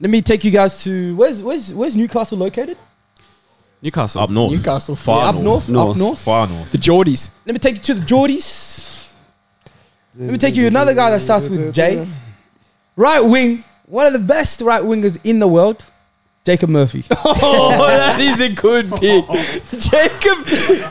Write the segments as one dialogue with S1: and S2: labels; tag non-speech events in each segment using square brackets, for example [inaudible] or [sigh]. S1: Let me take you guys to where's where's where's Newcastle located?
S2: Newcastle.
S3: Up north.
S1: Newcastle,
S3: Far
S1: yeah, up
S3: north.
S1: north, up
S2: North.
S1: north.
S3: Far north.
S4: The Geordies.
S1: Let me take you to the Geordies. Let me take you to another guy that starts with J. Right wing, one of the best right wingers in the world, Jacob [laughs] Murphy.
S4: [laughs] Oh, that is a good pick. Jacob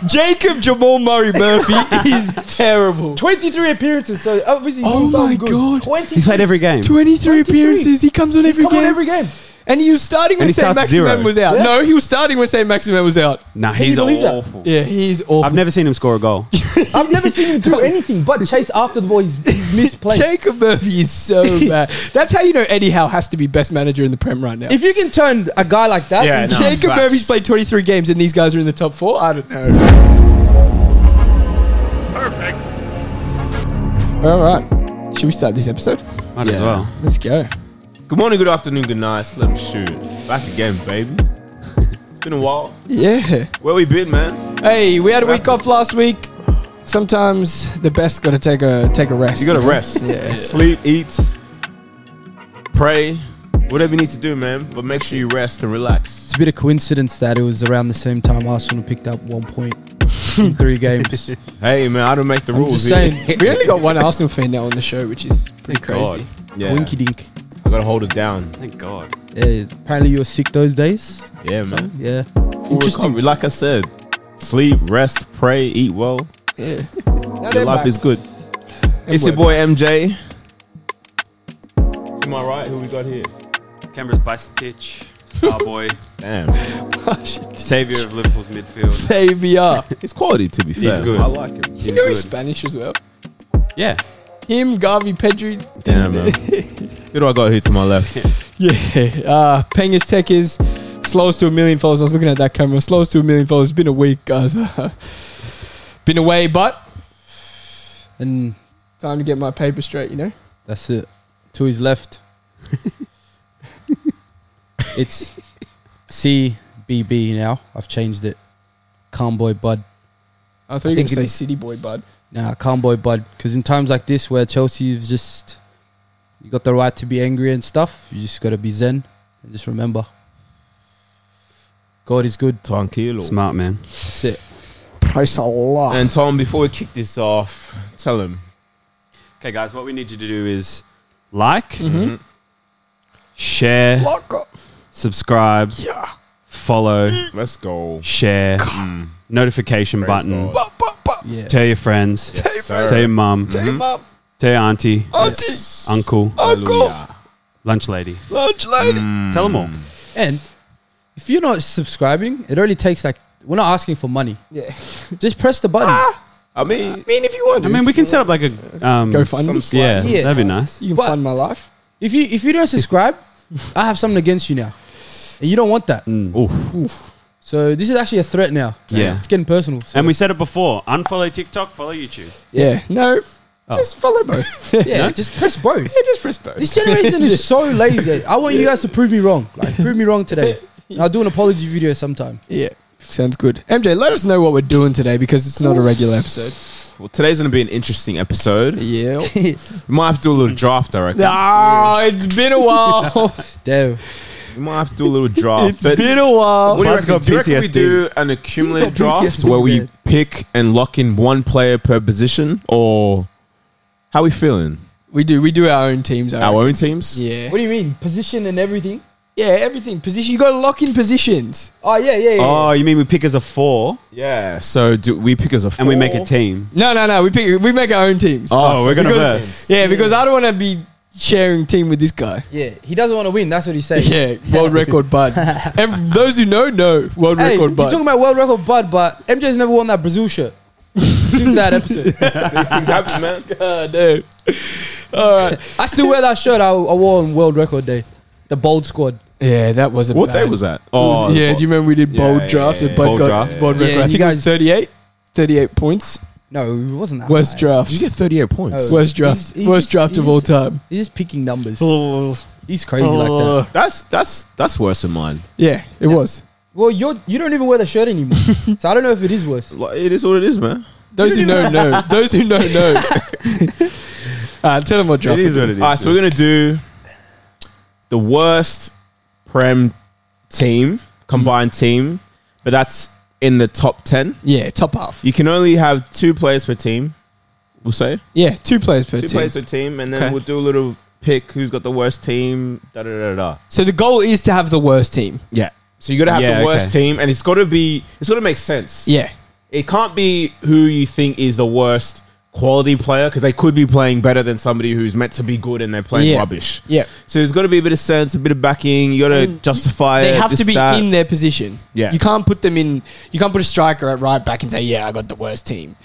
S4: Jacob Jamal Murray Murphy is terrible.
S1: 23 appearances, so obviously he's
S4: Oh
S1: doing something
S4: my
S1: good.
S4: God.
S1: 23.
S2: He's played every game.
S4: 23 appearances. He comes on
S1: He's
S4: every
S1: come
S4: game.
S1: on every game.
S4: and he was starting when
S2: And he
S4: St.
S2: starts
S4: Maximan
S2: zero.
S4: was out.
S1: Yeah.
S4: No, he was starting when St. Maximan was out.
S2: Nah,
S1: Can
S2: he's
S1: you believe that?
S2: awful.
S4: Yeah, he's awful.
S2: I've never seen him score a goal.
S1: I've never seen him do anything but chase after the ball. He's misplaced.
S4: Jacob Murphy is
S2: [laughs]
S4: so bad. That's how you know Eddie Howe has to be best manager in the Prem right now.
S1: If you can turn a guy like that,
S3: Yeah, no.
S4: Jacob
S3: facts.
S4: Murphy's played 23 games and these guys are in the top four, I don't know. Perfect. All right. Should we start this episode?
S2: Might as well.
S4: Let's go.
S3: Good morning, good afternoon, good night. Slim shoot. Back again, baby. [laughs] It's been a while.
S4: Yeah.
S3: Where we been, man?
S4: Hey, we had a week off last week. Sometimes the best got to take a take a rest.
S3: You gotta rest. yeah. [laughs] Sleep, eat, pray, whatever you need to do, man. But make sure you rest and relax.
S1: It's a bit of coincidence that it was around the same time Arsenal picked up one point in
S4: [laughs]
S1: three games.
S3: Hey, man, I don't make the
S1: I'm
S3: rules.
S1: just
S3: here.
S1: saying,
S4: we only got one Arsenal fan now on the show, which is pretty crazy.
S3: Yeah,
S1: Winky dink.
S3: I gotta hold it down.
S2: Thank God.
S1: Yeah, apparently you were sick those days.
S3: Yeah, man.
S1: Yeah.
S3: Full recovery. Like I said, sleep, rest, pray, eat well.
S4: Yeah. Now
S3: Your
S4: they're [laughs]
S3: life
S4: back.
S3: is good.
S4: Them
S3: it's your
S4: work.
S3: boy MJ. To my right, who we got here?
S2: Canberra's Bastich, Starboy,
S3: Damn,
S4: Oh,
S2: savior of Liverpool's midfield.
S4: [laughs] Savior.
S3: it's quality to be fair.
S2: good.
S3: I like him.
S4: You
S2: He's
S4: know he's
S2: good.
S4: Spanish as well.
S2: Yeah.
S4: Him, Garvey, Pedri.
S3: Damn, man.
S4: [laughs]
S3: Who do I got here to my left?
S2: [laughs]
S4: Yeah. Uh, Pengas Tech is slowest to a million followers. I was looking at that camera. Slowest to a million followers. Been a week, guys. [laughs] Been away, but
S1: And
S4: time to get my paper straight, you know?
S1: that's it. To his
S4: [laughs]
S1: left. it's CBB now. I've changed it. Calm boy bud.
S4: I thought you were going to
S1: think
S4: say
S1: in-
S4: City Boy, bud.
S1: Nah, calm boy bud. Because in times like this where Chelsea's just, you got the right to be angry and stuff, you just got to be zen and just remember God is good.
S3: Tranquilo.
S2: Smart man.
S1: That's it.
S4: Praise
S2: Ah.
S4: Allah.
S3: And Tom, before we kick this off, tell him.
S2: Okay, guys, what we need you to do is like, share, subscribe,
S4: Yeah.
S2: follow,
S3: Let's go.
S2: share,
S3: Mm.
S2: notification
S3: Praise
S2: button.
S3: God.
S1: Yeah.
S2: Tell your friends.
S3: Yes, sir.
S2: Tell your mum.
S1: Mm-hmm.
S4: Hey, mum.
S2: Tell your auntie.
S3: Yes.
S2: Uncle.
S3: Hallelujah.
S2: Lunch lady.
S4: Lunch lady.
S2: Tell them all.
S1: And if you're not subscribing, it only takes like, we're not asking for money.
S4: Yeah.
S1: [laughs] Just press the button.
S3: I mean,
S4: I mean, if you want
S2: I mean, we can set up like a. Um,
S4: Go fund me.
S3: some slight-
S2: yeah,
S1: Yeah.
S2: that'd be nice.
S4: You can
S1: But-
S4: fund my life.
S1: If you if you don't subscribe, I have something against you now. And you don't want that.
S3: Oof.
S1: So this is actually a threat now.
S2: Mm. Yeah.
S1: It's getting personal. So
S2: And we said it before unfollow TikTok, follow YouTube.
S4: Yeah. Eh, No.
S2: Oh.
S4: Just follow both. yeah.
S1: yeah, just press
S2: [laughs]
S1: both.
S4: Just press both.
S1: This generation is so lazy. I want you guys to prove me wrong. Like prove me wrong today. And I'll do an apology video sometime.
S4: Yeah. Sounds good. MJ, let us know what we're doing today because it's not a regular episode.
S3: Well, today's gonna be an interesting episode.
S4: Yeah.
S3: We might have to do a little draft, I reckon.
S4: [laughs] Ah, it's been a while.
S1: [laughs] Damn.
S3: We might have to do a little draft.
S4: it's been a while.
S3: What do you
S2: Bud's
S3: reckon?
S2: got
S3: Do you reckon we
S2: PTSD.
S3: do an accumulated
S1: He's got
S3: draft
S1: PTSD,
S3: where we
S1: man.
S3: pick and lock in one player per position, or how we feeling?
S4: We do. We do our own teams. I
S3: Our
S4: reckon.
S3: own teams.
S4: Yeah.
S1: What do you mean? Position and everything?
S4: yeah. Everything. Position. You got to lock in positions.
S1: Oh yeah, yeah, yeah.
S2: Oh, you mean we pick as a four
S3: Yeah. So do we pick as a four?
S2: and we make a team?
S4: No, no, no. We pick. We make our own teams.
S2: Oh, we're gonna
S4: because-
S2: verse.
S4: Yeah, because I don't want to be sharing team with this guy.
S1: Yeah. He doesn't want to win, that's what he's saying.
S4: Yeah, world record bud. Ev- those who know know world
S1: Hey,
S4: record
S1: you're
S4: bud.
S1: talking about world record bud, but MJ's never worn that Brazil shirt. Since that episode.
S3: [laughs]
S4: [laughs]
S3: These things happen,
S2: [laughs]
S3: man.
S4: God, [laughs] dude. All right.
S1: I still wear that shirt I, I wore on World Record Day. The bold squad.
S4: Yeah, that was a
S3: What
S4: bad-
S3: day was that?
S4: Oh, yeah, do you remember we did
S3: Yeah,
S4: bold
S3: yeah,
S4: draft
S3: yeah,
S4: and bud
S2: bold
S4: got
S2: draft.
S4: bold
S1: Yeah,
S4: record? I
S1: you
S4: think it was
S1: guys-
S4: 38, 38 points.
S1: No, it wasn't that.
S4: Worst
S1: high.
S4: draft.
S3: Did you get thirty-eight points?
S1: Oh.
S4: Worst draft.
S1: He's- he's
S4: worst
S1: just-
S4: draft of
S1: he's-
S4: all time.
S1: He's just picking numbers.
S2: He's
S1: He's crazy like
S4: [laughs]
S1: that.
S3: That's that's that's worse than mine.
S4: Yeah, it was.
S1: Well, you're you don't even wear the shirt
S4: [laughs]
S1: anymore, so I don't know if it is worse.
S3: Like, it is what it is, man.
S4: Those who know know. Those who know know. uh, tell them what draft.
S2: It is
S4: we're
S2: what
S4: doing.
S2: it is.
S3: All right, so we're gonna do the worst Prem team, combined team, but that's in the top 10.
S4: Yeah, top half.
S3: You can only have two players per team, we'll say.
S4: Yeah, two players per
S3: Two
S4: team.
S3: players per team, and then
S2: Okay.
S3: we'll do a little pick who's got the worst team, da da da da. da.
S4: So the goal is to have the worst team.
S3: Yeah. So you gotta have
S2: Yeah,
S3: the worst
S2: okay.
S3: team, and it's gotta be, it's gotta make sense.
S4: Yeah.
S3: It can't be who you think is the worst quality player because they could be playing better than somebody who's meant to be good and they're playing
S4: Yeah.
S3: rubbish.
S4: Yeah.
S3: So there's got to be a bit of sense, a bit of backing. You got to
S4: And
S3: justify
S4: They
S3: it,
S4: have to
S3: this,
S4: be
S3: that.
S4: in their position.
S3: Yeah.
S4: You can't put them in you can't put a striker at right back and say, Yeah, I got the worst team.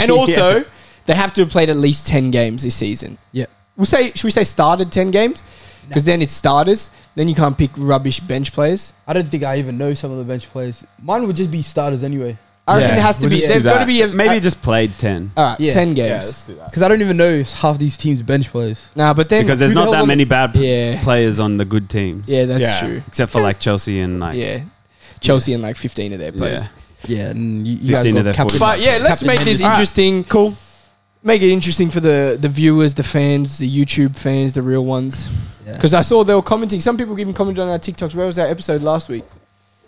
S4: And also they have to have played at least ten games this season.
S1: Yeah.
S4: We'll say should we say started ten games? Because then it's starters. Then you can't pick rubbish bench players.
S1: I don't think I even know some of the bench players. Mine would just be starters anyway.
S4: I reckon
S3: Yeah,
S4: it has to
S3: we'll
S4: be
S3: just
S4: they've
S3: do
S4: got to
S3: that.
S4: be a,
S2: Maybe
S4: a-
S2: just played 10.
S4: all right,
S1: Yeah.
S4: ten
S3: Yeah,
S4: games.
S3: let's do that.
S1: Because I don't even know half these teams' bench players.
S4: nah, but then
S2: Because there's
S4: who the
S2: not
S4: hell's
S2: that
S4: on-
S2: many bad p-
S4: Yeah.
S2: players on the good teams.
S4: Yeah, that's
S3: Yeah.
S4: true.
S2: Except for like Chelsea and like.
S4: Yeah. Chelsea and like fifteen of their players.
S2: Yeah.
S1: Yeah, and you, you guys
S2: 15 of
S1: got
S2: their
S1: captain.
S2: 40.
S4: But yeah, let's
S1: Captain
S4: make this
S1: Henderson. Alright,
S4: interesting.
S2: Cool.
S4: Make it interesting for the the viewers, the fans, the YouTube fans, the real ones.
S1: Yeah.
S4: Because I saw they were commenting. Some people even commented on our TikToks. Where was our episode last week?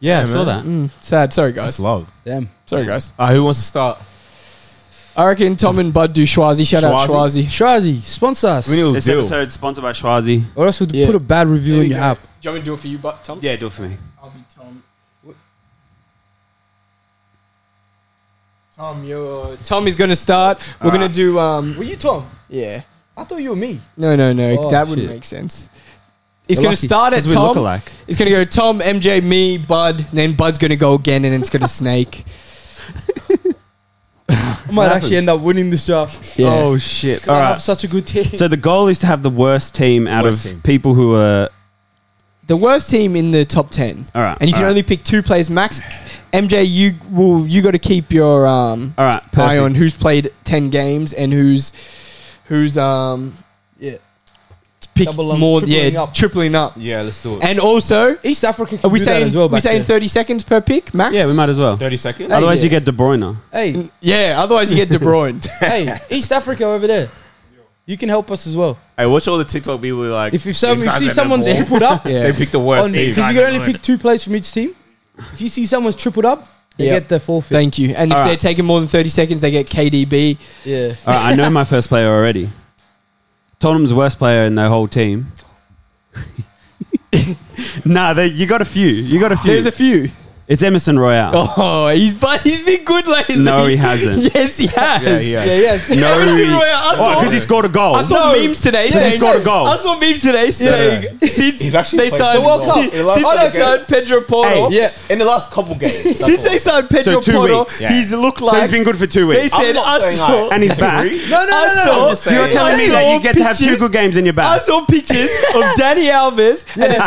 S2: Yeah, I
S3: Yeah,
S2: saw that.
S4: Mm, sad. Sorry
S3: That's
S4: guys.
S3: love.
S1: Damn.
S4: Sorry guys.
S3: Uh, who wants to start?
S4: I reckon Tom and Bud do Schwazi. Shout out
S3: Schwazi.
S4: Schwazi.
S1: Shirazi, sponsor us.
S3: We need a
S2: This
S3: deal.
S2: episode sponsored by Schwazi.
S1: or else we'll
S4: Yeah.
S1: put a bad review
S4: There
S1: on
S4: you
S1: your
S4: go.
S1: app.
S4: Do you want me to do it for you, but Tom?
S2: Yeah, do it for me.
S4: I'll be Tom. Tom, you're Tom is gonna start. We're gonna do um.
S1: Were you Tom?
S4: Yeah.
S1: I thought you were me.
S4: No, no, no.
S1: Oh,
S4: that wouldn't
S1: shit.
S4: make sense. It's
S1: We're
S4: gonna
S1: lucky,
S4: start at
S2: Because we look
S4: Tom.
S2: alike.
S4: It's gonna go Tom, MJ, me, Bud. And then Bud's gonna go again, and then
S1: [laughs]
S4: it's gonna snake.
S1: I might actually end up winning this job.
S4: Yeah.
S3: Oh shit! All
S1: I
S3: right.
S1: have such a good team.
S2: So the goal is to have the worst team out
S3: Worst
S2: of
S3: team.
S2: people who are.
S4: The worst team in the top ten,
S2: All right.
S4: and you can
S2: all right.
S4: only pick two players max. MJ, you will you got to keep your um
S2: All right.
S4: eye
S2: Perfect.
S4: on who's played ten games and who's who's um
S1: yeah.
S4: picked
S1: Double up,
S4: more
S1: tripling
S4: yeah
S1: up.
S4: tripling up.
S3: Yeah, let's do it.
S4: And also,
S1: East Africa can
S4: are we
S1: do
S4: saying
S1: that as well.
S4: we
S1: back
S4: saying
S1: there.
S4: thirty seconds per pick max?
S2: Yeah, we might as well.
S3: Thirty seconds.
S1: Hey,
S2: Otherwise, you
S1: yeah.
S2: get De Bruyne.
S1: Hey,
S4: Yeah, otherwise you get De Bruyne.
S1: [laughs] hey, East Africa over there. You can help us as well.
S3: Hey, watch all the TikTok people like.
S1: If, if,
S3: "These
S1: some, if you
S3: guys
S1: see
S3: are no
S1: someone's [laughs]
S3: more."
S1: tripled up,
S4: [laughs] Yeah.
S3: they pick the worst team.
S1: because you can only pick two players from each team. If you see someone's tripled up, they
S4: Yeah.
S1: get the forfeit.
S4: Thank you. And if
S2: All
S4: they're
S2: right.
S4: taking more than thirty seconds, they get KDB.
S1: yeah.
S2: All right, I
S4: [laughs]
S2: know my first player already. Tottenham's worst player in their whole team. [laughs] nah, they, you got a few. You got a few.
S4: There's a few.
S2: it's Emerson Royale.
S4: Oh, he's but he's been good lately.
S2: No, he
S4: [laughs]
S2: hasn't.
S4: yes, he has.
S3: Yeah, he has.
S1: [laughs] Yeah, yes.
S2: [laughs] No,
S4: Emerson Royale, I saw-
S2: because he scored a goal.
S4: I saw
S1: No.
S4: memes today
S1: he
S4: saying
S2: scored a goal.
S4: I saw memes today saying since
S3: He's actually
S4: they
S3: played
S4: signed
S3: the World Cup.
S4: since,
S3: In the last
S4: since
S3: couple
S4: they
S3: of games.
S4: signed Pedro Porto.
S2: Hey,
S1: Yeah.
S3: In the last couple games. that's
S4: Since
S3: all.
S4: they signed Pedro
S2: two
S4: Porto,
S2: weeks.
S3: Yeah.
S4: he's looked like
S2: so he's been good for two
S4: they
S2: weeks.
S4: said
S3: not
S4: I
S3: saying
S4: saw,
S3: I-
S2: and he's back.
S3: Disagree?
S1: No, no, no,
S4: I
S1: no,
S4: saw
S1: no.
S3: just
S2: So you're
S3: saying.
S2: telling me that
S4: I
S2: you
S4: saw
S2: get to have two
S4: pictures.
S2: good games in your
S4: I
S2: back?
S4: saw pictures
S2: [laughs]
S4: of Danny Alves and it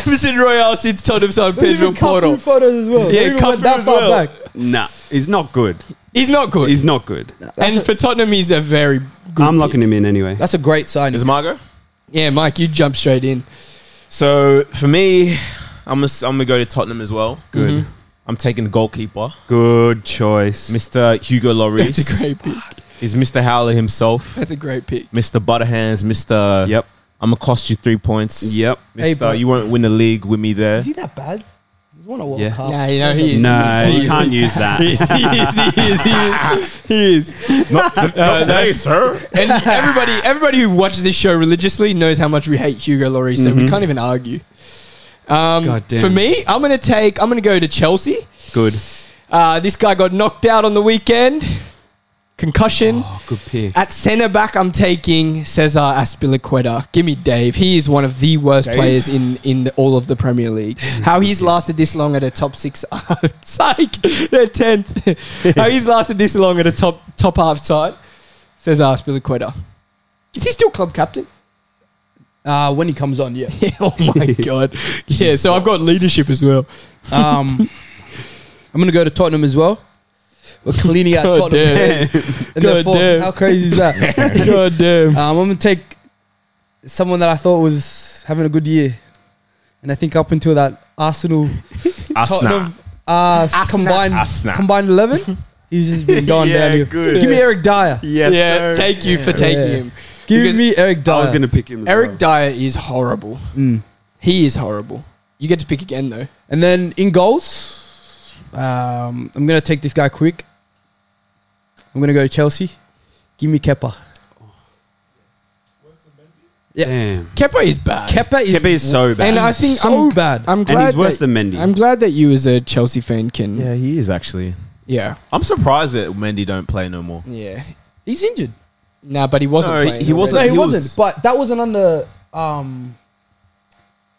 S4: said Emerson Royale since Tottenham signed
S1: Not even
S4: [laughs] Pedro Porto.
S1: Cafu photos as well.
S4: Yeah,
S1: Not even
S4: Cafu
S1: went that
S4: as
S1: far
S4: well.
S1: back.
S2: Nah, he's not good.
S4: He's not good.
S2: He's not good.
S4: and for Tottenham, he's a very good.
S2: I'm
S4: pick.
S2: locking him in anyway.
S1: That's a great sign.
S3: Is Margo?
S4: Yeah, Mike, you jump straight in.
S3: So for me, I'm gonna, I'm gonna go to Tottenham as well. Good.
S1: Mm-hmm.
S3: I'm taking goalkeeper,
S2: Good choice.
S3: Mr. Hugo
S1: [laughs]
S4: That's a
S3: Lloris.
S4: great pick.
S3: Is Mr. Howler himself,
S4: That's a great pick.
S3: Mr. Butterhands, Mr.
S2: Yep.
S3: I'm gonna cost you three points.
S2: Yep.
S3: Mister,
S1: Hey, bro.
S3: you won't win the league with
S1: [laughs]
S3: me there.
S1: Is he that bad? He's won a World
S2: Yeah.
S1: Cup.
S4: Nah, you know, he is.
S2: No,
S4: He is.
S2: you can't use that.
S4: He is, he is, he is, he is, he is.
S3: not to,
S1: [laughs]
S3: not today, sir.
S4: And everybody, everybody who watches this show religiously knows how much we hate Hugo Lloris, so we can't even argue. Um,
S2: God damn.
S4: For me, I'm gonna take. I'm gonna go to Chelsea.
S2: Good.
S4: Uh, this guy got knocked out on the weekend, concussion.
S2: Oh, good pick.
S4: At centre back, I'm taking Cesar Aspilicueta. Give me Dave. He is one of the worst players in in the, all of the
S1: [laughs]
S4: Premier League. How he's lasted this long at a top six, [laughs] psych,
S1: [laughs]
S4: they're tenth. How he's lasted this long at a top top half side. Cesar Aspilicueta. Is he still club captain?
S1: Uh, when he comes on, yeah.
S4: [laughs] oh
S1: [laughs]
S4: my god! Yeah, so I've got leadership as well.
S1: [laughs] Um, I'm gonna go to Tottenham as well. We're cleaning out
S4: God
S1: Tottenham
S4: damn.
S1: today. [laughs] and
S4: God
S1: they're fourth.
S4: damn.
S1: How crazy is
S4: [laughs]
S1: that?
S4: god
S1: [laughs]
S4: damn!
S1: Um, I'm gonna take someone that I thought was having a good year, and I think up until that Arsenal, Tottenham, uh, s-
S4: Asna.
S1: combined
S3: Asna.
S1: combined eleven, he's just
S2: [laughs]
S1: been gone
S2: Yeah,
S1: down here.
S2: good.
S1: Give me Eric Dyer.
S2: Yes,
S4: yeah, thank you for taking
S1: Yeah.
S4: him.
S1: Give
S4: Because
S1: me Eric Dyer.
S2: I was going to pick him. as
S4: Eric
S2: well.
S4: Dyer is horrible.
S1: Mm.
S4: He is horrible. You get to pick again though.
S1: And then in goals, um, I'm gonna take this guy quick. I'm gonna go to Chelsea. Give me Kepa. Yeah.
S2: Damn.
S4: Kepa is bad.
S1: Kepa is,
S2: Kepa is so bad.
S1: And I
S4: He's
S1: think oh, so
S4: so
S1: bad.
S4: I'm glad
S2: and he's worse
S4: that,
S2: than Mendy.
S4: I'm glad that you as a Chelsea fan can. Yeah.
S3: Yeah, he is actually.
S4: Yeah.
S3: I'm surprised that Mendy don't play no more.
S1: He's injured.
S4: Nah, but he wasn't.
S3: No,
S4: playing already.
S3: he
S1: No,
S3: wasn't.
S1: he,
S3: he was-
S1: wasn't. But that wasn't under. Um,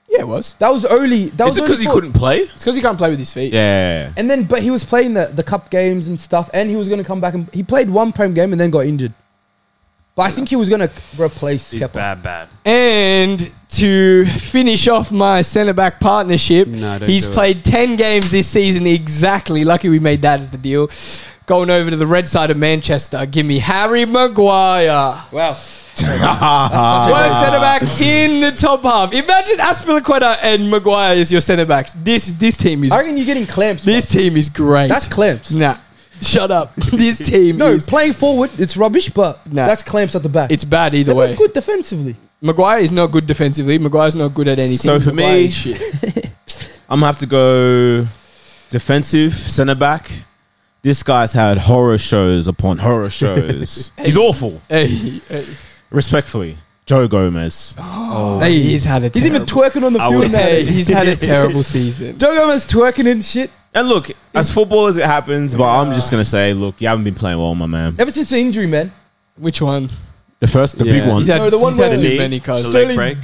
S4: Yeah, it was.
S1: that was early. That
S3: Is
S1: was
S3: it because
S1: only
S3: he
S1: for-
S3: couldn't play?
S4: It's because he can't play with his feet.
S3: Yeah.
S1: And then, but he was playing the, the cup games and stuff, and he was going to come back and he played one prem game and then got injured. But I think he was going to replace
S2: He's
S1: Kepa.
S2: bad, bad.
S4: And to finish off my centre back partnership,
S2: No, don't
S4: he's
S2: do it.
S4: played 10 games this season exactly. Lucky we made that as the deal. Going over to the red side of Manchester, give me Harry Maguire.
S1: [laughs] Wow. Ah.
S4: Worst centre back in the top half. Imagine Aspilicueta and Maguire as your centre backs. This this team is
S1: I reckon you're getting clamps. bro.
S4: this team is great.
S1: that's clamps.
S4: nah. Shut up. this team
S1: No,
S4: is
S1: playing forward, it's rubbish, but
S4: Nah.
S1: that's clamps at the back.
S4: it's bad either
S1: That was
S4: way.
S1: good defensively.
S4: Maguire is not good defensively. Maguire's not good at anything.
S3: So for
S4: Maguire
S3: me-
S4: is shit.
S3: I'm gonna have to go defensive centre back. This guy's had horror shows upon horror shows. [laughs] He's awful.
S4: Hey, hey.
S3: Respectfully, Joe Gomez.
S1: Hey,
S4: he's had a
S1: He's even twerking on the
S2: I
S1: field
S2: would-
S1: now.
S4: Hey,
S1: Joe
S4: he's had [laughs] a terrible
S1: [laughs]
S4: season.
S1: Gomez twerking and shit.
S3: And look, as football as it happens, but I'm just gonna say, look, you haven't been playing well, my man.
S1: Ever since the injury, man.
S4: Which one?
S3: The first, the big
S2: Yeah.
S3: one.
S4: He's had,
S1: No, the one
S4: he's had
S1: where-
S4: too
S2: Knee,
S4: many
S2: the
S4: cuts.
S1: So-
S2: leg break.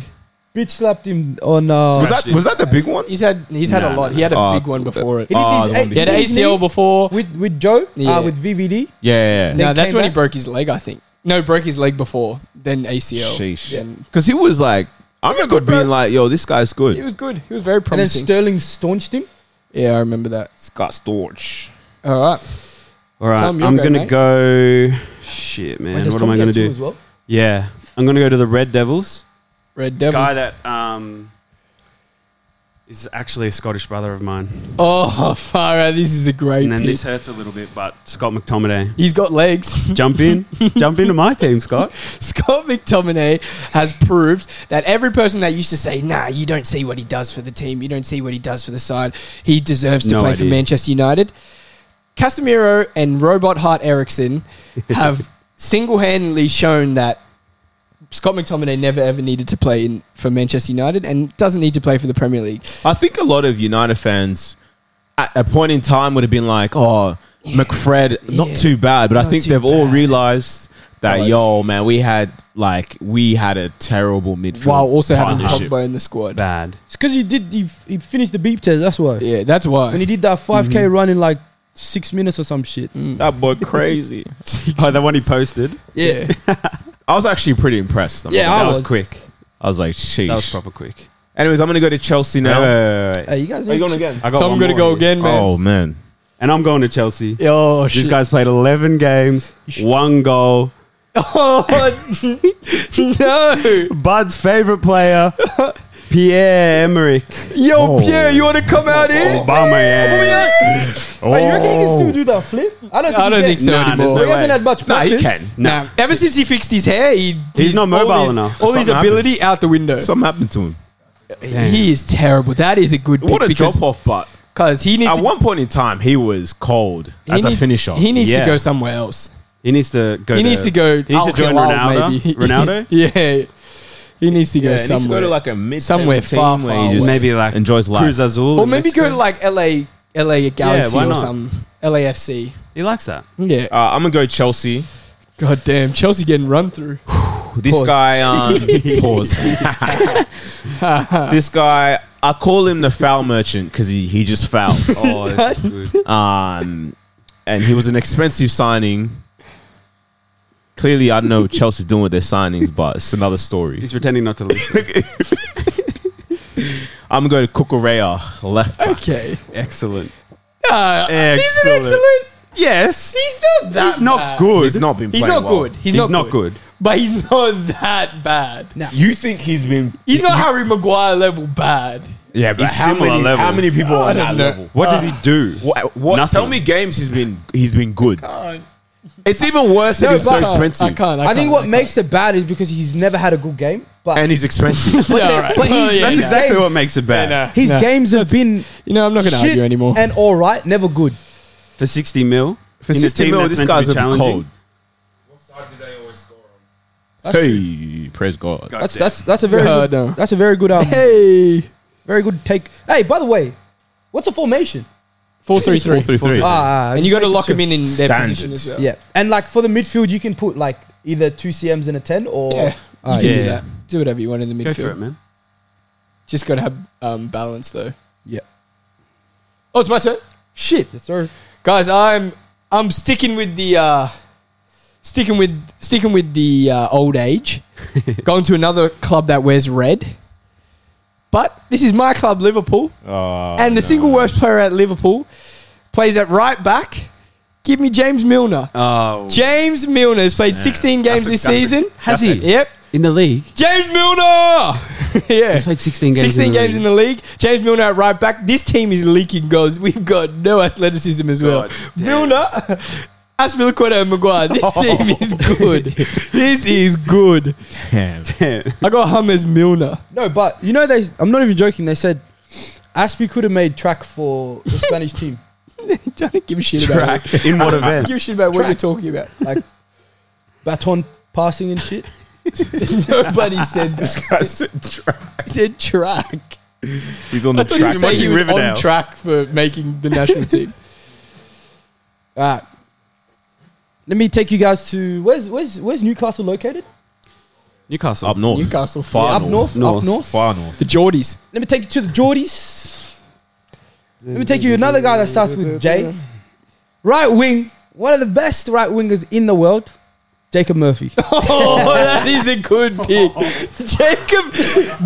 S1: Bitch slapped him on. Uh,
S3: Was that was that the big one?
S4: He's had he's had a
S2: Nah,
S4: lot.
S2: nah,
S4: He had a
S3: nah.
S4: big one before it.
S1: he did
S3: Ah,
S1: his
S3: the one
S1: A-
S4: He had an
S1: his knee
S4: ACL before.
S1: with, with Joe,
S4: Yeah.
S1: uh, with VVD.
S3: Yeah, yeah.
S1: Then
S4: No, that's
S1: came
S4: when he
S1: back?
S4: broke his leg, I think. No, broke his leg before, then ACL.
S3: Sheesh.
S4: Then-
S3: Because he was like, I remember being like, yo, this guy's
S4: He
S3: good.
S4: was good. He was very
S1: And then
S4: promising.
S1: Sterling staunched him.
S4: yeah, I remember that.
S3: Scott Storch.
S4: All right.
S2: All right,
S4: Tom, you're
S2: I'm
S4: going,
S2: gonna
S4: mate.
S2: go. Shit, man,
S1: Wait, does
S2: what am
S1: Tom
S2: I
S1: get
S2: gonna
S1: two
S2: do?
S1: As well?
S2: Yeah, I'm gonna go to the Red Devils.
S4: Red Devils.
S2: Guy that um is actually a Scottish brother of mine,
S4: oh, [laughs] far out. This is a great
S2: and then
S4: pick.
S2: this hurts a little bit. But Scott McTominay,
S4: He's got legs. [laughs]
S2: jump in, jump into my team, Scott.
S4: Scott McTominay has proved that every person that used to say, nah, you don't see what he does for the team, you don't see what he does for the side, he deserves to
S2: No
S4: play for
S2: idea.
S4: Manchester United. Casemiro and Robot Hart
S2: [laughs]
S4: Eriksson have single handedly shown that Scott McTominay never ever needed to play in, for Manchester United and doesn't need to play for the Premier League.
S3: I think a lot of United fans at a point in time would have been like, oh, McFred, not
S4: Yeah.
S3: too bad. But I
S4: Not
S3: think
S4: too
S3: they've all
S4: bad.
S3: realized that,
S4: Like-
S3: yo, man, we had like, we had a terrible midfield.
S4: While also having
S3: partnership.
S4: Pogba in the squad.
S2: Bad.
S1: It's because you did. You, you finished the beep test. That's why.
S4: Yeah, that's why.
S1: When he did that 5k run in like six minutes or some shit.
S3: That boy crazy.
S2: Oh, the one he posted.
S1: Yeah.
S3: I was actually pretty impressed. I'm
S1: Yeah, I
S3: not
S2: That
S3: gonna-
S2: was,
S1: was-
S2: quick.
S3: I was like, sheesh.
S2: That was proper quick.
S3: Anyways, I'm going to go to Chelsea now.
S2: Wait, wait, wait, wait.
S1: Hey, you guys.
S3: Are you
S1: need
S3: going
S1: to-
S3: again?
S2: I got
S4: Tom
S2: one
S4: going to
S2: more
S4: go
S2: here.
S4: again, man.
S3: Oh, man.
S2: and I'm going to Chelsea.
S4: Oh, shit.
S2: These guys played 11 games, one goal.
S4: Oh, no.
S2: Bud's favorite
S4: [laughs]
S2: player, Pierre Emerick.
S4: [laughs] Yo,
S3: Oh.
S4: Pierre, you want to come out here?
S2: Oh,
S4: Oh,
S2: Aubameyang.
S1: Hey, you reckon he can still do that flip? I don't. Think
S4: I don't think so
S2: oh. Nah,
S4: anymore.
S2: there's no
S1: He hasn't
S2: way.
S1: had much
S3: Nah,
S1: practice.
S3: he can.
S2: No,
S4: Nah, ever since he fixed his hair, he, his-
S2: not mobile
S4: all his,
S2: enough.
S4: All his
S3: Something
S4: ability out the window.
S3: Something happened to him.
S4: He is terrible. That is a good pick
S3: What a
S4: because
S3: drop off, but
S4: 'cause he needs
S3: at
S4: to,
S3: one point in time, he was cold
S4: he
S3: as a
S4: need-
S3: finisher.
S4: He needs
S2: Yeah.
S4: to go somewhere else.
S2: he needs to go.
S4: He needs to go.
S2: He needs to
S4: Al
S2: join
S4: Hilal,
S2: Ronaldo.
S4: maybe. [laughs]
S2: [laughs] Ronaldo.
S4: yeah, he needs to go
S3: yeah, he needs to
S4: somewhere.
S3: go to like a mid
S4: Somewhere far, far away.
S2: maybe like
S3: enjoys life.
S2: Cruz Azul.
S4: or
S2: in
S4: maybe go
S2: Mexico.
S4: to like LA, LA Galaxy
S2: why
S4: or
S2: not?
S4: something. LAFC.
S2: He
S4: [laughs]
S2: likes that.
S4: Yeah.
S3: Uh, I'm gonna go Chelsea.
S4: God damn, Chelsea getting run through. [laughs]
S3: This
S4: Pause. [laughs]
S3: guy, um, pause. this guy, I call him the foul merchant because he, he just
S4: [laughs]
S3: fouls.
S2: Oh, this is good.
S3: Um, and he was an expensive signing. Clearly, I don't know what Chelsea's doing with their signings, but it's another story.
S2: He's pretending not to listen.
S4: [laughs]
S3: I'm gonna go to Kukurea, left. back.
S4: Okay.
S2: Excellent.
S4: Uh, He's an
S2: Excellent.
S4: excellent.
S2: Yes.
S4: He's not that.
S2: He's not
S4: bad.
S2: good.
S3: He's not been.
S4: He's
S3: playing
S4: not
S3: well.
S4: good. He's, not, good. But he's not [laughs] that bad.
S3: You think he's been?
S4: He's not Harry Maguire level bad.
S3: Yeah, but
S2: He's
S3: how
S2: similar
S3: many?
S2: level.
S3: How many people
S4: I
S3: are on
S4: don't
S3: that
S4: know. Uh,
S3: level?
S2: What does he do?
S3: What? what
S2: Nothing.
S3: tell me games he's been. He's been good.
S4: Can't.
S3: It's even worse that
S1: No,
S3: he's so
S1: but-
S4: I
S3: expensive.
S4: can't. I,
S1: I, think
S4: can't,
S1: what
S4: I
S1: makes it bad is because he's never had a good game. But,
S3: And
S4: [laughs]
S3: he's expensive.
S1: but,
S4: Yeah,
S1: they-
S4: alright.
S1: but
S4: Well,
S1: his,
S4: yeah,
S1: his
S4: yeah.
S2: Oh, Exactly
S1: game-
S2: what makes it bad.
S4: can't.
S1: his
S4: No.
S1: games have been
S4: You know, I'm not going to
S1: shit
S4: argue anymore.
S1: and all right, never good.
S2: For 60 mil.
S3: For
S2: in a
S3: 60
S2: team
S3: mil,
S2: that's
S3: this
S2: meant to
S3: guy's
S2: be
S3: a bit
S2: challenging.
S3: cold.
S1: That's true.
S3: Hey, praise God.
S1: That's that's that's a very
S4: Uh,
S1: good,
S4: no.
S1: that's a very good um,
S4: hey,
S1: very good take. Hey, by the way, what's a formation?
S4: four three three.
S3: 4-3-3.
S1: Ah,
S4: And
S1: just
S4: you got to
S1: making
S4: lock
S1: sure.
S4: them in in their position
S3: Standards.
S4: as well.
S1: Yeah, and like for the midfield, you can put like either two CMs and a ten or
S4: Yeah.
S1: Ah,
S4: You can
S2: yeah.
S4: do that. Do whatever you want in the
S2: Go for it,
S4: midfield.
S2: man.
S4: Just got to have um, balance though.
S1: Yeah.
S4: Oh, it's my turn. Shit,
S1: yes sir.
S4: guys, I'm I'm sticking with the uh, sticking with sticking with the uh, old
S2: [laughs]
S4: age. Going to another club that wears red. But this is my club, Liverpool.
S3: Ah.
S4: and the single worst player at Liverpool plays at right back. Give me James Milner.
S2: Oh.
S4: James Milner has played 16 games
S3: That's a-
S4: this
S3: that's a-
S4: season.
S2: Has
S3: That's
S2: he?
S4: Yep.
S2: In the league?
S4: James Milner! [laughs] yeah.
S2: He's played 16 games
S4: 16
S2: in the
S4: games in
S2: league.
S4: the league. James Milner at right back. This team is leaking goals. We've got no athleticism as well.
S2: God damn.
S4: Milner, [laughs] Aspilicueta and Maguire.
S2: [laughs]
S4: This team is good. this is good.
S3: [laughs] Damn.
S4: I got Hummus Milner. [laughs]
S1: No, but you know they. I'm not even joking. They said Aspi could have made track for
S4: [laughs]
S1: the Spanish team.
S4: Don't give a shit about it.
S2: Track. [laughs] In what
S3: [laughs]
S2: event?
S4: Give a shit about what you're talking about.
S1: like baton passing and shit.
S4: Nobody said
S2: [laughs]
S4: that.
S3: Guys, tra-
S4: He said track.
S3: he's on
S4: I
S3: the
S4: thought he
S3: track.
S4: was, saying he
S3: Watching
S4: was
S3: Riverdale.
S4: on track for making the national team.
S1: All right. Let me take you guys to where's where's where's Newcastle located?
S2: Newcastle.
S3: Up north.
S4: Newcastle.
S3: Far
S1: up north, Up
S2: North.
S1: north.
S3: Far north.
S4: [laughs] The Geordies.
S1: Let me take you to the Geordies. Let me take you another guy that starts with J. Right wing, one of the best right wingers in the world, Jacob
S4: [laughs]
S1: Murphy.
S4: Oh, that is a good pick. Jacob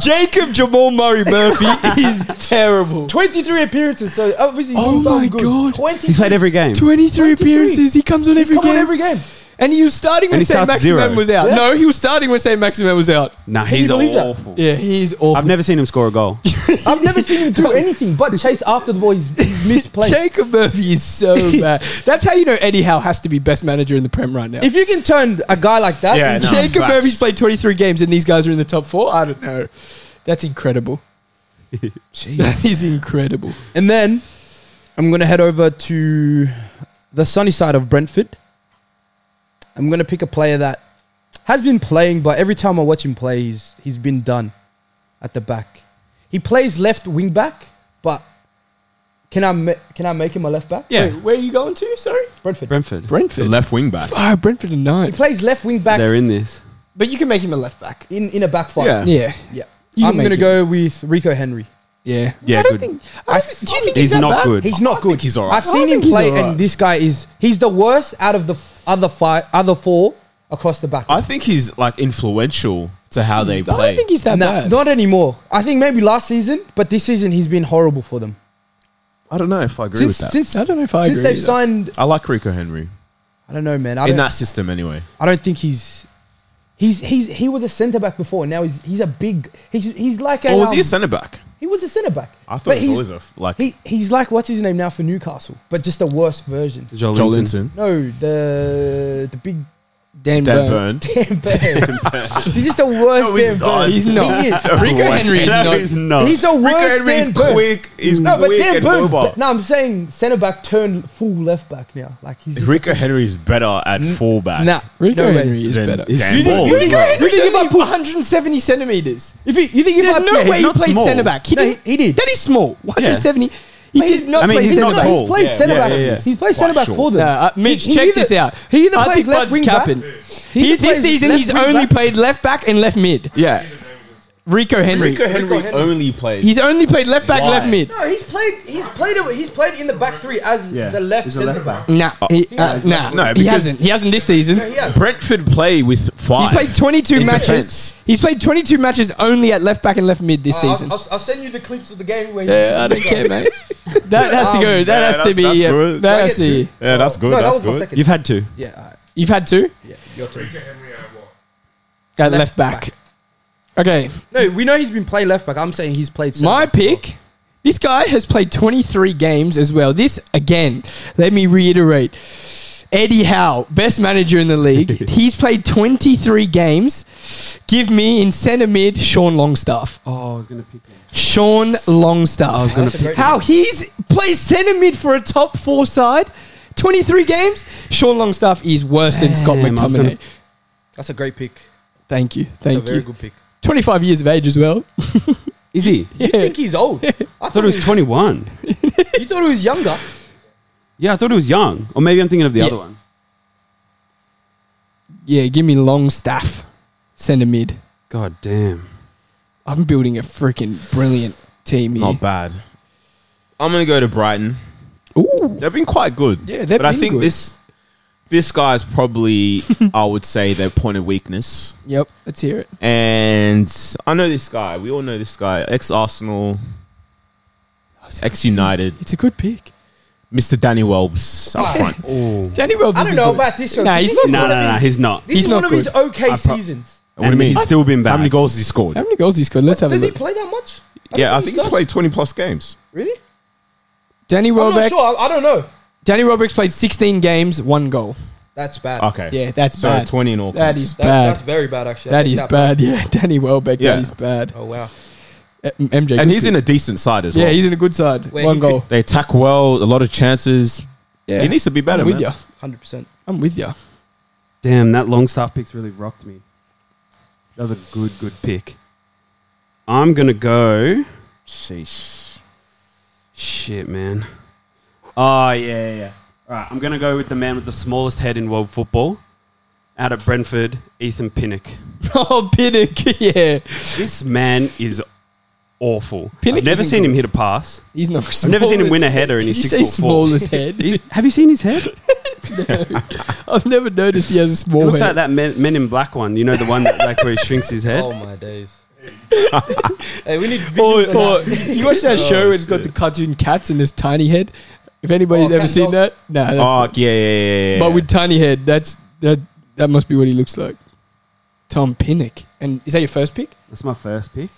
S4: Jacob Jamal Murray Murphy is terrible.
S1: 23 appearances, so obviously he's
S4: Oh
S1: done something
S4: my God.
S1: good. 20
S2: He's played every game.
S4: 23 appearances. He comes on every
S1: Come
S4: game.
S1: on every game.
S4: and he was starting when
S2: And he
S4: St.
S2: starts
S4: Maximin
S2: zero.
S4: was out.
S1: Yeah.
S4: No, he was starting when St. Maximin was out.
S2: Nah,
S1: Can
S2: he's
S1: you believe that?
S2: awful.
S4: Yeah, he's awful.
S2: I've never seen him score a goal.
S1: I've never seen him [laughs] do anything but chase after the ball. He's he's misplayed.
S4: Jacob Murphy is [laughs] so bad. That's how you know Eddie Howe has to be best manager in the Prem right now.
S1: If you can turn a guy like that,
S3: Yeah,
S1: into-
S3: no.
S4: Jacob
S3: facts.
S4: Murphy's played 23 games and these guys are in the top four. I don't know. That's incredible. that is incredible.
S1: and then I'm gonna head over to the sunny side of Brentford. I'm gonna pick a player that has been playing, but every time I watch him play, he's he's been done at the back. He plays left wing back, but can I ma- can I make him a left back?
S2: Yeah.
S4: Wait, where are you going to? Sorry,
S1: Brentford.
S2: Brentford.
S3: The
S4: Brentford.
S3: left wing back.
S4: oh, Brentford are
S1: He
S4: nine.
S1: plays left wing back
S2: They're in this.
S4: But you can make him a left back.
S1: in in a back five.
S3: Yeah.
S4: Yeah,
S1: Yeah.
S4: You
S1: I'm
S4: can
S1: gonna
S4: make
S1: go with Rico Henry.
S4: yeah,
S2: Yeah,
S4: I don't
S2: good.
S4: think. I don't, thi- do you think he's,
S2: He's
S4: that
S2: not
S4: bad?
S2: good.
S1: He's not good.
S3: he's all right.
S1: I've
S4: I
S1: seen him
S4: think he's
S1: play,
S4: all right.
S1: and this guy is—he's the worst out of the f- other five, other four across the back.
S3: I think he's like influential to how they
S4: I
S3: play.
S4: don't think he's that
S1: Nah,
S4: bad.
S1: not anymore. I think maybe last season, but this season he's been horrible for them.
S3: I don't know if I agree
S1: Since,
S3: with that.
S1: since
S4: I don't know if I
S1: since
S4: agree
S1: they've
S4: either.
S1: signed,
S3: I like Rico Henry
S1: I don't know, man. I
S3: in
S1: don't,
S3: that system anyway.
S1: I don't think he's. He's, he's he was a centre back before. Now he's he's a big he's he's like a,
S3: Or was
S1: um,
S3: Oh, he a centre back?
S1: he was a centre back.
S3: I thought
S1: But
S3: he
S1: he's-
S3: was always a f- like
S1: he he's like what's his name now for Newcastle, but just a worse version.
S2: Joel,
S3: Joel
S2: Linton.
S3: Linton,
S1: No, the the big
S4: Dan,
S3: Dan
S4: Burn.
S1: [laughs] damn
S3: Burn.
S1: bird. [laughs] he's just the worst
S3: No, he's
S1: damn
S3: not.
S1: bird.
S4: He's not.
S1: He is.
S4: [laughs] Rico
S3: way.
S4: Henry is
S2: No,
S4: not.
S2: he's not.
S1: He's the
S3: Rico
S1: worst
S3: Henry's
S1: Dan Burn.
S3: quick. He's
S1: No, but
S3: quick
S1: Dan
S3: and
S1: Burn.
S3: mobile.
S1: No, I'm saying centre back turn full left back now. Like he's just,
S3: Rico Henry's better at fullback.
S1: nah.
S4: Rico
S1: no way.
S4: Henry is
S3: Then
S4: better.
S3: Dan
S2: You-
S3: Burn.
S2: you
S4: Rico Henry's
S1: Rico-
S4: only 170 centimeters.
S1: If you, you think if
S4: There's
S1: I
S4: no way he
S2: not
S4: played
S2: small.
S4: centre back.
S1: No, he- he did.
S4: That is small. 170. He did not
S2: I mean,
S4: play
S2: he's
S4: centre
S2: not
S4: back.
S2: tall.
S1: He's played
S2: Yeah,
S1: centre
S2: yeah,
S1: back.
S2: yeah, yeah.
S1: He's played centre back
S3: short.
S1: for them.
S4: Nah, uh, Mitch,
S1: He- he
S4: check
S1: either-
S4: this out.
S1: He either
S4: I
S1: plays
S4: think
S1: left
S4: Bud's
S1: wing
S4: capping.
S1: back.
S4: He,
S1: either
S4: this
S1: plays
S4: season,
S1: left
S4: he's
S1: wing
S4: only
S1: back-
S4: played left back and left mid.
S3: Yeah.
S4: Rico Henry.
S3: Rico Henry's only plays.
S4: He's only played left back,
S3: Why?
S4: left mid.
S1: No, he's played. He's played. a- He's played in the back three as
S2: Yeah.
S1: the left
S2: He's a left
S1: centre back.
S4: Nah, he, uh,
S1: has.
S4: nah,
S3: No,
S4: he
S3: because-
S4: hasn't. He hasn't this season.
S1: No, he has.
S3: Brentford play with five.
S4: He's played 22
S3: in
S4: matches.
S3: defense.
S4: He's played 22 matches only at left back and left mid this
S1: Uh, I'll,
S4: season.
S1: I'll, I'll send you the clips of the game where.
S4: yeah, I don't care, mate. [laughs] That has to go. That
S3: Yeah,
S4: has to
S3: that's-
S4: be.
S3: that's
S4: uh,
S3: good.
S4: That
S1: Um, I
S4: has
S1: get
S4: to.
S1: you.
S4: be-
S3: Yeah, that's good.
S1: No, that
S3: that's
S1: was my
S3: good.
S1: second.
S2: You've had two.
S1: yeah, all right.
S4: You've had two
S1: yeah, your turn.
S4: at
S1: Left
S4: left back. Okay,
S1: No, we know he's been playing left back. I'm saying he's played. centre
S4: my
S1: back before.
S4: pick. This guy has played 23 games as well. This again. Let me reiterate. Eddie Howe, best manager in the
S1: [laughs]
S4: league. He's played 23 games. Give me in centre mid Sean Longstaff.
S2: Oh, I was gonna pick him.
S4: Sean Longstaff.
S1: gonna That's a great
S4: How
S1: name.
S4: he's plays centre mid for a top four side. 23 games. Sean Longstaff is worse than Scott
S2: Damn, I was
S4: McTominay.
S2: gonna-
S1: That's a great pick.
S4: Thank you.
S1: That's
S4: Thank
S1: a very
S4: you.
S1: good pick.
S4: 25 years of age as well.
S2: Is he?
S1: You think he's
S4: [laughs]
S1: old? I
S2: I thought it was 21.
S1: You thought he was younger.
S2: Yeah, I thought it was young. Or maybe I'm thinking of the
S4: Yeah.
S2: other one.
S4: Yeah, give me Longstaff. Centre mid.
S2: God damn.
S4: I'm building a freaking brilliant team here.
S3: Not bad. I'm gonna go to Brighton.
S4: Ooh.
S3: They've been quite good.
S4: Yeah, they've
S3: But I
S4: been
S3: think
S4: good.
S3: this this
S1: [laughs]
S3: guy's probably I would say their point of weakness.
S4: Yep, let's hear it.
S3: And I know this guy. We all know this guy. Ex Arsenal, ex United,
S4: It's a good pick.
S3: Mr. Danny Welbs up front.
S2: Oh.
S4: Danny Robbs.
S1: I don't know about this one.
S4: Nah, he's
S1: This is
S4: not.
S2: No, no,
S1: one of
S2: no,
S1: his-
S2: he's not.
S1: This
S4: He's
S1: is one
S4: not
S1: of his okay
S2: I pro-
S1: seasons.
S3: What do
S2: And
S3: you mean?
S2: he's still been
S3: How many
S2: bad.
S3: goals has he scored?
S4: How many goals he scored? Let's have a
S1: Does he
S4: look.
S1: play that much?
S3: yeah, I
S1: he
S3: think he's
S1: does.
S3: played 20 plus games.
S1: Really?
S4: Danny
S1: I'm not
S4: Welbeck.
S1: sure. I, I don't know.
S4: Danny Welbeck's played 16 games, one goal.
S1: That's bad.
S3: Okay.
S4: Yeah, that's
S3: so
S4: bad.
S3: 20 in all.
S4: That
S3: comps.
S4: is
S1: That,
S4: bad.
S1: That's very bad, actually. I
S4: that
S1: take
S4: is bad. Yeah, [laughs] Danny Welbeck.
S3: Yeah.
S4: That is bad.
S1: Oh wow.
S4: Uh, M- MJ.
S3: And
S4: good
S3: he's
S4: pick.
S3: in a decent side as
S4: Yeah,
S3: well.
S4: he's in a good side.
S1: Where
S4: one
S1: he
S4: goal.
S3: they attack well, a lot of chances.
S4: yeah,
S3: He needs to be better,
S4: I'm with
S3: man.
S4: you.
S1: Hundred percent.
S4: I'm with you.
S2: Damn, that long staff pick's really rocked me. That was a good, good pick. I'm gonna go.
S3: Sheesh.
S2: Shit, man. Oh, yeah, yeah, yeah. All right, I'm going to go with the man with the smallest head in world football out of Brentford, Ethan Pinnock.
S4: [laughs] oh, Pinnock. [laughs] Yeah,
S2: This man is awful.
S4: Pinnock
S2: I've never
S4: isn't
S2: seen him
S4: good.
S2: hit a pass.
S4: he's not.
S2: I've never seen him win a
S4: smallest-
S2: header in
S4: Did
S2: his
S4: you
S2: six
S4: say
S2: foot four.
S4: smallest
S2: [laughs]
S4: head.
S2: He- Have you seen his head? It
S4: I've never noticed he has a small
S2: looks like
S4: head.
S2: that men, men in Black one. You know the one that like where he shrinks his
S1: [laughs]
S2: head.
S1: Oh my
S4: [laughs]
S1: days. hey, we need
S4: Or,
S1: visuals on
S4: or
S1: that. [laughs]
S4: [laughs] you watch that
S2: Oh,
S4: show where it's got the
S2: shit.
S4: cartoon cats and this tiny head. If anybody's
S1: Oh,
S4: ever
S1: cat
S4: seen
S1: dog.
S4: that, no, that's
S3: Oh, yeah, yeah, yeah, yeah.
S4: But with tiny head, that's that. That must be what he looks like. Tom Pinnock, and is that your first pick?
S2: That's my first pick.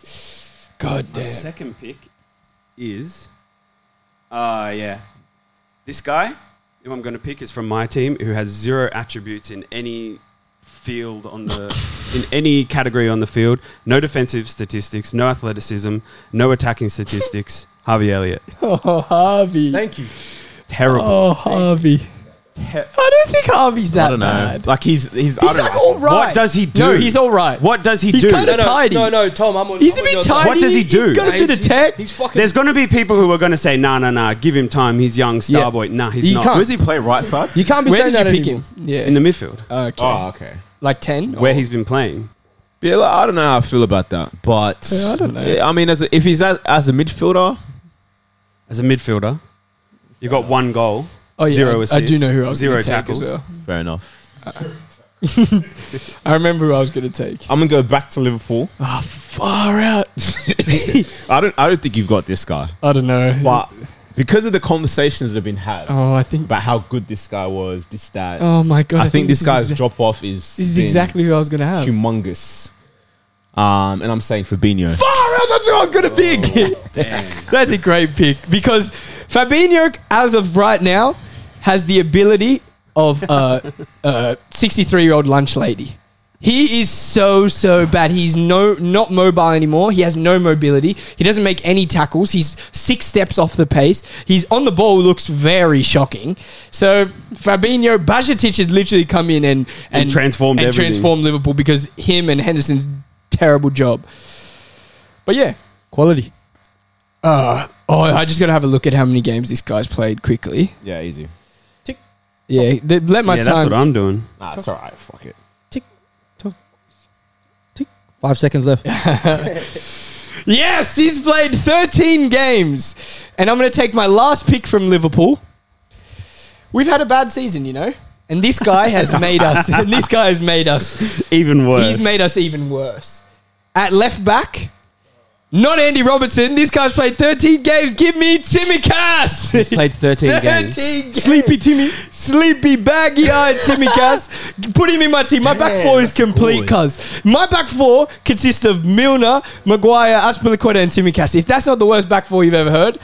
S4: God
S2: My
S4: damn.
S2: second pick is, uh, yeah, this guy who I'm going to pick is from my team, who has zero attributes in any field on the
S4: [laughs]
S2: in any category on the field. No defensive statistics, no athleticism, no
S4: [laughs]
S2: attacking statistics. Harvey Elliott,
S4: [laughs] Oh Harvey.
S1: Thank you.
S2: terrible.
S4: oh Harvey.
S2: Te-
S4: I don't think Harvey's that
S3: I don't know.
S4: bad.
S3: Like he's he's, I
S4: He's
S3: don't
S4: like
S3: know.
S4: all right.
S2: What does he do?
S4: No, he's all right.
S2: What does he
S4: He's
S2: do?
S4: kind
S1: No,
S4: of-
S1: no,
S4: Tidy.
S1: no, no, Tom. I'm on.
S4: He's a
S1: I'm on your
S4: bit
S1: side.
S4: tidy.
S2: What does he do?
S4: He's got a
S1: Nah,
S4: bit
S1: he's-
S4: of tech.
S1: He's fucking.
S2: There's going to be people who are going to say, "Nah, nah, nah, give him time. He's young, star
S4: Yeah.
S2: boy." Nah, he's
S1: He
S2: not
S1: can't.
S3: Does he play right side?
S1: you can't be
S4: Where
S1: saying
S4: did you
S1: that
S4: pick
S1: anymore.
S4: him? Yeah.
S2: in the midfield
S4: okay.
S3: Oh, okay.
S4: like ten.
S2: where he's been playing.
S3: Yeah, like, I don't know how I feel about that, but
S4: Yeah, I don't know.
S3: Yeah, I mean, as a, if he's as, as a midfielder,
S2: as a midfielder. You got one goal.
S4: Oh yeah.
S2: Zero
S4: I, I do
S2: assists,
S4: know who I was
S2: zero
S4: going to take as
S2: tackles.
S4: well.
S3: fair enough.
S4: I remember who I was going to take.
S3: I'm gonna go back to Liverpool.
S4: Ah, far out. [laughs]
S3: I don't, I don't think you've got this guy,
S4: I don't know.
S3: but because of the conversations that have been had
S4: Oh, I think.
S3: about how good this guy was, this that,
S4: Oh my god.
S3: I, think this
S4: is
S3: guy's
S4: exa-
S3: drop off is
S4: This is
S3: been
S4: exactly who I was going to have.
S3: humongous. Um, and I'm saying Fabinho.
S4: far out. That's who I was
S3: Oh,
S4: going to pick. [laughs] that's a great pick because Fabinho, as of right now, has the ability of uh, a 63 year old lunch lady. He is so so bad. He's no not mobile anymore. He has no mobility. He doesn't make any tackles. He's six steps off the pace. He's on the ball. Looks very shocking. So Fabinho, Bajetic has literally come in and and,
S2: transformed
S4: and
S2: everything.
S4: transformed Liverpool because him and Henderson's terrible job. But yeah,
S1: Quality.
S4: uh, oh, I just got to have a look at how many games this guy's played quickly.
S3: Yeah, easy.
S4: Yeah, th- let my
S2: yeah,
S4: time.
S2: that's what I'm doing.
S3: Nah, it's all right. Fuck it.
S1: Five seconds left.
S4: yes, he's played 13 games. And I'm going to take my last pick from Liverpool. We've had a bad season, you know? And this guy has made us. [laughs] And this guy has made us.
S2: Even worse.
S4: He's made us even worse. At left back, not Andy Robertson. This guy's played 13 games. Give me Timmy Cass. [laughs]
S2: played 13 games.
S4: 13 games.
S2: Sleepy Timmy.
S4: Sleepy, baggy eyed
S2: [laughs]
S4: Timmy Cass. Put him in my team. My back
S1: Damn,
S4: four is
S1: that's
S4: complete,
S1: good.
S4: cuz. My back four consists of Milner, Maguire, Aspilicueta, and Timmy Cass. If that's not the worst back four you've ever heard,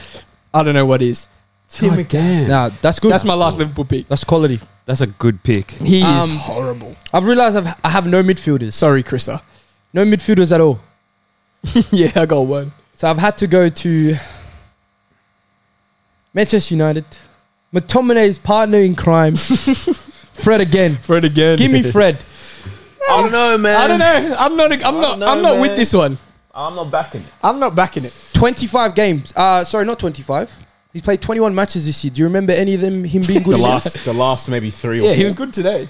S4: I don't know what is.
S2: Tim God damn.
S1: Nah, that's good.
S4: That's my last Liverpool pick.
S1: That's quality.
S2: That's a good pick.
S4: He
S1: Um,
S4: is horrible.
S1: I've realized I've, I have no midfielders.
S4: Sorry, Chrissa.
S1: No midfielders at all.
S4: [laughs] yeah, I got one.
S1: So I've had to go to Manchester United. McTominay's partner in
S4: [laughs]
S1: crime, Fred again.
S4: Fred again.
S1: Give
S4: [laughs]
S1: me Fred.
S3: I don't know, man.
S4: I don't know. I'm not. I'm not.
S3: know,
S4: I'm not with
S3: man.
S4: this one.
S3: I'm not backing it.
S4: I'm not backing it.
S1: 25 games. Uh, sorry, not 25. He's played 21 matches this year. Do you remember any of them, him
S4: [laughs]
S1: being
S3: The
S1: good?
S3: last, the last maybe three. Or
S4: Yeah, he
S3: four.
S4: was good today.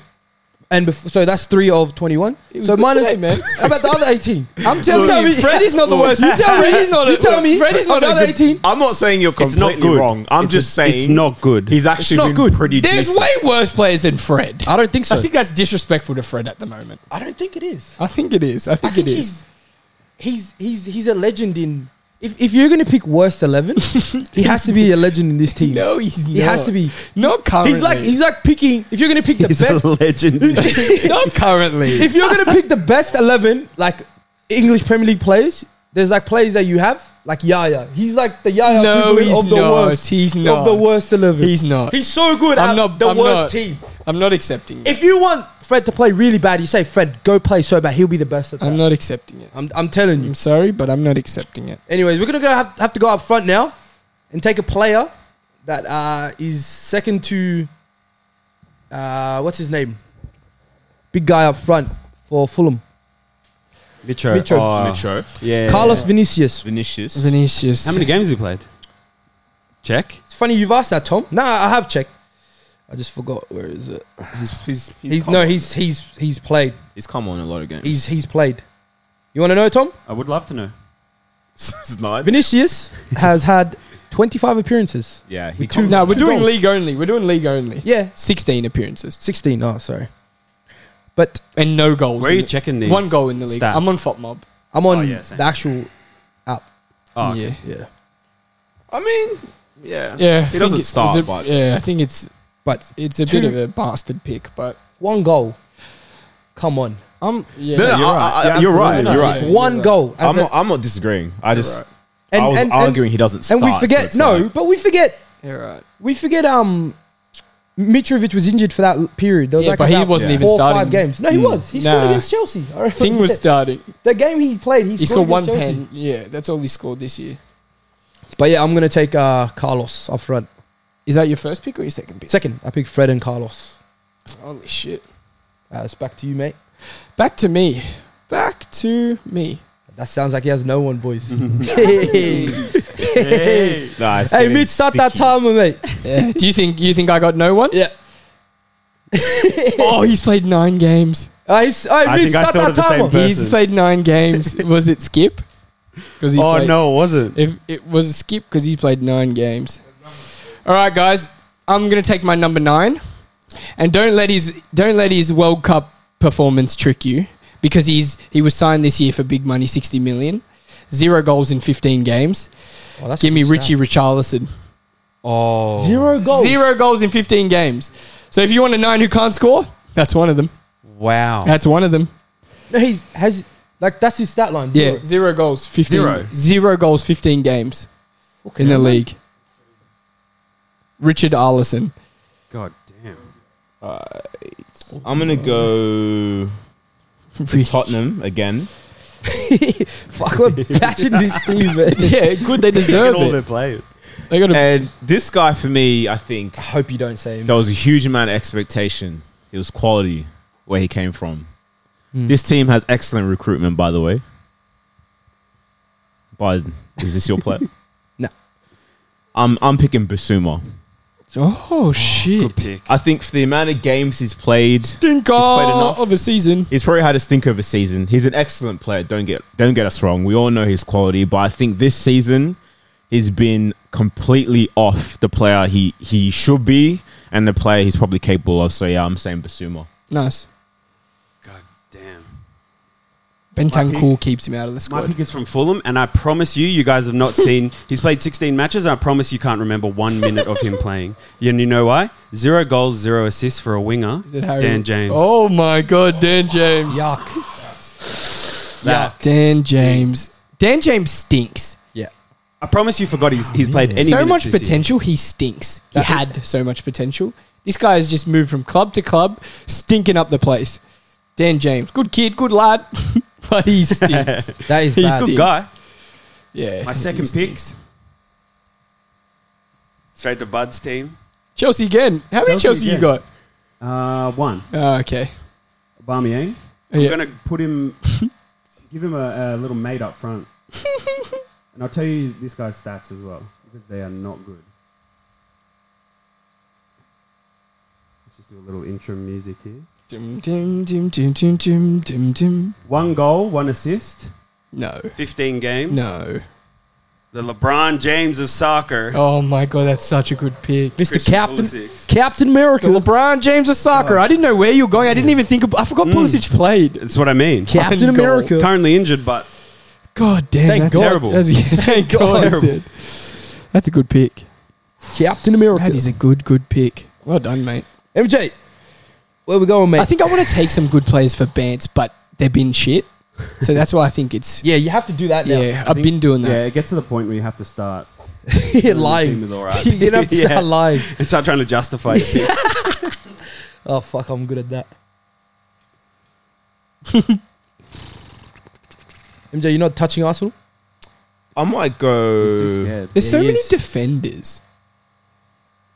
S1: And bef- so that's three of 21.
S4: was
S1: So
S4: good
S1: minus,
S4: today, man.
S1: How about the other
S4: [laughs]
S1: 18?
S4: I'm telling
S1: Look,
S4: you, Fred is not the
S1: look,
S4: worst. You tell [laughs] me, he's not.
S1: You tell me,
S4: Fred is
S1: of
S4: not
S1: the
S4: a
S1: other
S4: good.
S1: 18.
S3: I'm not saying you're
S2: It's not
S3: completely
S2: good.
S3: wrong. I'm
S2: It's-
S3: just saying
S2: it's not good.
S3: He's actually
S1: not
S3: been
S1: good.
S3: pretty
S4: There's
S3: decent.
S4: way worse players than Fred.
S1: I don't think so.
S4: I think that's disrespectful to Fred at the moment.
S1: I don't think it is.
S4: I think it is. I think,
S1: I think
S4: it is.
S1: he's he's he's he's a legend in. If if you're gonna pick worst
S4: [laughs]
S1: eleven, he has to be a legend in this team.
S4: No, he's
S1: he
S4: not.
S1: has to be.
S4: Not currently.
S1: He's like he's like picking. If you're gonna pick the
S2: He's
S1: best,
S2: a
S1: [laughs]
S2: legend.
S4: [laughs] not currently.
S1: if you're gonna pick the best eleven, like English Premier League players, there's like players that you have, like Yaya. He's like the Yaya
S4: No,
S1: equivalent
S4: he's
S1: of the
S4: not.
S1: worst.
S4: He's
S1: of
S4: not.
S1: the worst eleven.
S4: He's not.
S1: He's so good
S4: I'm
S1: at
S4: not-
S1: the
S4: I'm
S1: worst
S4: not.
S1: team.
S4: I'm not accepting it.
S1: If you want Fred to play really bad, you say Fred, go play so bad. He'll be the best at that.
S4: I'm not accepting it.
S1: I'm, I'm telling you.
S4: I'm sorry, but I'm not accepting it.
S1: Anyways, we're gonna go have, have to go up front now and take a player that uh, is second to uh, what's his name, big guy up front for Fulham,
S2: Mitro.
S1: Mitro.
S2: Oh,
S3: Mitro,
S2: Yeah.
S1: Carlos Vinicius.
S3: Vinicius.
S4: Vinicius.
S2: How many games have you played? Check.
S1: It's funny you've asked that, Tom. Nah, I have checked. I just forgot where is it.
S3: He's, he's, he's,
S1: He's,
S3: come
S1: no,
S3: on.
S1: he's he's he's played.
S3: he's come on a lot of games.
S1: He's he's played. You want to know, Tom?
S2: I would love to know.
S3: It's [laughs] not.
S2: [laughs]
S1: Vinicius has had 25 appearances.
S3: Yeah,
S1: We
S3: he
S1: two-
S4: [laughs]
S3: comes.
S4: No, we're
S1: Two
S4: doing
S1: goals.
S4: league only. We're doing league only.
S1: Yeah,
S4: 16 appearances
S1: 16. Oh, sorry. But
S4: and no goals.
S2: Where are
S4: in
S2: you
S4: it.
S2: checking these?
S4: One goal in the league.
S2: stats?
S4: I'm on FOTMob.
S1: I'm on
S2: Oh, yeah, same.
S1: the actual.
S2: Oh, okay.
S4: [laughs] Yeah.
S1: Yeah.
S3: I mean, yeah,
S4: Yeah. I
S3: He
S4: think
S3: doesn't
S4: it-
S3: start,
S4: it's a-
S3: but
S4: Yeah, I think it's
S1: But
S4: it's a
S1: Two-
S4: bit of a bastard pick, but
S1: one goal. Come on.
S4: I'm yeah.
S3: No, no,
S2: you're
S3: I-
S2: right.
S3: I-
S2: Yeah,
S3: you're right.
S2: absolutely
S3: You're
S4: right.
S3: right.
S4: Yeah.
S1: one goal. as
S3: I'm,
S1: a-
S3: not, I'm not disagreeing. I just
S1: and,
S3: I was
S1: and, and,
S3: arguing he doesn't
S1: and
S3: start.
S1: we forget.
S3: so
S1: no,
S3: it's like-
S1: but we forget.
S4: You're right.
S1: We forget. Um, Mitrovic was injured for that l- period. There was
S4: Yeah,
S1: like
S4: but he
S1: about
S4: wasn't
S1: four
S4: even
S1: or
S4: starting.
S1: five games. No, he
S3: Hmm.
S2: Mm.
S1: was. He scored
S4: Nah.
S1: against Chelsea. [laughs] I remember
S4: Thing was
S1: that.
S4: starting.
S1: the game he played. He,
S4: He
S1: scored
S4: scored one
S1: against Chelsea.
S4: pen. Yeah, that's all he scored this year.
S1: But yeah, I'm gonna take uh, Carlos up front.
S4: Is that your first pick or your second pick?
S1: Second, I pick Fred and Carlos.
S4: Holy shit.
S1: Uh, it's back to you, mate.
S4: Back to me. Back to me.
S1: That sounds like he has no one, boys.
S3: [laughs]
S1: [laughs] hey, hey,
S3: Nah, it's
S1: hey,
S3: getting
S1: Mitch, start that
S3: sticky.
S1: timer, mate.
S4: Yeah. Do you think you think I got no one?
S1: [laughs] Yeah.
S4: Oh, he's played nine games.
S1: Uh, he's, hey,
S2: I
S1: Mitch,
S2: think I
S1: start
S2: thought
S1: that
S2: of the same
S1: timer.
S2: person.
S4: He's played nine
S2: [laughs]
S4: games. Was it Skip? Because
S2: Oh, no, it wasn't.
S4: If it was Skip because he played nine games. All right, guys, I'm gonna take my number nine, and don't let his don't let his World Cup performance trick you because he's he was signed this year for big money, sixty million, zero goals in fifteen games.
S1: Oh, that's
S4: Give me
S1: a good
S4: Richie Richarlison,
S2: Oh.
S1: stat. Zero goals.
S4: zero goals in fifteen games. So if you want a nine who can't score, that's one of them.
S2: Wow.
S4: That's one of them.
S1: No, he's has like that's his stat line.
S4: Yeah,
S1: Zero.
S4: zero goals, 15,
S2: Zero.
S4: zero goals, fifteen games
S1: Fucking
S4: in the
S1: hell, man.
S4: league. Richard Arlison.
S2: God damn.
S3: I'm gonna go Tottenham again.
S1: Fuck, we're bashing
S4: [laughs]
S1: this team, man.
S4: yeah, good.
S2: [laughs]
S4: They deserve it.
S2: players.
S4: They got to.
S3: And this guy for me, I think
S1: I hope you don't say him.
S3: there was a huge amount of expectation. It was quality where he came from. This team has excellent recruitment, by the way. But is this your player?
S1: No.
S3: I'm I'm picking Basuma.
S4: Oh shit!
S2: Good pick.
S3: I think for the amount of games he's played,
S4: Think
S3: enough.
S4: of a season.
S3: he's probably had a stink of a season. He's an excellent player. Don't get don't get us wrong. We all know his quality, but I think this season he's been completely off the player he he should be and the player he's probably capable of. So yeah, I'm saying Basuma.
S4: Nice.
S2: God damn.
S4: Bentancur keeps him out of the
S2: My
S4: squad.
S2: pick is from Fulham, and I promise you, you guys
S4: [laughs]
S2: have not seen. He's played 16 matches, and I promise you can't remember one minute of him playing. [laughs] And you know why? Zero goals, zero assists for a winger.
S4: Did Harry-
S2: Dan James.
S4: Oh my god, Dan James.
S1: Yuck.
S2: That-
S4: Dan James. Dan James stinks.
S1: Yeah.
S2: I promise you forgot he's, he's played any
S4: Oh, so
S2: minutes
S4: much
S2: this year.
S4: potential. He stinks. He had so much potential. This guy has just moved from club to club, stinking up the place. Dan James, good kid, good lad, [laughs] but he stinks.
S1: That is
S4: He's
S1: bad.
S4: still-
S2: Good guy.
S4: yeah,
S2: My
S4: he
S2: second pick.
S4: stinks.
S2: Straight to Bud's team.
S4: Chelsea again. How many Chelsea,
S2: Chelsea
S4: you got?
S2: Uh, one.
S4: Oh, okay.
S2: Aubameyang. I'm
S4: Yeah.
S2: going to
S1: [laughs]
S2: put him, give him a, a little mate up front. and I'll tell you this guy's stats as well, because they are not good. Let's just do a little intro music here.
S4: Dum, dum, dum, dum, dum, dum, dum, dum.
S2: One goal, one assist,
S4: No,
S2: 15 games.
S4: no.
S2: The LeBron James of soccer.
S4: Oh my god, that's such a good pick.
S1: Mr.
S2: Christian
S1: Captain,
S2: Pulisic.
S1: Captain America.
S4: The LeBron James of soccer.
S1: Oh.
S4: I didn't know where you were going. I didn't even think. Of, I forgot Pulisic played.
S2: That's what I mean.
S1: Mm. Captain
S4: One goal.
S1: America.
S2: Currently injured, but
S4: God
S1: [laughs]
S4: damn,
S1: Thank
S4: that's
S1: God.
S2: Terrible.
S4: That's, thank God.
S2: Terrible.
S4: That's, it. That's a good pick.
S1: Captain America.
S4: That is a good, good pick. Well done, mate.
S1: MJ, where we going, mate?
S4: I think I want to take some good players for Bants, but they've been shit. So that's why I think it's.
S1: [laughs] yeah, you have to do that
S4: Yeah,
S1: now.
S4: I've been doing
S2: yeah,
S4: that.
S2: it gets to the point where you have to start
S1: [laughs] You're
S2: Team
S1: lying.
S2: is all
S1: [laughs]
S2: right.
S1: you don't have
S4: [laughs]
S1: to
S2: Yeah.
S1: start lying.
S2: and start trying to justify [laughs] it.
S1: Oh fuck, I'm good at
S4: [laughs]
S1: that. MJ, you're not touching Arsenal.
S3: I might
S2: He's too
S3: go.
S2: scared.
S4: There's so
S1: Yeah, he
S4: many
S1: is.
S4: defenders.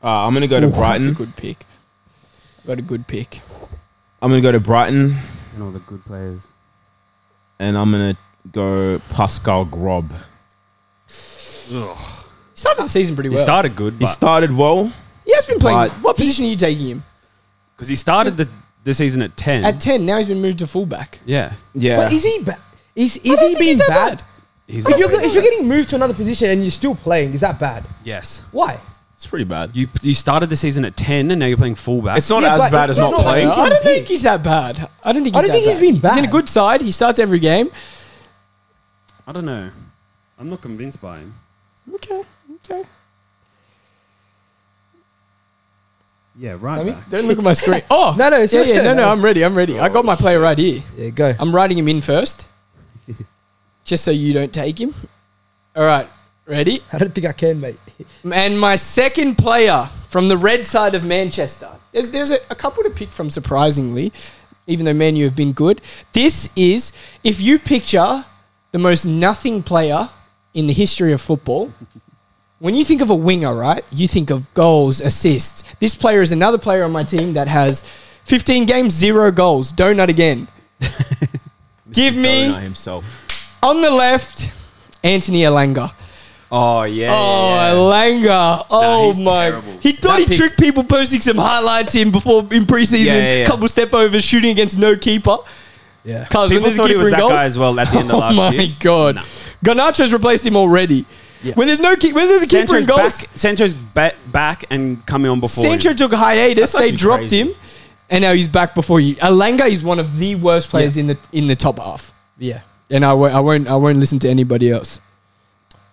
S3: Uh, I'm gonna go to
S4: Ooh, That's a
S3: Brighton.
S4: good pick. Got a good pick.
S3: I'm gonna go to Brighton,
S2: And all the good players.
S3: and I'm gonna go Pascal Grob.
S4: He started the season pretty
S2: He
S4: well.
S2: started good,
S3: He
S2: but
S3: started well.
S4: he has been playing.
S3: But-
S4: What position are you taking him?
S2: because he started the, the season at ten.
S4: At 10, now he's been moved to fullback.
S2: yeah,
S3: Yeah.
S1: But is he bad? Is
S4: I
S1: is
S4: don't
S1: he
S4: think
S1: being
S4: he's that
S1: bad?
S2: he's
S1: If you're if you're getting moved to another position and you're still playing, is that bad?
S2: yes.
S1: Why?
S3: it's pretty bad.
S2: You you started the season at ten, and now you're playing fullback.
S3: It's not
S1: Yeah,
S3: as
S1: but
S3: bad
S1: it's
S3: as not
S1: not like-
S3: playing.
S1: He
S4: I
S1: can
S4: don't
S1: pick.
S4: think he's that bad. I don't think he's
S1: I don't
S4: that
S1: think he's
S4: bad.
S1: been
S4: He's in a
S1: bad.
S4: good side. He starts every game.
S2: I don't know. I'm not convinced by him.
S4: Okay. Okay.
S2: Yeah, right.
S1: Sammy?
S2: back.
S4: Don't look at my screen. [laughs] Oh
S1: No, no, it's
S4: yeah,
S1: your
S4: yeah,
S1: turn.
S4: no, no. I'm ready. I'm ready. I got my player right here.
S1: Yeah, go.
S4: I'm writing him
S1: [laughs]
S4: in first, just so you don't take him. All right, ready?
S1: I don't think I can, mate. [laughs]
S4: And my second player from the red side of Manchester. There's there's a, a couple to pick from, surprisingly, even though Man U have been good. This is if you picture the most nothing player in the history of football. When you think of a winger, right, you think of goals, assists. This player is another player on my team that has 15 games, zero goals. Donut again. Give me
S3: Donut himself.
S4: on the left, Anthony Elanga.
S2: Oh yeah.
S4: Oh,
S2: yeah.
S4: Elanga. Oh,
S2: he's
S4: my.
S2: terrible.
S4: He thought
S1: That
S4: he
S1: pick-
S4: tricked people posting some highlights in before in preseason.
S2: Yeah, yeah, yeah.
S4: Couple step overs, shooting against no keeper.
S1: Yeah.
S4: Carlos, when
S2: People
S4: there's a
S2: thought he
S4: keeper
S2: was
S4: in
S2: that
S4: goals-
S2: guy as well at the end
S4: [laughs]
S2: of
S4: Oh
S2: last
S4: my
S2: year.
S4: god. Garnacho's replaced him already.
S1: Yeah.
S4: When there's no keep, when there's a keeper
S2: Sancho's
S4: in goals,
S2: back. Sancho's ba- back and coming on before.
S4: Sancho
S2: him.
S4: took a hiatus.
S3: That's
S4: They
S3: actually
S4: dropped
S3: crazy.
S4: him, and now he's back before you. Elanga is one of the worst players in the in the top half,
S1: Yeah.
S4: and I won't I won't I won't listen to anybody else.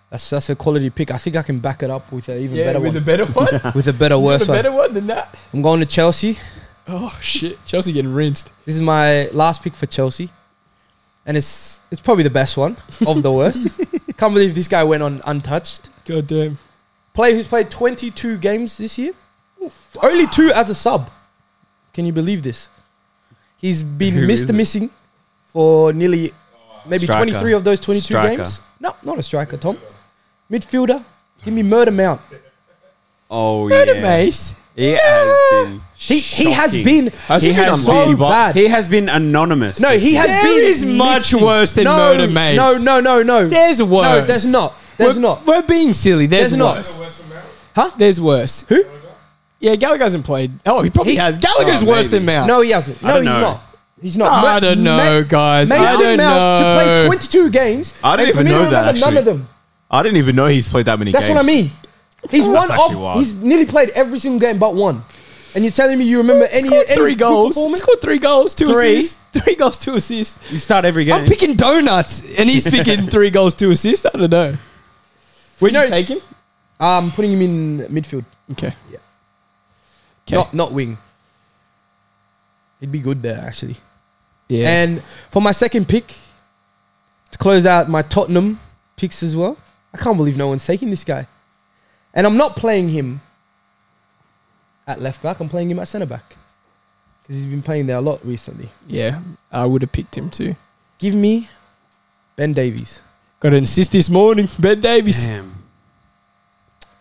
S1: That's that's a quality pick. I think I can back it up with an even better
S4: with
S1: one.
S4: a
S2: [laughs]
S4: better one,
S1: with a better worse
S4: with a better
S1: one.
S4: one than that.
S1: I'm going to Chelsea.
S4: Oh shit! Chelsea getting rinsed.
S1: This is my last pick for Chelsea. And it's it's probably the best one of the worst. Can't believe this guy went on untouched.
S4: God damn.
S1: Player who's played 22 games this year. Only two as a sub. Can you believe this? He's been
S2: Who is
S1: Mr.
S2: it?
S1: Missing for nearly maybe
S2: Striker.
S1: 23 of those 22
S2: Striker.
S1: games. No, not a striker, Tom. Midfielder. Give me Murder Mount.
S2: Oh
S4: Murder
S2: yeah.
S4: Mace.
S2: He has been.
S1: He, he has
S2: shocking.
S1: been
S3: Has he
S1: he
S3: been
S1: has
S3: unlucky,
S1: so
S3: but-
S1: bad.
S2: He has been anonymous.
S1: no,
S2: this
S1: he
S2: year.
S1: has
S4: There
S1: been
S4: is much
S1: missing.
S4: worse than
S1: no,
S4: Murder Maze.
S1: No, no, no, no.
S4: There's worse.
S1: No, there's not. There's
S4: we're,
S1: not.
S4: We're being silly. There's,
S1: There's not.
S4: worse. Huh? There's worse. Who? Yeah, Gallagher hasn't played. Oh, he probably
S1: He-
S4: has. Gallagher's
S2: Oh,
S4: worse than
S2: maybe.
S4: Mount.
S1: No, he hasn't. No,
S2: don't
S1: he's
S2: know.
S1: not. He's not.
S4: I
S1: Ma-
S4: don't
S1: Ma-
S4: know, guys.
S1: Mason
S4: I don't
S1: Mount to play
S4: know.
S1: 22 games.
S3: I didn't
S1: and
S3: even
S1: Firmino
S3: know that,
S1: remember None
S3: actually.
S1: of them.
S3: I didn't even know he's played that many
S1: That's
S3: games.
S1: what I mean. He's
S3: That's
S1: one
S3: actually
S1: off.
S3: wild.
S1: He's nearly played every single game but one. And you're telling me you remember any
S4: scored
S1: any
S4: three
S1: good
S4: goals.
S1: performance?
S4: Scored three goals, two
S2: Three.
S4: assists. [laughs] Three goals, two assists.
S2: You start every game.
S4: I'm picking donuts, and
S1: [laughs]
S4: he's picking three goals, two assists. I don't know. Where'd you
S1: No.
S4: take him?
S1: I'm putting him in midfield,
S4: Okay.
S1: Yeah.
S4: Okay.
S1: not not wing. He'd be good there actually.
S4: yeah.
S1: And for my second pick, to close out my Tottenham picks as well, I can't believe no one's taking this guy. And I'm not playing him at left back. I'm playing him at centre back because he's been playing there a lot recently.
S4: Yeah, I would have picked him too.
S1: Give me Ben Davies.
S4: Got an assist this morning, Ben Davies.
S2: Damn.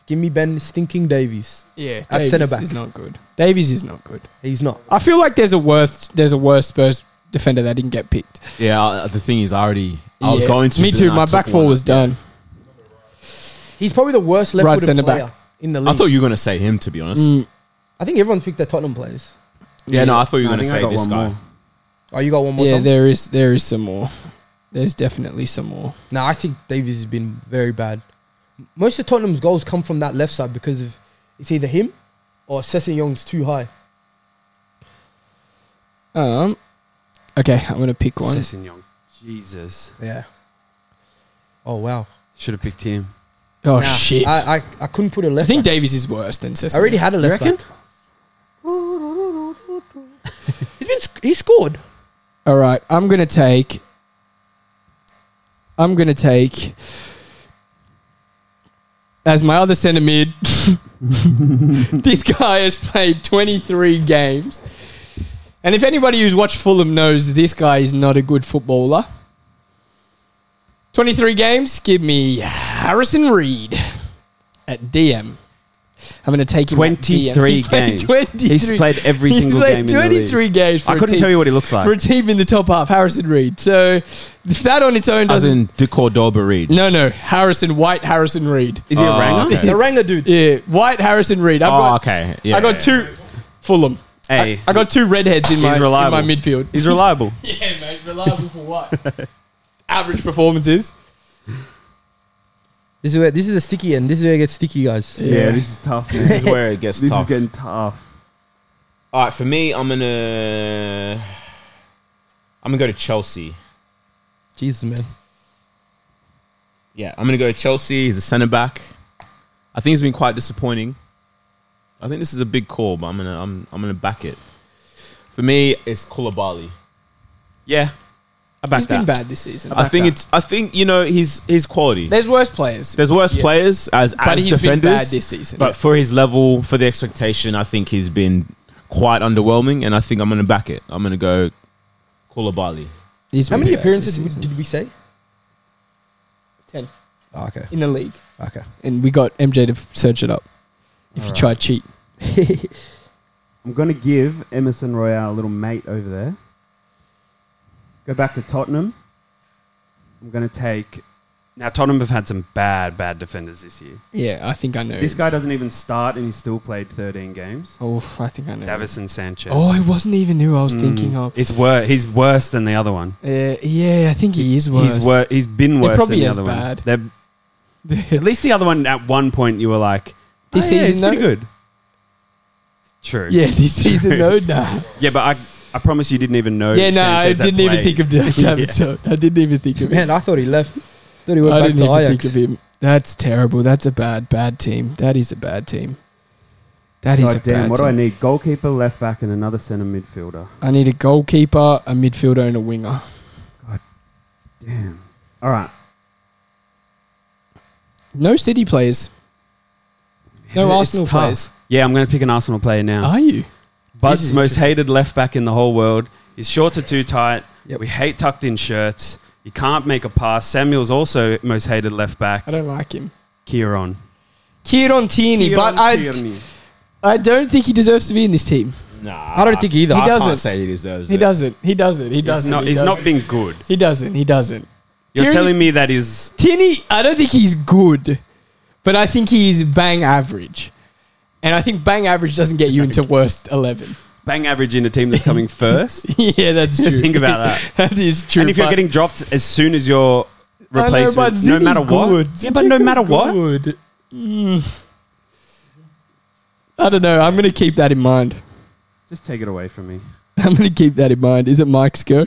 S1: Give me Ben Stinking Davies.
S4: Yeah,
S1: At
S4: Davies
S1: centre-back.
S4: is not good. Davies is not good.
S1: He's not.
S4: I feel like there's a worse there's a worse Spurs defender that didn't get picked.
S5: Yeah, I- the thing is, I already. I was
S4: Yeah.
S5: going to.
S4: Me
S5: but
S4: too.
S5: then I
S4: My
S5: took
S4: back four
S5: one.
S4: was done.
S1: He's probably the worst
S4: Right
S1: left-footed
S4: centre
S1: player
S4: back.
S1: in the league.
S5: I thought you were going to say him, to be honest.
S4: Mm.
S1: I think everyone's picked their Tottenham players.
S5: Yeah, no, I thought you were
S2: I
S5: going to
S2: think I
S5: say
S2: got
S5: this
S2: one
S5: guy.
S2: more.
S1: Oh, you got one more.
S4: Yeah,
S1: Yeah,
S4: there is there is some more. There's definitely some more.
S1: no, I think Davies has been very bad. Most of Tottenham's goals come from that left side because of it's either him or Sesson Young's too high.
S4: Um, okay, I'm gonna pick one.
S2: Sessegnon. Jesus.
S1: Yeah. Oh wow.
S2: Should have picked him.
S4: Oh
S1: Nah,
S4: shit!
S1: I,
S4: I,
S1: I I couldn't put a left.
S4: think
S1: back.
S4: Davies is worse than Cesar.
S1: I already had a left
S2: reckon?
S1: back. [laughs] he's been sc- he scored.
S4: All right, I'm gonna take. I'm gonna take. As my other centre mid, [laughs] this guy has played 23 games, and if anybody who's watched Fulham knows, this guy is not a good footballer. 23 games. Give me Harrison Reed at DM. I'm gonna take him. at DM.
S2: 23
S4: He's played
S2: games.
S4: 23
S2: He's played every
S4: He's
S2: single
S4: played
S2: game in the league.
S4: 23 games. For
S2: I
S4: a
S2: couldn't
S4: team
S2: tell you what he looks
S4: for a
S2: like.
S4: team in the top half, Harrison Reed. So if that on its own
S5: As
S4: doesn't.
S5: in Decordoba Reed.
S4: no, no, Harrison White, Harrison Reed.
S2: Is he a
S5: Oh,
S2: Ranger?
S5: okay.
S1: The Ranga dude.
S4: Yeah, White Harrison Reed. I've
S5: Oh,
S4: got,
S5: okay. Yeah,
S4: I got
S5: yeah.
S4: two. Fulham.
S2: Hey,
S4: I got two redheads in my
S2: he's reliable.
S4: in my midfield.
S2: He's reliable.
S4: yeah, mate, reliable for what? [laughs] Average performances.
S1: This is where this is the sticky end. This is where it gets sticky, guys.
S4: Yeah.
S2: this is tough.
S3: This
S2: [laughs]
S3: is where it gets tough.
S2: getting tough.
S3: All right, for me, I'm gonna I'm gonna go to Chelsea.
S1: Jesus, man.
S3: Yeah, I'm gonna go to Chelsea. He's a centre back. I think he's been quite disappointing. I think this is a big call, but I'm gonna I'm I'm gonna back it. For me, it's Koulibaly.
S2: Yeah, I backed
S4: He's been
S2: that.
S4: bad this season.
S3: I think
S2: that.
S3: it's I think you know he's his quality.
S4: There's worse players,
S3: There's worse
S4: Yeah.
S3: players as
S4: but
S3: as
S4: he's been
S3: defenders,
S4: bad this season.
S3: but for his level, for the expectation, I think he's been quite underwhelming, and I think I'm gonna back it. I'm gonna go Koulibaly.
S4: He's
S1: How
S4: been
S1: many
S4: bad this
S1: appearances w-
S4: season.
S1: did we say?
S4: Ten
S1: Oh, okay.
S4: in the league,
S1: Okay.
S4: and we got MJ to f- search it up. If you
S2: Alright.
S4: try cheat,
S2: I'm gonna give Emerson Royale a little mate over there. Go back to Tottenham. I'm gonna take. Now Tottenham have had some bad, bad defenders this year.
S4: yeah, I think I know.
S2: This guy doesn't even start, and he still played 13 games.
S4: Oh, I think I know.
S2: Davison Sanchez.
S4: Oh, it wasn't even who I was
S2: Mm,
S4: thinking of.
S2: It's wor- He's worse than the other one.
S4: Uh, yeah, I think he is worse.
S2: He's wor- He's been worse
S4: probably
S2: than the
S4: is
S2: other
S4: bad.
S2: one. They're- At least the other one, at one point, you were like, oh,
S4: This
S2: yeah,
S4: season,
S2: he's pretty
S4: though?
S2: good. True.
S4: [laughs] yeah,
S2: [laughs]
S4: this season though, nah.
S2: Yeah, but I, I promise you didn't even know.
S4: yeah, no, I
S2: Sanchez had
S4: didn't even
S2: played.
S4: think of
S2: [laughs]
S4: Davidson. I didn't even think of him.
S1: Man, I thought he left. Thought he went
S4: I
S1: back
S4: didn't
S1: to
S4: even
S1: Ajax.
S4: think of him. That's terrible. That's a bad, bad team. That is a bad team. That is a
S2: God damn,
S4: bad
S2: what do I
S4: team.
S2: need? Goalkeeper, left back, and another centre midfielder.
S4: I need a goalkeeper, a midfielder, and a winger.
S2: Damn. All right.
S4: No City players. No
S2: It's
S4: Arsenal
S2: tough.
S4: players. Oh,
S2: Yeah, I'm going to pick an Arsenal player now.
S4: Are you?
S1: This
S2: Bud's
S1: is
S2: most
S1: interesting.
S2: hated left back in the whole world. His shorts are too tight.
S1: Yep.
S2: We hate tucked in shirts. You can't make a pass. Samuel's also most hated left back.
S4: I don't like him.
S2: Kieron.
S4: Kieron Tierney, but I,
S2: Tierney.
S4: I don't think he deserves to be in this team.
S3: Nah,
S1: I don't think either.
S4: He
S3: I
S4: doesn't.
S3: can't say he deserves
S4: He
S3: it.
S4: doesn't. He doesn't. He doesn't.
S2: He's, not,
S4: he
S2: he's
S4: doesn't.
S2: not been good.
S4: He doesn't. He doesn't.
S2: You're
S4: Tierney-
S2: telling me that is.
S4: Tierney, I don't think he's good, but I think he's bang average. And I think bang average doesn't get you
S2: [laughs]
S4: into worst 11.
S2: bang average in a team that's coming first.
S4: [laughs] yeah, that's true.
S2: [laughs] Think about that.
S4: [laughs] that is true.
S2: and if you're
S4: but-
S2: getting dropped as soon as you're
S4: I know,
S2: replacement,
S4: but
S2: no
S4: Zinchenko's
S2: matter what.
S4: good.
S2: Yeah, but no
S4: Zinchenko's
S2: matter what.
S4: good. Mm. I don't know. I'm going to keep that in mind. [laughs]
S2: Just take it away from me.
S4: I'm going to keep that in mind. Is it Mike's go?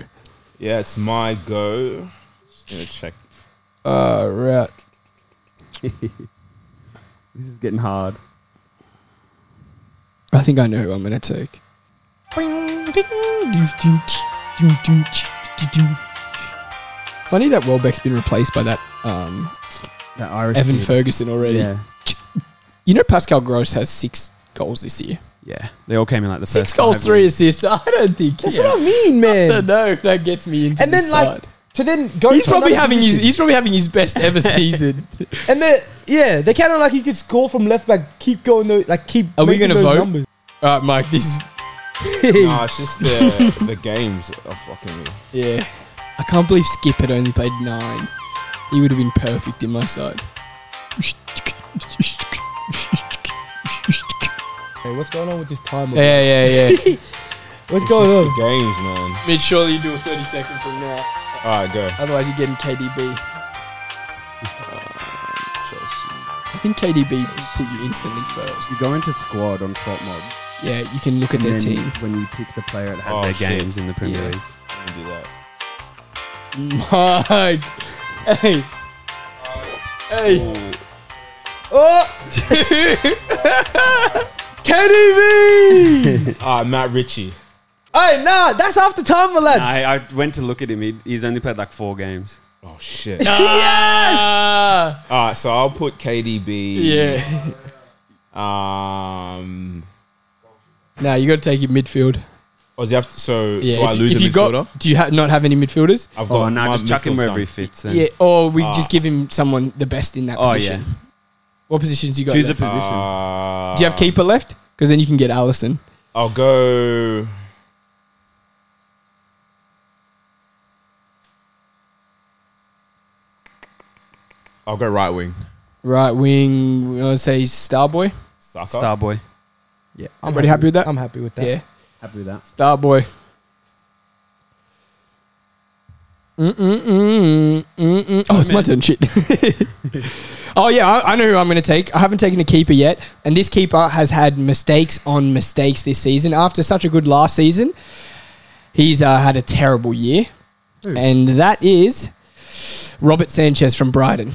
S3: Yeah, it's my go. Just gonna check.
S4: [laughs] All right.
S2: This is getting hard.
S4: I think I know who I'm going to take. Funny that Welbeck's been replaced by that um,
S2: That Irish
S4: Evan
S2: kid.
S4: Ferguson already.
S2: Yeah.
S4: You know Pascal Gross has six goals this year.
S2: Yeah. They all came in like the
S4: Six
S2: first
S4: goals,
S2: five
S4: three
S2: weeks.
S4: assists. [laughs] I don't think.
S1: That's what I mean,
S4: I don't
S1: man.
S4: know if that gets me into.
S1: And
S4: the
S1: then like
S4: side.
S1: to then go.
S4: he's
S1: to
S4: probably
S1: another
S4: having his
S1: position.
S4: he's probably having his [laughs] best ever season.
S1: and then yeah, they kind of like he could score from left back. Keep going though. Like keep.
S4: Are we
S1: making
S4: gonna
S1: those
S4: vote?
S1: numbers.
S4: All right, Mike. This is
S3: Nah, it's just the, the games are fucking me.
S4: yeah. I can't believe Skip had only played nine. He would have been perfect in my [laughs] side.
S1: Hey, what's going on with this timer?
S4: Yeah, [laughs] yeah, yeah.
S1: What's
S3: It's
S1: going
S3: just
S1: on?
S3: the games, man.
S4: Mid, surely you do a thirty second from now. Um,
S3: All right, go.
S4: Otherwise, you're getting KDB. I think KDB put you instantly first.
S2: You go into squad on Fort Mod.
S4: Yeah, you can look at their team.
S2: when you pick the player, it has
S3: Oh,
S2: their
S3: shit.
S2: games in the Premier
S4: Yeah.
S2: League.
S3: Let me do that.
S4: [laughs] Mike, hey, hey, [laughs]
S1: Oh, KDB.
S3: Ah, Matt Ritchie.
S1: hey, nah, that's after timer, lads.
S2: I, I went to look at him. He, he's only played like four games.
S3: Oh shit.
S4: [laughs] yes,
S3: All right, so I'll put KDB.
S4: yeah.
S3: Yeah. Um.
S4: Now you got to take your midfield.
S3: Oh, do you have to, so
S4: Yeah,
S3: do I
S4: if-
S3: lose
S4: if
S3: a
S4: you
S3: midfielder?
S4: got, do you ha- not have any midfielders?
S3: I've
S2: Oh, no,
S3: my
S2: just chuck him
S3: midfield's
S2: wherever he
S3: done.
S2: fits. Then.
S4: Yeah, or we
S3: Ah.
S4: just give him someone the best in that
S2: Oh,
S4: position. What positions you got?
S2: Choose a Ah.
S4: left?
S2: position.
S3: Uh,
S4: do you have keeper left? Because then you can get Allison.
S3: I'll go. I'll go right wing.
S4: Right wing, I want to say Starboy.
S3: Saka.
S2: Starboy.
S1: yeah,
S4: Everybody happy with that?
S1: I'm happy with that.
S4: Yeah,
S2: Happy with that.
S4: Starboy. Mm-mm-mm, mm-mm. Oh, it's my
S2: man.
S4: turn. Shit. [laughs] oh yeah, I, I know who I'm going to take. I haven't taken a keeper yet, and this keeper has had mistakes on mistakes this season. After such a good last season, he's uh, had a terrible year, and that is Robert Sanchez from Brighton.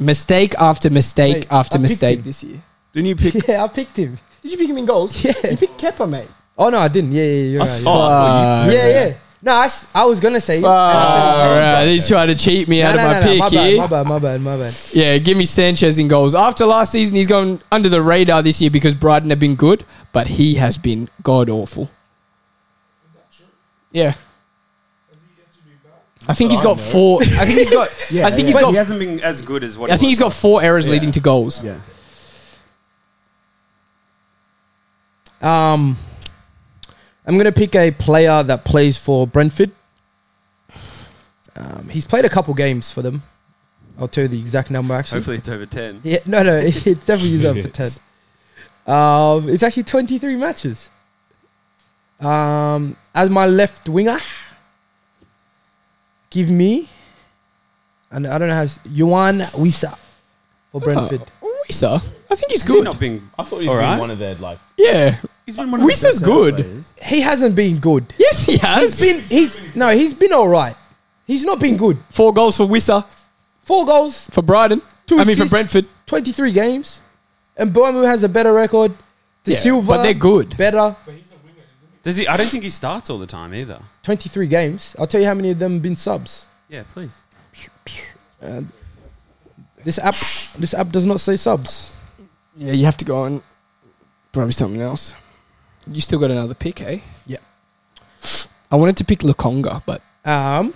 S4: Mistake after mistake
S1: Mate,
S4: after
S1: I picked
S4: mistake
S1: him.
S4: this year.
S5: Didn't you pick?
S1: [laughs] Yeah, I picked him.
S4: Did you pick him in goals? Yeah, you picked Kepa, mate.
S1: Oh no, I didn't. Yeah, yeah, you're right.
S5: Oh, I
S1: Yeah,
S5: thought
S1: yeah. yeah. No, I, s- I was gonna say.
S4: All right, he's trying to cheat me
S1: No,
S4: out
S1: no,
S4: of my
S1: no, no,
S4: pick
S1: my
S4: here.
S1: bad, my bad, my bad, my bad.
S4: Yeah, give me Sanchez in goals. After last season, he's gone under the radar this year because Brighton have been good, but he has been god awful. Yeah. I think he's got four. I think he's got. I think he's
S2: but
S4: got.
S2: He hasn't been as good as what.
S4: I
S2: he
S4: think he's got
S2: was.
S4: four errors leading to goals.
S2: Yeah.
S1: Um, I'm gonna pick a player that plays for Brentford. Um, he's played a couple games for them. I'll tell you the exact number actually.
S2: Hopefully, it's over ten.
S1: Yeah, no, no, [laughs] it definitely is up
S4: [laughs]
S1: for ten. Um, it's actually 23 matches. Um, as my left winger, give me, and I don't know how it's- Yuan Wisa for Brentford.
S4: Oh, Wisa, I think he's
S2: Has he
S4: good.
S2: not been?
S3: I thought he was
S2: All
S3: being
S2: right.
S3: one of their like.
S4: yeah.
S2: He's been one of the
S4: Wisa's
S2: best
S4: good.
S2: players.
S1: He hasn't been good.
S4: Yes, he
S1: He's
S4: has.
S1: been he's no, he's been all right. He's not been good.
S4: four goals for Wissa
S1: Four goals,
S4: for Brighton.
S1: Two
S4: I mean, for
S1: assists.
S4: Brentford.
S1: 23 games, and Bomu has a better record. The
S4: Yeah,
S1: Silva,
S4: but they're good.
S1: Better.
S2: Does he? I don't think he starts all the time either.
S1: 23 games. I'll tell you how many of them been subs.
S2: Yeah, please.
S1: This app, this app does not say subs.
S4: Yeah, you have to go on probably something else. You still got another pick, eh?
S1: Yeah.
S4: I wanted to pick Lukonga, but
S1: Um.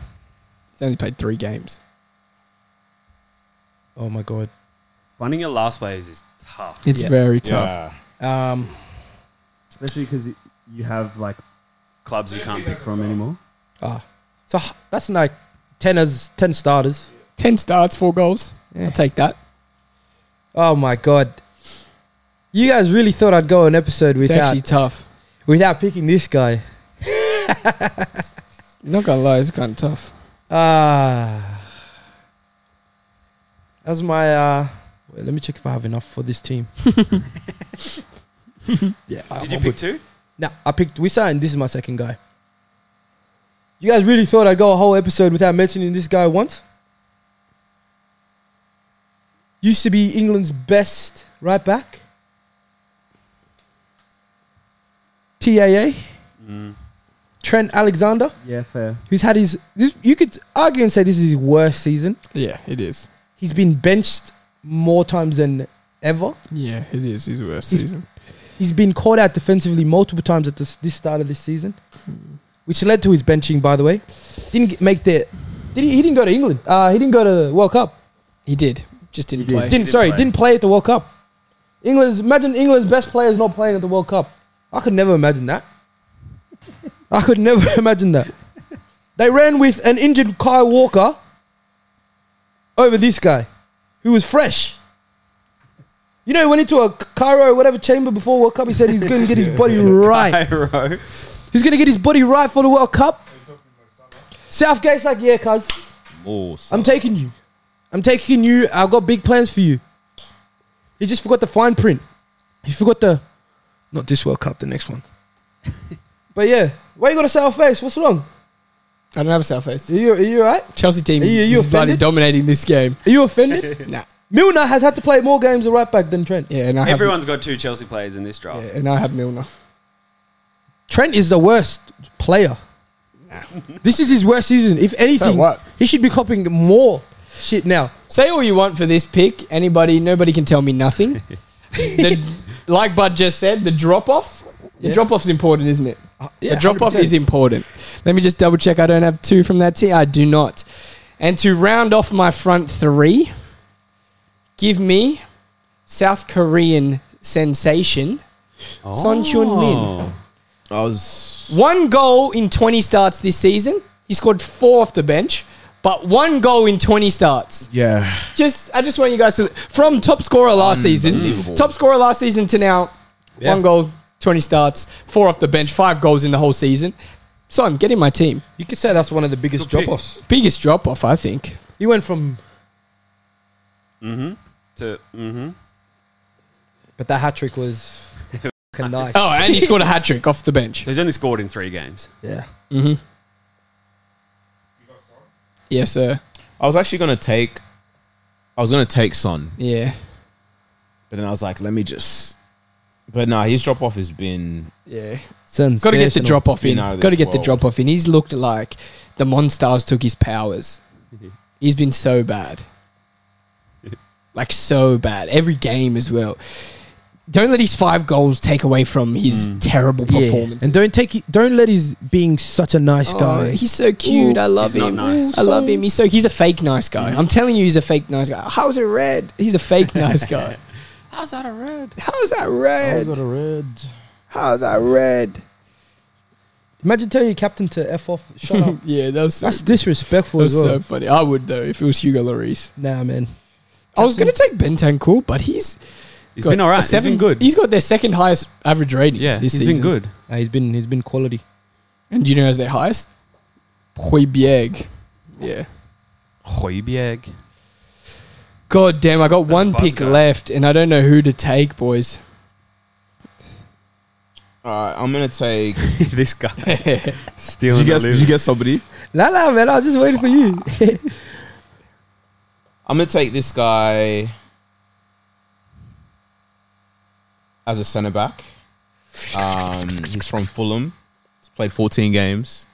S4: he's only played three games.
S1: Oh my god.
S2: Finding your last players is tough,
S4: It's
S1: Yeah.
S4: very tough.
S3: Yeah.
S1: Um.
S2: especially because you have like clubs you can't pick from anymore.
S1: Ah. So h- that's like ten as ten starters.
S4: Ten starts, four goals. I'll take that.
S1: Oh my god. You guys really thought I'd go an episode
S4: It's
S1: without
S4: actually tough.
S1: without picking this guy.
S4: Not gonna lie, it's kind of tough.
S1: Ah. That's my. Uh, wait, let me check if I have enough for this team. yeah. I-
S2: Did you
S1: I'm
S2: pick
S1: good.
S2: two?
S1: Nah, I picked Wissa, and this is my second guy. You guys really thought I'd go a whole episode without mentioning this guy once? Used to be England's best right back. TAA, Trent Alexander,
S2: Yeah, fair.
S1: who's had his this you could argue and say this is his worst season.
S4: Yeah, it is.
S1: He's been benched more times than ever.
S4: Yeah, it is his worst
S1: He's-
S4: season.
S1: He's been called out defensively multiple times at this, this start of this season, which led to his benching. By the way, didn't get- make the. Did he, he didn't go to England. Uh, he didn't go to the World Cup.
S4: He did, just didn't
S2: He did.
S4: play.
S1: Didn't
S2: didn't
S1: sorry,
S2: play.
S1: didn't play at the World Cup. England's imagine England's best players not playing at the World Cup. I could never imagine that. I could never [laughs] imagine that. They ran with an injured Kai Walker over this guy, who was fresh. You know, he went into a Cairo whatever chamber before World Cup. He said he's going to get his
S2: [laughs]
S1: body right.
S2: Cairo.
S1: He's going to get his body right for the World Cup. Southgate's like, yeah, cuz. I'm taking you. I'm taking you. I've got big plans for you. You just forgot the fine print. You forgot the not this World Cup, the next one. but yeah, why you got a sour face? What's wrong?
S4: I don't have a south face.
S1: Are you, are you alright?
S4: Chelsea team
S1: Are you- are you
S4: is bloody
S1: offended?
S4: dominating this game.
S1: Are you
S4: [laughs]
S1: offended?
S4: Nah.
S1: Milner has had to play more games of right back than Trent.
S4: Yeah, and I have
S2: [laughs] Everyone's got two Chelsea players in this
S4: yeah,
S2: draft.
S4: and I have Milner.
S1: Trent is the worst player. this is his worst season. If anything,
S4: what?
S1: he should be copying more shit now.
S4: Say all you want for this pick. Anybody, nobody can tell
S1: [laughs]
S4: me nothing. the, like Bud just said, the drop off. The
S1: Yeah.
S4: drop off's important, isn't it?
S1: Uh, yeah,
S4: the drop off
S1: 100%.
S4: is important. Let me just double check. I don't have two from that team. I do not. And to round off my front three, give me South Korean sensation Son
S1: Oh.
S4: Chun Min.
S5: I was.
S4: One goal in 20 starts this season. He scored four off the bench, but one goal in 20 starts
S5: Yeah.
S4: just I just want you guys to from top scorer last season,
S5: Unbelievable.
S4: top scorer last season to now,
S1: Yeah.
S4: one goal, twenty starts, four off the bench, five goals in the whole season. So I'm getting my team.
S1: You could say that's one of the biggest
S2: Good pick.
S1: drop offs.
S4: Biggest drop off, I think.
S1: He went from,
S2: Mm-hmm. To mm-hmm.
S1: but that hat trick
S4: [laughs]
S1: was fucking nice.
S4: Oh, and he scored a hat trick off the bench.
S2: So he's only scored in three games.
S1: Yeah.
S4: Mm-hmm. [laughs] Yes, sir.
S5: I was actually gonna take. I was gonna take Son,
S4: Yeah,
S5: but then I was like, let me just. But nah, his drop off has been.
S4: yeah.
S1: Sensational.
S4: Got to get the drop off in.
S5: Been out of
S4: Got to
S5: this
S4: get the
S5: world.
S4: drop off in. He's looked like the Monstars took his powers. He's been so bad. Like so bad. Every game as well. Don't let his five goals take away from his terrible performance.
S1: And don't take it, don't let his being such a nice guy.
S4: Oh,
S1: [laughs]
S4: he's so cute. I love
S2: he's not
S4: him.
S2: nice.
S4: I love him. He's so he's a fake nice guy. I'm telling you, he's a fake nice guy. How's it red? He's a fake nice guy.
S2: How's that a red?
S4: How's that red?
S5: a red.
S4: How's that red?
S1: Imagine telling your captain to f off. Shut up.
S4: [laughs] yeah, that was so,
S1: That's
S4: that
S1: disrespectful
S4: was
S1: as
S4: so
S1: well.
S4: funny. I would though if it was Hugo Lloris.
S1: Nah, man.
S4: I was going to take Bentancourt, but he's
S2: He's
S4: got
S2: been all
S4: a
S2: right. He's been good.
S4: He's got their second highest average rating.
S2: yeah,
S4: this
S2: he's
S4: season.
S2: been good.
S1: Nah, he's been he's been quality.
S4: And do you know as their highest? Hoiberg. Yeah.
S2: Hoiberg.
S4: God damn! I got
S2: That's
S4: one
S2: Bud's
S4: pick
S2: guy.
S4: left, and I don't know who to take, boys.
S5: Alright, I'm gonna take.
S2: [laughs] [laughs] this guy. Still
S5: did you guess? Did you guess somebody?
S1: Nah, nah, man. I was just waiting for you. [laughs]
S5: I'm gonna take this guy as a centre back. Um, he's from Fulham. He's played 14 games.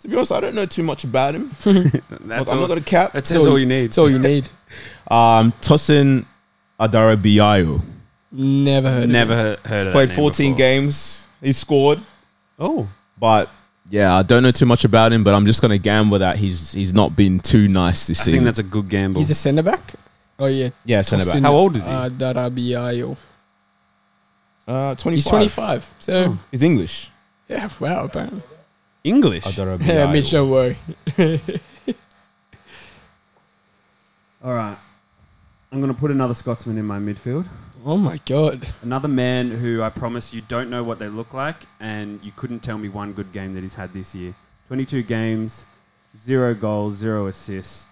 S5: To be honest, I don't know too much about him.
S2: That's
S5: I'm
S2: all,
S5: not gonna cap.
S2: that says all you need.
S4: That's
S2: [laughs]
S4: all you need.
S5: Um, Tosin Adarabiayo.
S4: Never heard. Of
S2: Never heard of
S5: He's
S2: that
S5: played
S2: name
S5: 14
S2: before.
S5: games. He scored,
S2: Oh.
S5: but yeah, I don't know too much about him. But I'm just gonna gamble that he's he's not been too nice this
S2: I think
S5: season.
S2: that's a good
S4: it.
S2: gamble.
S4: He's a centre back. Oh yeah. uh,
S5: yeah, centre back.
S4: Tosin
S2: How old is he?
S4: Adarabioyo.
S5: Uh, 25.
S4: He's 25. So
S2: Oh.
S5: He's English.
S4: yeah, wow. Apparently. [laughs]
S2: English.
S5: Adarabiayo.
S4: Yeah, Mitch, don't worry.
S2: All right. I'm going to put another Scotsman in my midfield.
S4: Oh my god.
S2: Another man who I promise you don't know what they look like, and you couldn't tell me one good game that he's had this year. 22 games, zero goals, zero assists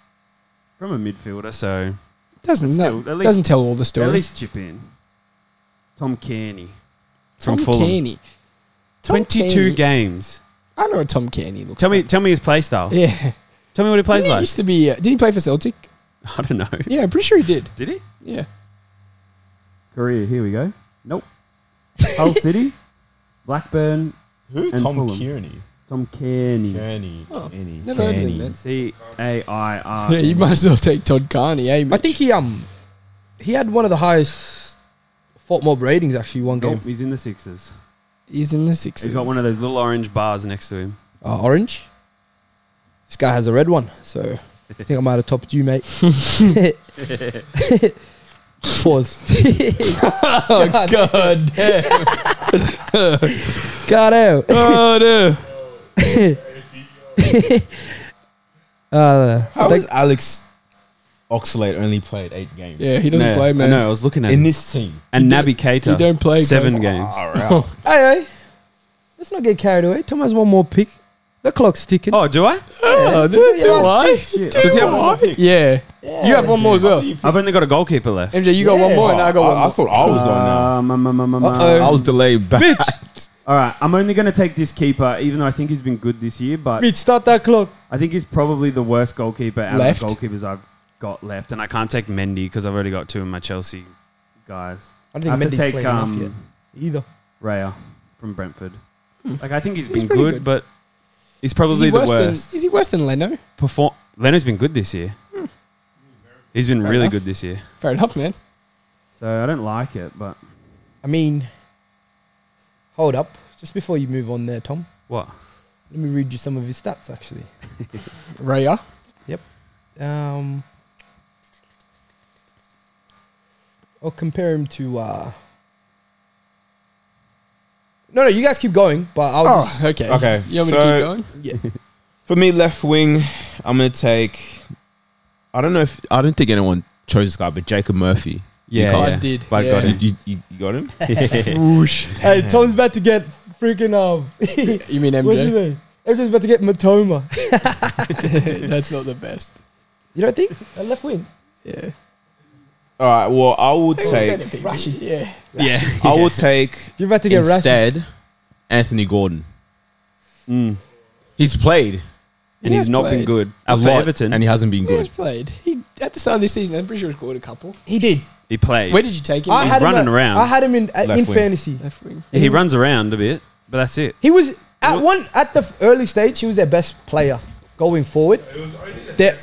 S2: from a midfielder, so
S4: Doesn't
S2: Still,
S4: no,
S2: at least-
S4: doesn't tell all the
S2: at
S4: story.
S2: least chip in. Tom Kearney.
S4: Tom
S2: from Fulham.
S4: Kearney. Tom
S2: 22
S4: Kearney.
S2: games.
S4: I know what Tom Kearney looks
S2: Tell me,
S4: like.
S2: tell me his play style.
S4: Yeah.
S2: Tell me what he plays
S4: Didn't he
S2: like.
S4: used to be. Uh, did he play for Celtic?
S2: [laughs] I don't know.
S4: Yeah, I'm pretty sure he did.
S2: Did he?
S4: Yeah.
S2: Career, here we go.
S4: [laughs]
S2: Nope. Hull City, Blackburn,
S5: Who?
S2: And
S5: Tom
S2: Fulham.
S5: Kearney.
S2: Tom Kearney.
S5: Kearney.
S4: Oh.
S5: Kearney.
S4: Never heard of him,
S5: Kearney.
S4: man.
S2: C A I R. E.
S4: Yeah, you might as well take Todd Carney, eh?
S1: I
S4: Mitch?
S1: think he um he had one of the highest Fort Mob ratings actually one
S2: Nope,
S1: game.
S2: he's in the sixes.
S4: he's in the 60s.
S2: He's got one of those little orange bars next to him.
S1: Uh, orange. This guy has a red one, so I think I might have topped you,
S4: [laughs]
S1: mate. [laughs] Pause.
S4: Oh, God. damn.
S1: God out.
S4: oh, no.
S1: [laughs] Uh,
S5: How
S1: they-
S5: has Alex Oxalate only played eight games?
S4: Yeah, he doesn't play, man.
S2: No, I was looking at
S5: In
S2: him.
S5: this team.
S2: And Naby Keita.
S4: You don't play,
S2: seven
S4: guys.
S2: games.
S5: Ah.
S4: [laughs] Oh,
S1: hey, hey, let's not get carried away. Tom has one more pick. The clock's ticking.
S4: uh,
S2: Oh, do I?
S4: Oh, do, do I?
S2: Does he have one?
S4: Yeah. You have one more as well.
S2: I've only got a goalkeeper left.
S4: MJ, you got one more, and Uh, I got
S5: I,
S4: one
S5: I
S4: more.
S5: thought I was going now.
S2: Um, um, um, um, um,
S1: Uh-oh.
S5: I was delayed back.
S2: All right, I'm only going to take this keeper, even though I think he's been good this year. But
S1: Mitch, start that clock.
S2: I think he's probably the worst goalkeeper out
S4: Left.
S2: of the goalkeepers I've got left, and I can't take Mendy because I've already got two of my Chelsea guys.
S1: I
S2: I
S1: don't
S2: have
S1: think
S2: to
S1: Mendy's
S2: take,
S1: playing
S2: um,
S1: enough yet either.
S2: Raya from Brentford. Like I
S4: Hmm.
S2: think
S4: He's
S2: he's been
S4: pretty
S2: good,
S4: good.
S2: but he's probably the
S4: worse than-
S2: worst.
S4: is he worse than Leno?
S2: Perform- Leno's been good this year. He's been
S4: Hmm. Fair
S2: really
S4: enough.
S2: good this year.
S4: Fair enough, man.
S2: So I don't like it, but
S1: I mean, hold up. Just before you move on there, Tom,
S2: what?
S1: let me read you some of his stats, actually.
S4: Raya.
S1: Um, I'll compare him to. Uh, no, no, you guys keep going, but I'll.
S4: Oh,
S1: just-
S4: okay.
S5: okay,
S4: You want me to
S5: so-
S4: keep going?
S5: [laughs] For me, left wing, I'm gonna take. I don't know if I don't think anyone chose this guy, but Jacob Murphy.
S2: Yeah,
S4: I
S2: yeah.
S4: did.
S2: But I got
S4: yeah.
S2: him.
S5: You, you, you got him.
S4: Whoosh.
S1: hey, Tom's about to get freaking up. [laughs]
S4: You mean
S1: What's his
S4: MJ?
S1: name? Everything's about to get Matoma.
S4: [laughs] That's not the best.
S1: You don't think? A left wing.
S4: Yeah.
S5: All right. Well, I will
S1: Get
S5: take.
S1: it, Rashid.
S4: Yeah.
S2: Yeah,
S5: I will
S4: [laughs]
S5: take
S1: You're about to get Rashid.
S5: instead Anthony Gordon.
S2: Mm.
S5: He's played
S2: [laughs] and
S4: He
S2: he's
S4: has
S2: not
S4: played.
S2: been good
S5: a
S2: for
S5: lot,
S2: Everton.
S5: and he hasn't been
S4: He has
S5: good.
S4: played. He at the start of this season, I'm pretty sure he scored a couple.
S1: He did.
S2: he played.
S4: Where did you take him?
S1: I
S2: He's
S1: had him
S2: running
S1: at-
S2: around.
S1: I had him in uh,
S5: Left
S1: in
S5: wing.
S1: fantasy.
S4: left wing.
S2: he runs around a bit, but that's it.
S1: He was at one at the f- early stage. He was their best player going forward. Their-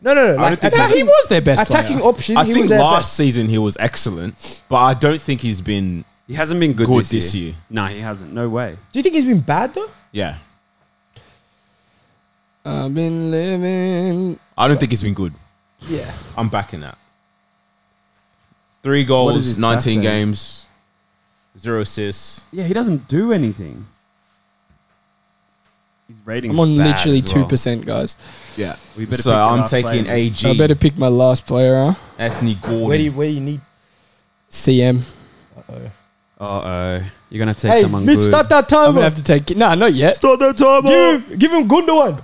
S1: no, no, no. Like
S5: think
S4: No,
S1: attacking,
S4: he was their best
S1: attacking
S4: player.
S1: option.
S5: I
S1: he
S5: think
S1: was their
S5: last
S1: best.
S5: season he was excellent, but I don't think he's been.
S2: He hasn't been good,
S5: Good
S2: this,
S5: this
S2: year.
S5: year.
S2: No, he hasn't. No way.
S1: Do you think he's been bad though?
S5: Yeah,
S4: I've been living.
S5: I don't think he's been good.
S1: Yeah.
S5: I'm backing that. Three
S2: What is his
S5: goals,
S2: stats
S5: 19
S2: there?
S5: games, zero assists.
S2: Yeah, he doesn't do anything. His ratings.
S4: I'm on
S2: bad
S4: literally
S2: as well.
S4: two percent, guys.
S5: Yeah.
S2: We better
S5: So
S2: pick the
S5: I'm
S2: last
S5: taking
S2: player.
S5: AG,
S4: I better pick my last player. Huh?
S5: Anthony Gordon.
S1: Where do you, where do you need?
S4: CM.
S2: Uh oh, you're gonna take
S1: Hey,
S2: someone
S1: Mitch,
S2: good.
S1: start that
S4: I'm
S1: timer.
S4: gonna have to take. No, not yet.
S2: Start that time
S1: give him, give him Gundogan.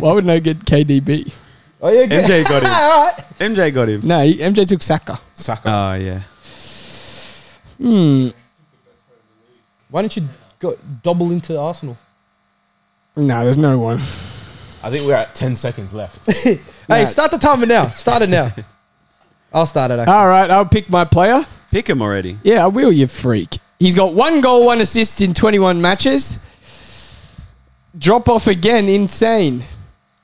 S4: Why wouldn't I get KDB?
S1: Oh yeah, get-
S2: MJ got him.
S5: [laughs]
S1: [laughs] All right.
S2: MJ got him.
S4: No, he- MJ took Saka.
S5: Saka.
S2: Oh yeah.
S4: Hmm.
S1: Why don't you go double into Arsenal?
S4: No, there's no one.
S5: I think we're at 10 seconds left.
S1: Hey,
S4: Nah.
S1: start the timer now. Start it now. I'll start it. Actually.
S4: All right, I'll pick my player.
S2: Pick him already.
S4: Yeah, I will, you freak. He's got one goal, one assist in 21 matches. Drop off again, insane.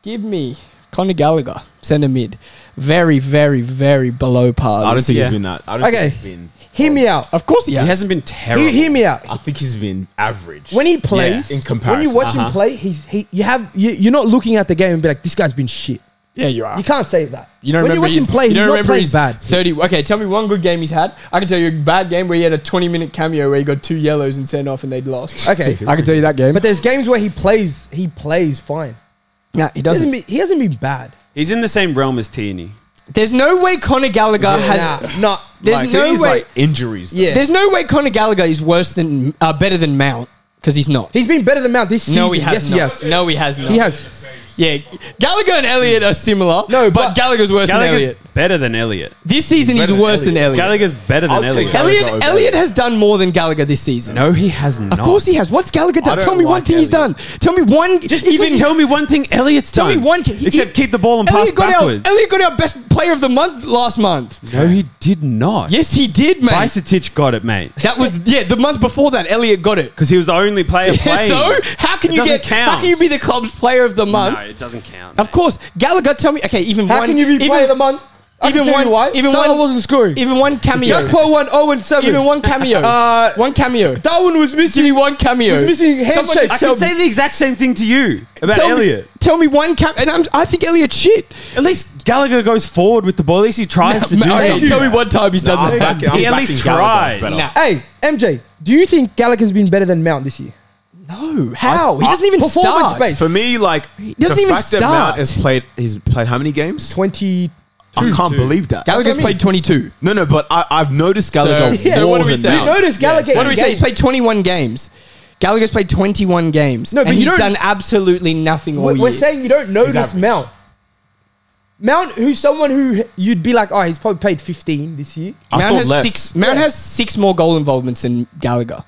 S4: Give me Conor Gallagher, centre mid. Very, very, very below par.
S5: I don't
S4: this
S5: think
S2: Yeah.
S5: he's been that. I don't
S1: Okay.
S5: think he's been.
S1: Hear me out.
S4: year. Of course he has.
S2: He hasn't been terrible.
S1: Hear, hear me out.
S5: I think he's been average.
S1: When he plays,
S5: in
S1: when you
S5: comparison.
S1: watch him
S2: Uh-huh.
S1: play, he's he. You have you, you're not looking at the game and be like, this guy's been shit.
S4: yeah, you are.
S1: You can't say that.
S4: Uh, You don't
S1: when
S4: remember
S1: you watch him
S4: his-
S1: play,
S4: you
S1: he's
S4: don't
S1: not
S4: remember
S1: playing
S4: his
S1: bad.
S4: 30. Okay, tell me one good game he's had. I can tell you a bad game where he had a 20 minute cameo where he got two yellows and sent off and they'd
S1: [laughs]
S4: lost.
S1: Okay,
S4: I can tell you that game.
S1: but there's games where he plays. He plays fine.
S4: nah, he
S1: He
S4: doesn't.
S1: hasn't been, he hasn't been bad.
S2: He's in the same realm as Tierney.
S4: There's no way Conor Gallagher has.
S1: nah, nah,
S4: There's
S1: like-
S4: no
S5: He's
S4: way.
S5: like injuries. Though.
S1: yeah,
S4: There's no way Conor Gallagher is worse than uh, better than Mount because he's not.
S1: he's been better than Mount this season.
S4: no, he
S1: yes,
S4: has not.
S1: Yes,
S4: No, he has not.
S1: he has.
S4: Yeah, Gallagher and Elliot are similar.
S1: No, but-
S4: but, Gallagher's worse
S2: Gallagher's
S4: than Elliot.
S2: better than Elliot.
S4: This season he's worse than Elliot.
S2: Gallagher's better than
S5: I'll take
S2: Elliot.
S5: Gallagher. over
S4: Elliot, Elliot has done more than Gallagher this season.
S2: No, he has not.
S4: Of course he has. What's Gallagher done?
S5: don't
S4: Tell me one
S5: like
S4: thing he's done.
S5: Elliot.
S4: Tell me one. Just even
S2: Tell me one thing Elliot's
S4: Tell
S2: done.
S4: me one. he-
S2: Except
S4: he-
S2: keep the ball and pass
S4: Elliot got
S2: backwards.
S4: Our, Elliot got our best player of the month last month.
S2: no, he did not.
S4: Yes, he did, mate.
S2: Bicetic got it, mate.
S4: That was yeah. The month before that, Elliot got it. [laughs]
S2: Because he was the only player playing.
S4: so how can
S2: It
S4: you
S2: doesn't
S4: get?
S2: count.
S4: How can you be the club's player of the
S2: No,
S4: month?
S2: it doesn't count.
S4: Of
S2: mate.
S4: course, Gallagher. Tell me, okay. Even
S1: How
S4: one,
S1: can you be
S4: even,
S1: player of the month? I
S4: even
S1: can tell
S4: one-
S1: you why.
S4: even
S1: Salah
S4: one-
S1: wasn't scoring.
S4: even one oh cameo,
S1: Gakpo won 0 and 7.
S4: even one cameo,
S1: Uh,
S4: one cameo.
S1: Darwin was
S4: Give me
S1: missing.
S4: one cameo.
S1: He's missing
S4: Somebody-
S1: handshakes.
S2: I
S1: Tell
S2: can say the exact same thing to you about
S4: tell
S2: Elliot.
S4: Me, tell me one cam, and I'm, I think Elliot shit.
S2: At least Gallagher goes forward with the ball. At least he tries to do
S4: Ma- okay,
S2: something.
S4: tell me one time he's
S5: Nah,
S4: done
S5: I'm
S4: that.
S5: backing- I'm
S2: He at
S5: backing
S2: least
S5: Gallagher as
S2: tried.
S5: better.
S1: Hey, MJ, do you think Gallagher's been better than Mount this year?
S4: No, how? he doesn't even
S1: Performance
S4: start.
S1: based.
S5: For me, like
S4: doesn't
S5: the
S4: even
S5: fact that
S4: start.
S5: Mount has played. He's played how many games?
S1: 20.
S5: I can't believe that.
S4: Gallagher's
S1: That's what I mean.
S4: played 22.
S5: no, no, but I, I've noticed
S4: [laughs]
S5: Gallagher
S4: So-
S1: Yeah,
S5: more
S1: what do we
S5: than
S1: say?
S5: Mount.
S1: You notice Gallagher.
S4: Oh, What do we say? He's played 21 games. Gallagher's played 21 games. No,
S1: No,
S4: but
S1: but
S4: and
S1: you
S4: he's
S1: don't-
S4: done absolutely nothing all
S1: We're,
S4: year.
S1: we're saying you don't notice Mount. Mount, who's someone who you'd be like, oh, he's probably played 15 this year.
S5: I
S4: Mount
S5: thought
S4: has
S5: less.
S4: six. Mount
S1: Yeah.
S4: has six more goal involvements than Gallagher.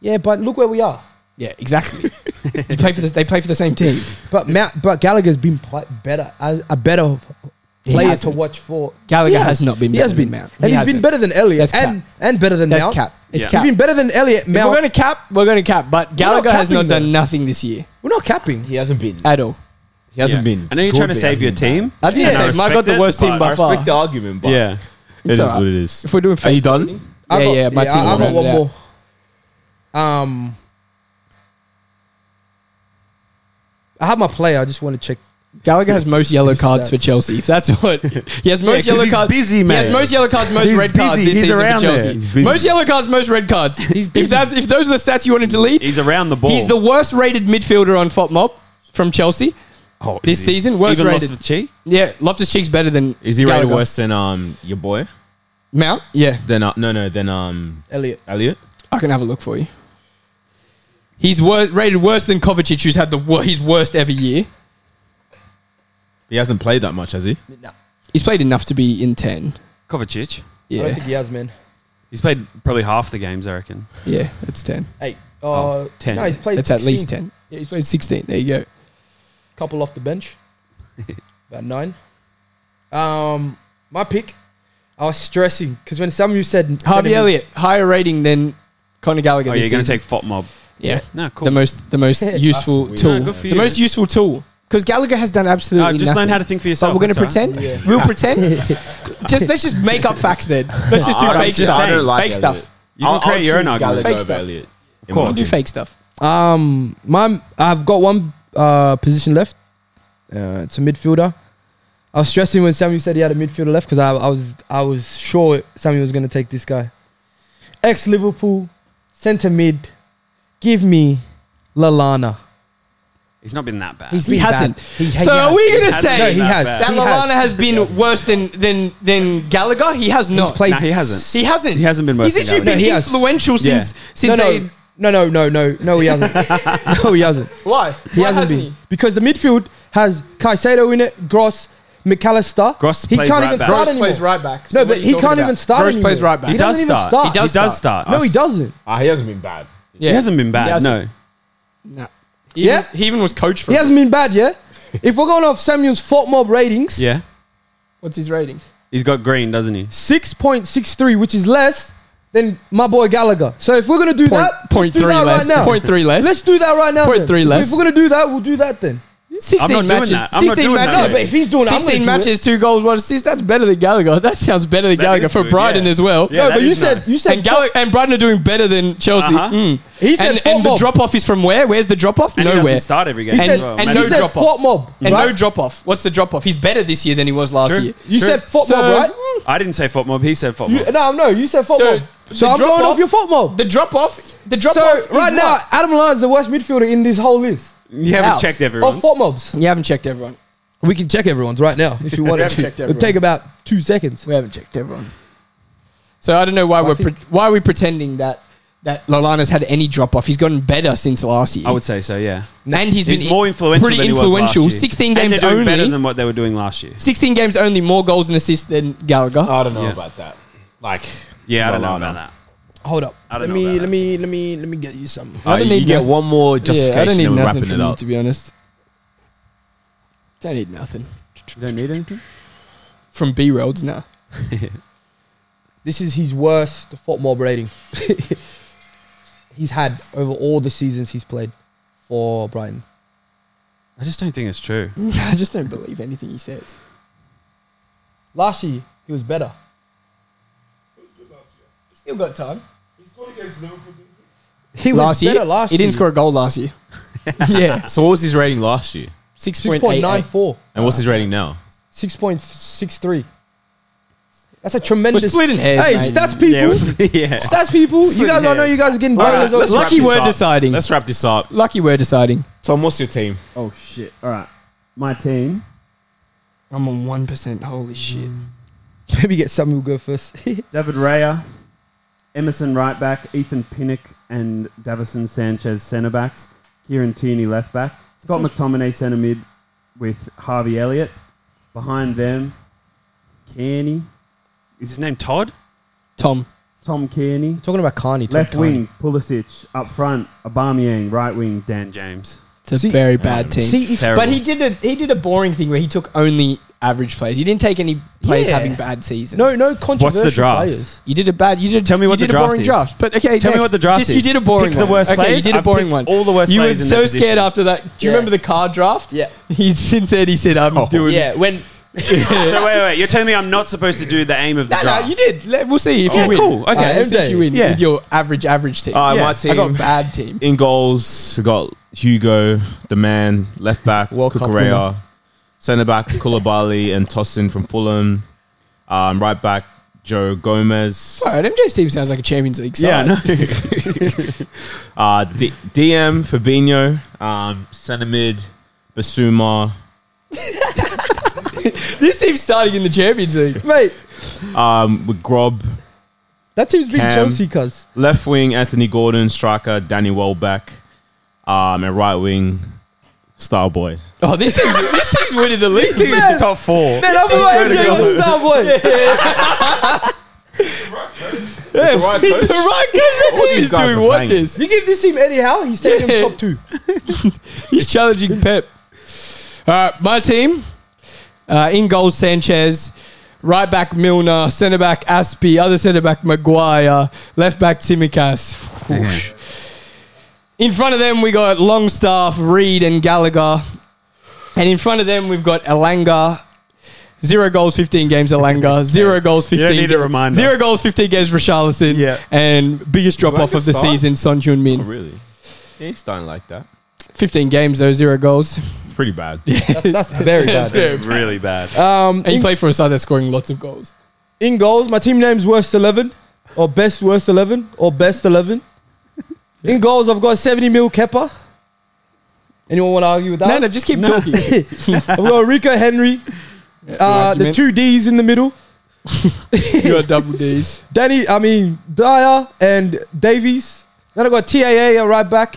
S1: Yeah, but look where we are.
S4: Yeah, exactly. [laughs] they, play for the, they play for the same team.
S1: But Mount, but Gallagher's been pl- better as a better
S4: He
S1: player to
S4: hasn't.
S1: watch for.
S4: Gallagher
S1: He
S4: has not been
S1: He
S4: better
S1: has
S4: than
S1: been
S4: Mount. He
S1: and he has
S4: hasn't.
S1: been better than Elliot
S4: That's cap.
S1: and and better than
S4: That's
S1: Mount.
S4: cap. It's
S2: Yeah.
S1: He's
S4: cap.
S1: been better than Elliot,
S4: If we're
S1: Mount.
S4: going to cap, we're going to cap. But Gallagher has
S1: capping
S4: not done
S1: though.
S4: nothing this year
S1: We're not capping.
S5: He hasn't been.
S4: at all.
S5: He hasn't
S2: Yeah.
S5: been.
S2: I know you're
S5: good,
S2: trying
S5: but
S2: to
S5: he
S2: save
S5: hasn't
S2: your
S5: been
S2: team.
S4: I didn't
S2: And I
S4: say Mike got
S2: respect
S4: the
S2: it,
S4: worst team
S2: but
S4: by
S5: bad. I
S4: far.
S5: respect the argument, but
S2: Yeah.
S5: it is
S4: alright.
S5: what it is.
S4: If we're doing
S5: Are you done?
S1: I
S4: Yeah,
S1: got-
S4: yeah, my team's
S1: I, I got
S4: rounded
S1: one
S4: out.
S1: more. Um, I have my player. I just want to check.
S4: Gallagher has most yellow cards for
S1: stats.
S4: Chelsea. If that's what he has most
S2: 'cause
S4: yellow
S2: he's
S4: cards.
S2: busy,
S4: He has
S2: mate.
S4: most yellow cards, most
S2: He's
S4: red cards
S2: busy.
S4: this
S2: He's
S4: season for
S2: around there.
S4: Chelsea.
S2: He's
S5: busy.
S4: Most yellow cards, most red cards.
S1: busy.
S4: If that's if those are the stats you wanted to lead,
S2: He's around the ball.
S4: he's the worst rated midfielder on FOTMOB from Chelsea.
S2: Oh,
S4: this
S2: is he?
S4: season, worst
S2: Even
S4: rated.
S2: lost the cheek.
S4: Yeah, Loftus Cheek's better than
S5: Is he rated
S4: Gallagher.
S5: worse than um your boy?
S4: Mount? Yeah,
S5: Then uh, no, no, then um
S1: Elliot.
S5: Elliot.
S4: I can have a look for you. He's wor- rated worse than Kovacic, who's had the wor- his worst ever year.
S5: He hasn't played that much, has he?
S1: No,
S4: He's played enough to be in ten.
S2: Kovacic.
S1: I don't
S4: Yeah,
S1: think he has, man.
S2: He's played probably half the games, I reckon.
S4: yeah, it's ten.
S1: Eight. Uh,
S2: Oh, 10.
S1: No, he's played.
S4: It's at least
S1: 16,
S4: ten. Yeah, he's played sixteen. There you go.
S1: Couple off the bench. About nine. Um, my pick. I was stressing because when some of you said
S4: Harvey
S1: said-
S4: Elliott higher rating than Conor Gallagher.
S2: Oh,
S4: this
S2: you're going to
S4: season.
S2: take Fot Mob.
S4: yeah,
S2: No, cool.
S4: the most the most
S1: That's
S4: useful
S5: weird.
S4: tool,
S2: No, good for
S4: the
S2: you.
S4: most useful tool because Gallagher has done absolutely
S2: Uh, just
S4: nothing.
S2: learn how to think for
S4: But
S2: yourself.
S4: we're going to
S2: that's all right.
S4: pretend. We'll pretend.
S2: [laughs]
S4: just let's just make up facts then. Let's just do
S5: I don't-
S4: fake
S5: I
S4: stuff.
S5: don't like
S4: fake
S5: Elliot.
S4: stuff.
S2: You can create your own
S5: choose
S2: argument.
S5: Gallagher
S4: Fake
S5: over
S4: stuff.
S5: Elliot.
S2: Of course.
S4: We'll do fake stuff.
S1: Um, my I've got one uh position left. Uh, it's a midfielder. I was stressing when Samuel said he had a midfielder left because I, I was I was sure Samuel was going to take this guy. Ex Liverpool, centre mid. Give me Lalana.
S2: He's not been that bad.
S1: He's
S4: He
S1: been bad.
S4: hasn't.
S1: He- he
S4: so are
S1: has.
S4: we
S2: He
S4: going to
S2: hasn't
S1: No,
S4: say
S1: he has.
S2: bad.
S4: that
S1: He has.
S4: Lalana has been worse than than than Gallagher? He has not.
S1: played-
S2: no, he hasn't.
S4: He hasn't.
S2: He hasn't been worse
S4: He's
S2: than
S4: actually
S2: Gallagher.
S4: been
S1: No, he has.
S4: influential
S2: Yeah.
S4: since
S1: No,
S4: since
S1: no,
S4: they.
S1: no, no, no, no, no. He hasn't.
S4: [laughs]
S1: no, he hasn't.
S4: Why?
S1: He
S4: Why
S1: hasn't
S4: hasn't
S1: been
S4: he?
S1: because the midfield has Caicedo in it, Gross, McAllister.
S2: Gross
S1: he
S2: plays
S1: can't
S2: right
S1: even
S2: back.
S1: start
S4: Gross
S1: anymore.
S4: plays right back. So
S1: No,
S4: what are
S1: but
S4: you
S1: he
S4: talking
S1: can't
S4: about?
S1: even start.
S4: Gross
S1: anymore.
S4: plays right back.
S1: He,
S4: He
S1: doesn't
S2: does
S1: even
S2: start.
S1: start.
S2: He does start.
S1: No, he doesn't.
S5: Ah, he hasn't been bad.
S2: He hasn't been bad.
S4: He hasn't.
S2: no.
S4: No. He even-
S1: Yeah?
S4: He even was coach for.
S1: He hasn't been bad, yeah. If we're going off Samuel's Fort Mob ratings,
S2: Yeah.
S4: What's his rating?
S2: He's got green, doesn't he?
S1: six point six three, which is less than my boy Gallagher. So if we're gonna do
S4: Point-
S1: that, let's
S4: point
S1: do
S4: three
S1: that
S4: less.
S1: Right now.
S4: Point three less.
S1: Let's do that right now.
S4: Point
S1: then.
S4: three
S1: If-
S4: less.
S1: If we're gonna do that, we'll do that then.
S4: 16
S2: I'm not doing
S4: matches.
S2: that. I'm not
S4: 16
S2: doing that.
S4: matches.
S2: No, but
S1: if he's doing it, I'm
S4: 16
S1: gonna do
S4: matches, two goals, one assist. That's better than Gallagher. That sounds better than
S2: That
S4: Gallagher
S2: is
S4: for
S2: good,
S4: Brighton
S2: yeah.
S4: as well.
S2: Yeah,
S1: no,
S2: that
S1: but
S2: is
S1: you said
S2: nice.
S1: you said
S4: And Gallagher and Brighton are doing better than Chelsea.
S2: Uh-huh.
S4: Mm.
S1: he said
S4: And,
S1: Fort
S4: and the
S1: Mob.
S4: drop off is from where? Where's the drop off?
S2: And he
S4: Nowhere.
S2: doesn't start every game.
S1: You
S2: as
S1: said-
S2: well.
S4: and
S2: Maybe
S4: no
S1: you said
S4: drop-off.
S1: Fort Mob,
S4: And
S1: right?
S4: no drop off. What's the drop off? He's better this year than he was last
S2: True.
S4: year.
S1: you
S2: Sure.
S1: said Fort
S4: So-
S1: Mob, right?
S2: I didn't say Fot Mob. He said Fot
S1: You,
S2: Mob.
S1: no, no, you said Fort
S4: So,
S1: Mob. So
S4: the
S1: I'm going
S4: drop-off-
S1: off your Fort Mob.
S4: The drop off. The drop
S1: so
S4: off.
S1: right now, Adam Lallana is the worst midfielder in this whole list
S2: You
S4: Wow.
S2: haven't checked
S6: Oh,
S2: everyone.
S1: of Fort Oh, Mobs.
S4: you haven't checked everyone.
S1: We can check everyone's right now if
S2: [laughs]
S1: you
S4: haven't
S1: wanted
S4: checked
S1: to. It'll
S4: everyone.
S1: take about two seconds.
S4: We haven't checked everyone. So I don't know why
S1: I
S4: we're
S1: think-
S4: pre- why are we pretending that that Lallana's had any drop off. He's gotten better since last year.
S2: I would say so. Yeah,
S4: and he's,
S2: he's
S4: been
S2: more influential.
S4: Pretty
S2: than he was last
S4: influential.
S2: year.
S4: 16
S2: And
S4: games
S2: they're doing
S4: only.
S2: better than what they were doing last year.
S4: 16 games only, more goals and assists than Gallagher.
S5: I don't know
S2: Yeah.
S5: about that. Like,
S2: Yeah, I don't know
S5: Lallana.
S2: about that.
S1: Hold up.
S2: I
S1: Let
S2: don't know
S1: me
S2: about
S1: let me let me let me get you some.
S3: Uh,
S4: don't
S3: you
S4: need
S3: get
S4: noth-
S3: one more justification
S4: yeah, I don't need
S3: and we're
S4: nothing
S3: wrapping
S4: from
S3: it
S4: you,
S3: up.
S4: to be honest. Don't need nothing.
S2: You don't need anything.
S4: From B Roads [laughs] now.
S1: This is his worst Fort Mob rating [laughs] he's had over all the seasons he's played for Brighton.
S2: I just don't think it's true.
S4: I just don't believe anything he says.
S1: Last year he was better.
S4: Still got time.
S1: He was
S4: Last year,
S1: better last
S4: he
S1: year.
S4: didn't score a goal last year. yeah,
S3: So what was his rating last year?
S4: six
S1: six
S4: point
S1: point
S4: eight.
S1: nine four.
S3: And what's his rating [laughs] now?
S1: Six point six three. That's a tremendous.
S4: splitting hairs,
S1: Hey,
S4: mate.
S1: stats people.
S2: Yeah, it was- yeah.
S1: Stats people. You
S2: splitting
S1: guys, I know
S2: hairs.
S1: you guys are getting
S3: Alright,
S1: bonus.
S3: let's
S1: over-
S3: wrap
S4: Lucky
S3: this
S4: we're
S3: up.
S4: deciding.
S3: Let's wrap this up.
S4: Lucky we're deciding.
S3: Tom, what's your team?
S2: Oh shit! All right, my team.
S4: I'm on one percent. Holy shit.
S1: [laughs] Maybe get Samuel go first. [laughs]
S6: David Raya, Emerson right back, Ethan Pinnock and Davison Sanchez centre backs, Kieran Tierney left back, Scott McTominay centre mid with Harvey Elliott. Behind them, Kearney,
S2: Is his name Todd?
S4: Tom.
S6: Tom Kearney.
S1: Talking about Carney. Tom
S6: Left
S1: Carney.
S6: wing, Pulisic. Up front, Aubameyang. Right wing, Dan
S2: And
S6: James.
S2: James.
S4: It's a
S1: See-
S4: very bad team.
S1: See, if,
S2: Terrible.
S4: um, But he did a he did a boring thing where he took only average players. He didn't take any players
S1: Yeah.
S4: having bad seasons.
S1: no, no controversial
S2: draft?
S1: players.
S4: You did a bad. You did.
S2: Tell me
S4: you
S2: what
S4: did
S2: the
S4: a
S2: draft
S4: boring
S2: is.
S4: draft. But okay,
S2: Tell me
S4: next.
S2: what the draft
S4: Just,
S2: is.
S4: You did a boring
S2: Pick the
S4: one.
S2: worst
S4: okay,
S2: players.
S4: You did a
S2: I've
S4: boring
S2: picked
S4: one.
S2: all the worst
S4: You
S2: players
S4: were
S2: in
S4: so
S2: their
S4: scared
S2: position.
S4: after that. Do you
S1: Yeah.
S4: remember the card draft?
S1: Yeah.
S4: [laughs] He since then he said,
S2: Oh,
S4: "I'm doing."
S1: Yeah, when
S2: so wait, wait, you're telling me I'm not supposed to do the aim of the
S4: No, no,
S2: draft?
S4: you did. Let- We'll see if
S2: Yeah,
S4: you win.
S2: cool. Okay,
S4: Alright, we'll see if
S1: MJ.
S4: you win
S2: Yeah.
S4: with your average average team.
S3: Uh,
S2: Yeah,
S3: my
S2: I
S4: I
S3: team.
S4: got a bad team.
S3: In goals, we got Hugo, the man, left back,
S1: World Cup
S3: Kukurea,
S1: winner.
S3: centre back, Koulibaly, and Tosin from Fulham, um, right back, Joe Gomez,
S4: All right, MJ's team sounds like a Champions League side.
S2: Yeah, I know.
S3: [laughs] uh, D- DM, Fabinho, um, centre mid, Basuma,
S4: This team's starting in the Champions League, mate.
S3: um, with Grob,
S1: that team's been
S3: Cam.
S1: Chelsea, cuz
S3: left wing, Anthony Gordon, striker, Danny Welbeck, um, and right wing, Starboy.
S4: Oh, this team's, this team's winning the league.
S2: Team is the
S4: [laughs]
S2: top four.
S4: Man, I'm
S2: swear to
S4: like,
S2: God.
S4: yeah, star boy. [laughs] Yeah, [laughs]
S3: right
S4: the right
S3: coach?
S4: coach.
S3: All
S4: That team
S3: these
S4: is
S3: guys
S4: doing
S3: are banging.
S4: wonders.
S1: You give this team Eddie Howe, he's taking
S4: Yeah.
S1: him top two.
S4: He's challenging Pep. All right, my team. Uh, in goals, Sanchez. Right back, Milner. Centre back, Aspie. Other centre back, Maguire. Left back, Tsimikas. Whoosh. In front of them, we got Longstaff, Reed, and Gallagher. And in front of them, we've got Elanga. Zero goals, 15 games,
S2: [laughs]
S4: Elanga. Zero goals, 15
S2: don't need to
S4: ga-
S2: remind
S4: Zero
S2: us.
S4: goals, 15 games, Richarlison.
S2: Yeah.
S4: And biggest drop off
S3: Elanga
S4: of the
S3: start?
S4: season, Son Heung-min.
S2: Oh,
S3: Oh, really? Yeah, he's starting like that.
S4: 15 games, though, zero
S2: [laughs]
S4: goals.
S3: It's pretty bad.
S1: [laughs] That's, that's [laughs] very bad.
S2: It's really bad.
S1: Um,
S4: And you
S1: in,
S4: play for a side that's scoring lots of goals.
S1: in goals, my team name's worst eleven, or best worst eleven, or best eleven. In goals, I've got seventy mil Kepa. Anyone want to argue with that?
S4: No, no, just keep talking.
S1: I've got Rico [laughs] Henry, uh, the
S4: argument.
S1: two D's in the middle,
S4: you are double [laughs] D's.
S1: Danny, I mean Dyer and Davies. Then I got TAA at right back.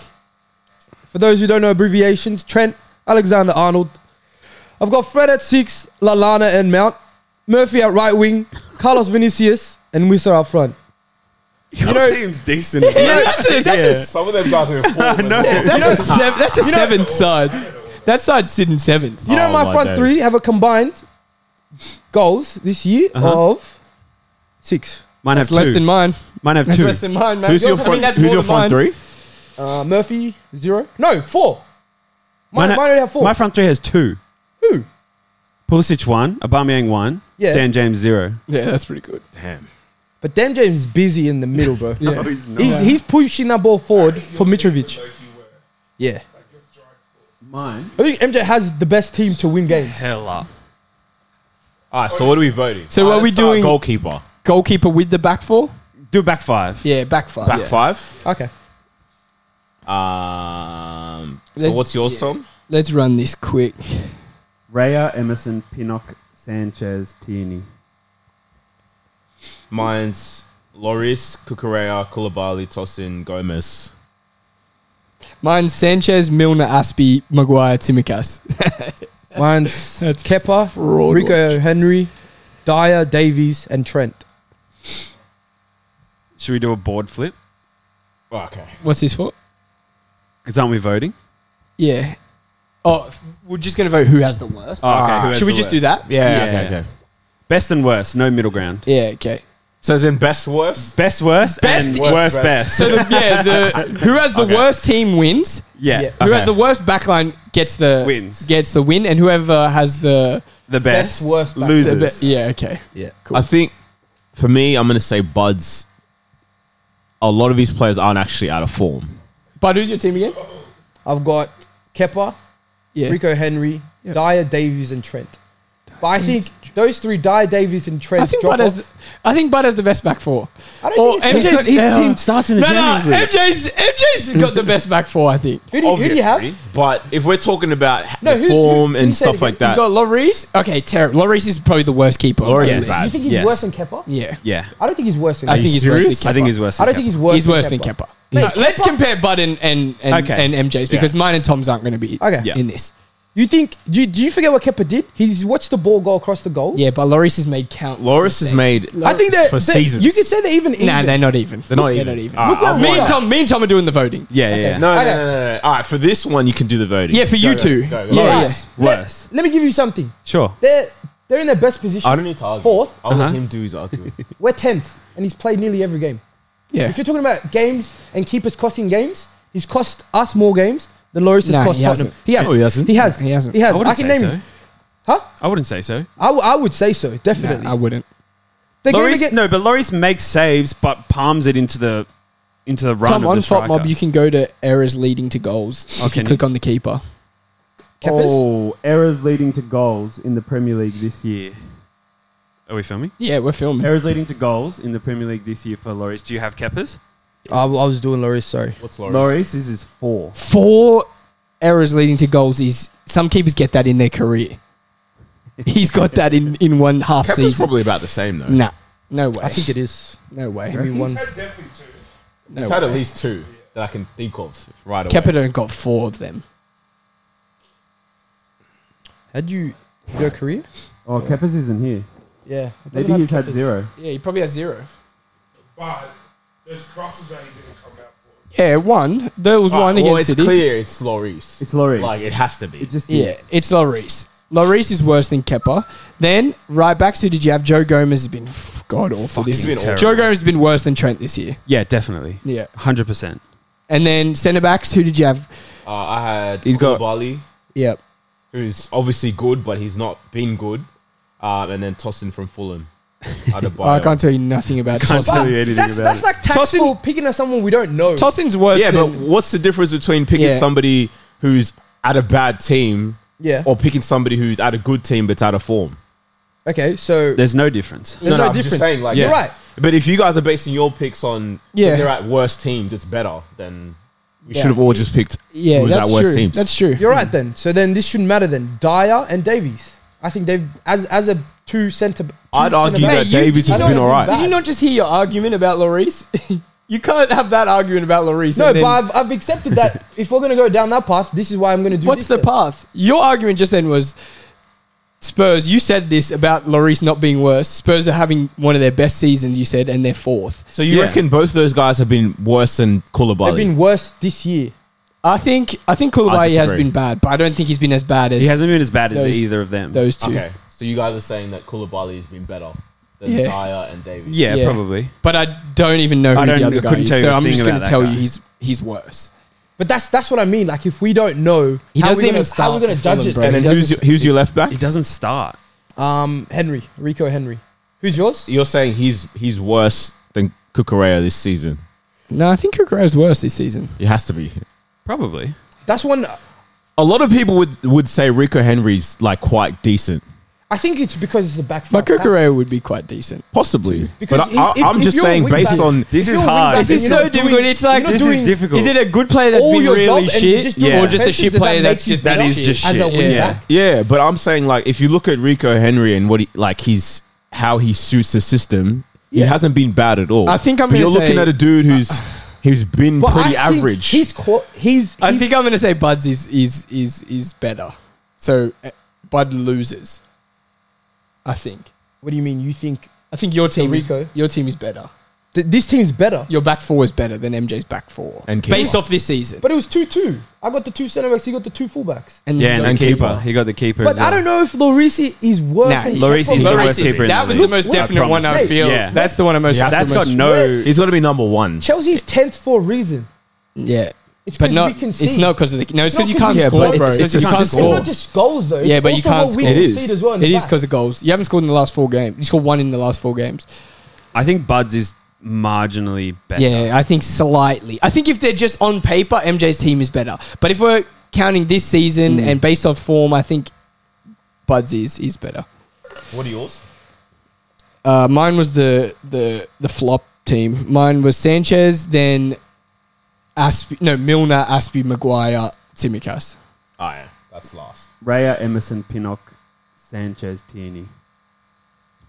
S1: For those who don't know abbreviations, Trent, Alexander Arnold. I've got Fred at six, Lalana and Mount, Murphy at right wing, Carlos Vinicius, and Wissa up front.
S2: Your
S1: know-
S2: team's decent. You
S4: [laughs] that's a, that's a,
S3: [laughs] Some of them guys are
S4: [laughs]
S3: in form.
S2: know,
S4: that's a, sev- that's a seventh side. That side's sitting seventh.
S1: You know
S3: Oh
S1: my
S3: my
S1: front
S3: days.
S1: three have a combined goals this year of six.
S2: Mine have
S4: It's less
S2: two.
S4: than mine.
S2: Mine have
S4: That's
S2: two.
S4: less than mine, man.
S3: Who's
S4: Yours-
S3: your
S4: I mean,
S3: front,
S4: that's
S3: who's
S4: more
S3: your
S4: than
S3: front
S4: mine.
S3: three?
S1: Uh, Murphy zero. No four. Mine,
S2: Mine
S1: mine,
S2: ha-
S1: only have four.
S2: My front three has two.
S1: Who?
S2: Pulisic one, Aubameyang one,
S1: Yeah.
S2: Dan James zero.
S4: Yeah, that's pretty good.
S3: Damn.
S1: But Dan James is busy in the middle, bro.
S4: Yeah.
S1: He's, he's pushing that ball forward for Mitrovic. Yeah.
S6: Mine.
S1: I think MJ has the best team to win games.
S2: Hell up.
S3: All right, so what are we voting?
S4: So
S3: All right,
S4: are we
S3: let's start
S4: doing-
S3: goalkeeper?
S4: Goalkeeper with the back four?
S2: Do back five.
S4: Yeah, back five.
S3: Back
S4: Yeah.
S3: five?
S1: Okay.
S3: Um, so
S4: Let's-
S3: what's yours, Tom?
S4: Let's run this quick.
S6: Raya, Emerson, Pinnock, Sanchez, Tierney.
S3: Mine's Loris, Kukurea, Kulabali, Tosin, Gomez.
S4: Mine's Sanchez, Milner, Aspie, Maguire, Tsimikas. [laughs]
S1: Mine's Kepa, Rico Henry, Dyer, Davies, and Trent.
S2: Should we do a board flip?
S3: Oh, Okay.
S4: What's this for?
S2: Because aren't we voting?
S4: Yeah. Oh, f- we're just gonna vote who has the worst.
S2: Oh, okay.
S3: Ah.
S2: Who has
S4: Should we
S3: the
S4: just do that?
S3: Yeah,
S2: Yeah.
S3: Okay, okay.
S2: Best and worst, no middle ground.
S4: Yeah. Okay.
S3: So as in best worst?
S2: Best worst
S4: Best-
S2: and
S3: Worst
S2: worst,
S3: best.
S4: [laughs]
S2: best.
S4: So the, yeah, the who has the worst team wins.
S2: yeah.
S1: Yeah.
S4: Who
S3: Okay.
S4: has the worst backline gets the
S2: Wins.
S4: Gets the win, and whoever has the,
S2: The best,
S1: worst back.
S4: the
S2: losers.
S4: be- yeah. Okay.
S1: Yeah.
S3: I think for me, I'm going to say Buds. A lot of these players aren't actually out of form.
S4: But who's your team again?
S1: I've got Kepa,
S4: Yeah.
S1: Rico Henry,
S4: Yeah.
S1: Dyer, Davies, and Trent. But I think those three, Dyer, Davies, and Trent,
S4: I think
S1: drop
S4: Bud has.
S1: off.
S4: The, I think Bud has the best back four.
S1: I don't
S4: Or
S1: think it's-
S4: MJ's
S7: His
S4: Yeah.
S7: team starts in the
S4: no, no,
S7: Champions League.
S4: MJ's MJ's got the best back four. I think.
S1: who, do you, who do you have?
S3: Obviously, But if we're talking about h-
S1: No,
S3: the
S1: who's-
S3: form
S1: who- who
S3: and
S1: said
S3: stuff like
S1: again?
S3: that,
S4: He's got Lloris. Okay, terrible. Lloris is probably the worst keeper. of
S3: Lloris
S4: the
S3: is
S4: list.
S3: bad.
S1: You think he's
S2: Yes.
S1: worse than Kepa?
S4: Yeah.
S2: Yeah.
S1: I don't think he's worse than.
S4: I
S1: Kepa.
S4: think he's worse than
S2: I think he's worse.
S1: I
S2: than
S1: don't think
S2: Kepa.
S1: he's worse.
S4: He's
S1: than
S4: worse than
S1: Kepa.
S4: Kepa. No,
S1: Kepa-
S4: let's compare Bud and and and,
S2: Okay.
S4: and MJ's because mine and Tom's aren't going to be
S1: Okay.
S4: in this.
S1: You think? Do you, do you forget what Kepa did? He's watched the ball go across the goal.
S4: Yeah, but Loris has made count.
S3: Loris has made.
S1: I think that
S3: For
S1: that-
S3: seasons.
S1: You could say they're even.
S4: Nah,
S1: even.
S4: they're not even.
S3: They're not even. Ah,
S1: Look what
S3: I'm
S4: me
S1: we
S4: and
S1: are.
S4: Tom, me and Tom are doing the voting.
S2: Yeah, yeah, yeah.
S3: No, no,
S1: Okay.
S3: no, no, no. All right, for this one, you can do the voting.
S4: Yeah, for you
S3: go,
S4: two.
S3: go, go.
S4: Yeah,
S1: Alright,
S4: yeah.
S1: let-
S2: Worse.
S1: Let, me give you something.
S2: Sure.
S1: They're they're in their best position.
S3: I don't need to argue.
S1: Fourth.
S3: I'll
S2: Uh-huh.
S3: let him do his argument.
S1: We're tenth, and he's played nearly every game.
S4: Yeah.
S1: If you're talking about games and keepers costing games, he's cost us more games than Loris has
S4: Nah,
S1: cost
S4: he
S1: Tottenham.
S4: hasn't.
S1: He has.
S3: No, he hasn't.
S1: He has.
S4: He hasn't.
S1: He
S2: Oh, I
S1: has. I,
S2: wouldn't
S1: can
S2: say
S1: name.
S2: so.
S1: Huh?
S2: I wouldn't say so.
S1: I, w- I would say so. Definitely.
S4: Nah, I wouldn't.
S1: they're going to
S2: Loris,
S1: get.
S2: no, but Loris makes saves, but palms it into the into the run
S4: Tom,
S2: of
S4: on
S2: the
S4: Fop
S2: striker.
S4: Mob, you can go to errors leading to goals. if
S2: Okay.
S4: you click on the keeper.
S1: Kepa's?
S7: Oh, errors leading to goals in the Premier League this year.
S2: Are we filming?
S4: Yeah, we're filming.
S7: Errors leading to goals in the Premier League this year for Loris.
S2: Do you have Keppers?
S1: I, w- I was doing Loris. Sorry.
S3: What's
S7: Loris is his four.
S4: Four errors leading to goals is some keepers get that in their career. He's got that in in one half
S3: Kepa's
S4: season.
S3: probably about the same though.
S4: Nah, no way.
S1: I think it is.
S4: no way.
S1: Give me one.
S4: No
S3: He's
S4: way.
S3: had at least two that I can think of right away.
S4: Kepa done got four of them.
S1: Had you your career?
S7: Oh, Keppers isn't here.
S1: Yeah. it doesn't
S7: Maybe
S1: have
S7: he's had
S1: Kepa's.
S7: zero.
S4: Yeah, he probably has zero.
S8: But there's crosses that he didn't come out for.
S4: Yeah, one. There was
S3: All right,
S4: one
S3: well,
S4: against
S3: it's
S4: City.
S3: clear it's Loris.
S7: It's Loris.
S3: Like it has to be.
S7: It just
S4: Yeah,
S7: is.
S4: it's Lloris. Lloris is worse than Kepa. Then right backs, who did you have? Joe Gomez has been pff, god awful this
S3: He's
S4: year.
S3: been
S2: terrible.
S4: Joe Gomez has been worse than Trent this year.
S2: Yeah, definitely.
S4: Yeah.
S2: Hundred percent.
S4: And then centre backs, who did you have?
S3: Uh, I had
S2: He's got-
S3: Bali,
S4: Yep.
S3: who's obviously good, but he's not been good. Um, and then Tosin from Fulham.
S4: [laughs]
S3: Adebayo.
S4: I can't tell you nothing
S3: [laughs]
S4: about
S2: Can't
S4: Tosin.
S2: tell you anything
S1: That's
S2: about
S1: that's
S2: it.
S1: like tax
S4: Tosin-
S1: for picking at someone we don't know.
S4: Tosin's worse.
S3: yeah, but
S4: than,
S3: what's the difference between picking
S4: Yeah.
S3: somebody who's at a bad team
S1: yeah.
S3: or picking somebody who's at a good team but's out of form?
S1: Okay. So there's
S2: There's no difference.
S1: no,
S3: I'm
S1: difference.
S3: just saying, like,
S1: You're
S2: Yeah.
S1: right.
S3: But if you guys are basing your picks on
S4: Yeah.
S3: yeah. they're at worst teams, it's better, then we
S4: Yeah.
S3: should have all just picked
S4: yeah,
S3: who's
S4: that's
S3: at worst
S4: true.
S3: teams.
S4: That's true.
S1: You're right then. So then this shouldn't matter then. Dyer and Davies. I think they've as as a two centre.
S3: I'd argue that
S4: you-
S3: Davies
S4: you
S3: has
S4: know
S3: been
S4: what-
S3: all right.
S4: Did you not just hear your argument about Lloris? [laughs] you can't have that argument about Lloris.
S1: No,
S4: and
S1: but
S4: then-
S1: I've, I've accepted
S4: [laughs]
S1: that if we're gonna go down that path, this is why I'm gonna do.
S4: What's
S1: this
S4: the
S1: then.
S4: path? Your argument just then was Spurs. You said this about Lloris not being worse. Spurs are having one of their best seasons. You said, and they're fourth.
S3: So you
S2: Yeah.
S3: reckon both those guys have been worse than
S1: They've
S3: Koulibaly?
S1: been worse this year.
S4: I think I think Koulibaly has
S3: disagree.
S4: been bad, but I don't think he's been as bad as
S2: He hasn't been as bad as
S4: Those-
S2: either of them.
S4: those two.
S3: okay, so you guys are saying that Koulibaly has been better than
S4: Yeah.
S3: Dyer and Davies.
S2: yeah,
S4: Yeah.
S2: probably.
S4: But I don't even know
S2: I
S4: who
S2: don't-
S4: the other
S2: I
S4: guy
S2: couldn't
S4: is.
S2: tell you
S4: So
S2: a
S4: I'm
S2: thing
S4: just going
S2: about
S4: to
S2: that
S4: tell
S2: guy.
S4: you he's he's worse.
S1: But that's that's what I mean. Like if we don't know,
S4: He
S1: how
S4: doesn't
S1: we gonna,
S4: even
S1: how we
S4: start
S1: gonna
S4: for
S1: judge
S4: Fulham,
S1: it?
S4: bro.
S3: And then
S4: He
S3: who's your,
S4: doesn't-
S3: who's your left back?
S2: He doesn't start.
S1: Um, Henry, Rico Henry. Who's yours?
S3: You're saying he's he's worse than Kukurea this season.
S4: No, I think is worse this season.
S3: He has to be.
S2: Probably.
S1: That's one.
S3: A lot of people would would say Rico Henry's like quite decent,
S1: I think it's because it's a back.
S4: But
S1: five
S4: Kukurea
S1: backs.
S4: would be quite decent.
S3: possibly.
S1: Because
S3: but
S1: if-
S3: I,
S1: if-
S3: I'm
S1: if
S3: just
S1: you're a
S3: saying,
S1: wing
S3: based
S1: back-
S3: on
S2: This
S1: If
S2: is
S1: you're a
S2: hard.
S1: wingback,
S4: This
S1: then
S4: is
S1: you're
S4: so
S1: not doing-
S4: difficult. It's like-
S1: you're not
S2: This is
S1: doing
S2: difficult.
S4: Is it a good player that's
S1: all
S4: been
S1: your job
S4: really
S1: and you
S4: shit,
S1: just do
S4: or
S1: the
S4: just a shit
S1: defensive
S4: player
S1: that
S4: that's
S1: makes you
S4: just
S2: better?
S4: been
S2: That is
S4: shit?
S2: just
S1: as a
S2: shit,
S1: wing
S2: yeah.
S1: back.
S3: yeah, but I'm saying like if you look at Rico Henry and what he like he's how he suits the system, He hasn't been bad at all.
S4: I think I'm
S3: But you're
S4: gonna
S3: looking
S4: say-
S3: at a dude who's who's been
S1: But
S3: pretty
S1: I think
S3: average.
S1: He's qu- he's.
S4: I
S1: he's-
S4: think I'm going to say Bud's is is is is better. So uh, Bud loses. I think.
S1: What do you mean? You think
S4: I think your team is
S1: Rico?
S4: your team is better.
S1: th- this team's better?
S4: Your back four is better than MJ's back four.
S3: And Kepa.
S4: based off this season.
S1: But it was two two. I got the two centre backs. You got the two fullbacks.
S4: and
S2: Yeah, and,
S4: then
S2: and keeper. He got the keeper.
S1: But I don't know if Lorisi is worse.
S4: Nah,
S1: than
S2: Lloris uh, is
S1: Crespo.
S2: the
S4: Lloris
S2: worst
S4: is-
S2: keeper in
S4: that
S2: the
S4: was
S2: league.
S4: the most
S2: I
S4: definite one I
S2: promise.
S4: feel.
S2: Yeah.
S4: That's the one I most.
S3: Yeah,
S2: That's
S4: the
S2: got
S4: most-
S2: no.
S3: he's got to be number one.
S1: Chelsea's tenth for a reason.
S4: Yeah,
S1: It's
S4: but
S1: 'cause
S4: not.
S1: we can
S4: It's
S1: see.
S4: not because of the. No, it's
S1: Not
S4: because you
S1: 'cause
S4: can't
S1: we can
S4: score,
S3: score.
S4: bro.
S3: It's
S4: It's 'cause
S3: just
S4: you
S3: a
S4: can't
S1: It's
S3: score.
S4: score.
S1: not just goals though.
S4: Yeah,
S1: It's
S4: but you
S1: also
S4: can't
S1: what we
S4: score.
S1: can
S3: It
S1: see
S3: is.
S1: as well. in
S4: It
S1: the
S4: is
S1: back.
S4: because of goals. You haven't scored in the last four games. You scored one in the last four games.
S2: I think Buds is marginally better.
S4: Yeah, I think slightly. I think if they're just on paper, MJ's team is better. But if we're counting this season
S2: Mm.
S4: and based off form, I think Bud's is is better.
S5: What are yours?
S4: Uh, mine was the the the flop team. Mine was Sanchez, then Aspi, no Milner, Aspie, Maguire, Tsimikas.
S5: Oh,
S3: Ah,
S5: yeah. That's last.
S6: Raya, Emerson, Pinnock, Sanchez, Tierney.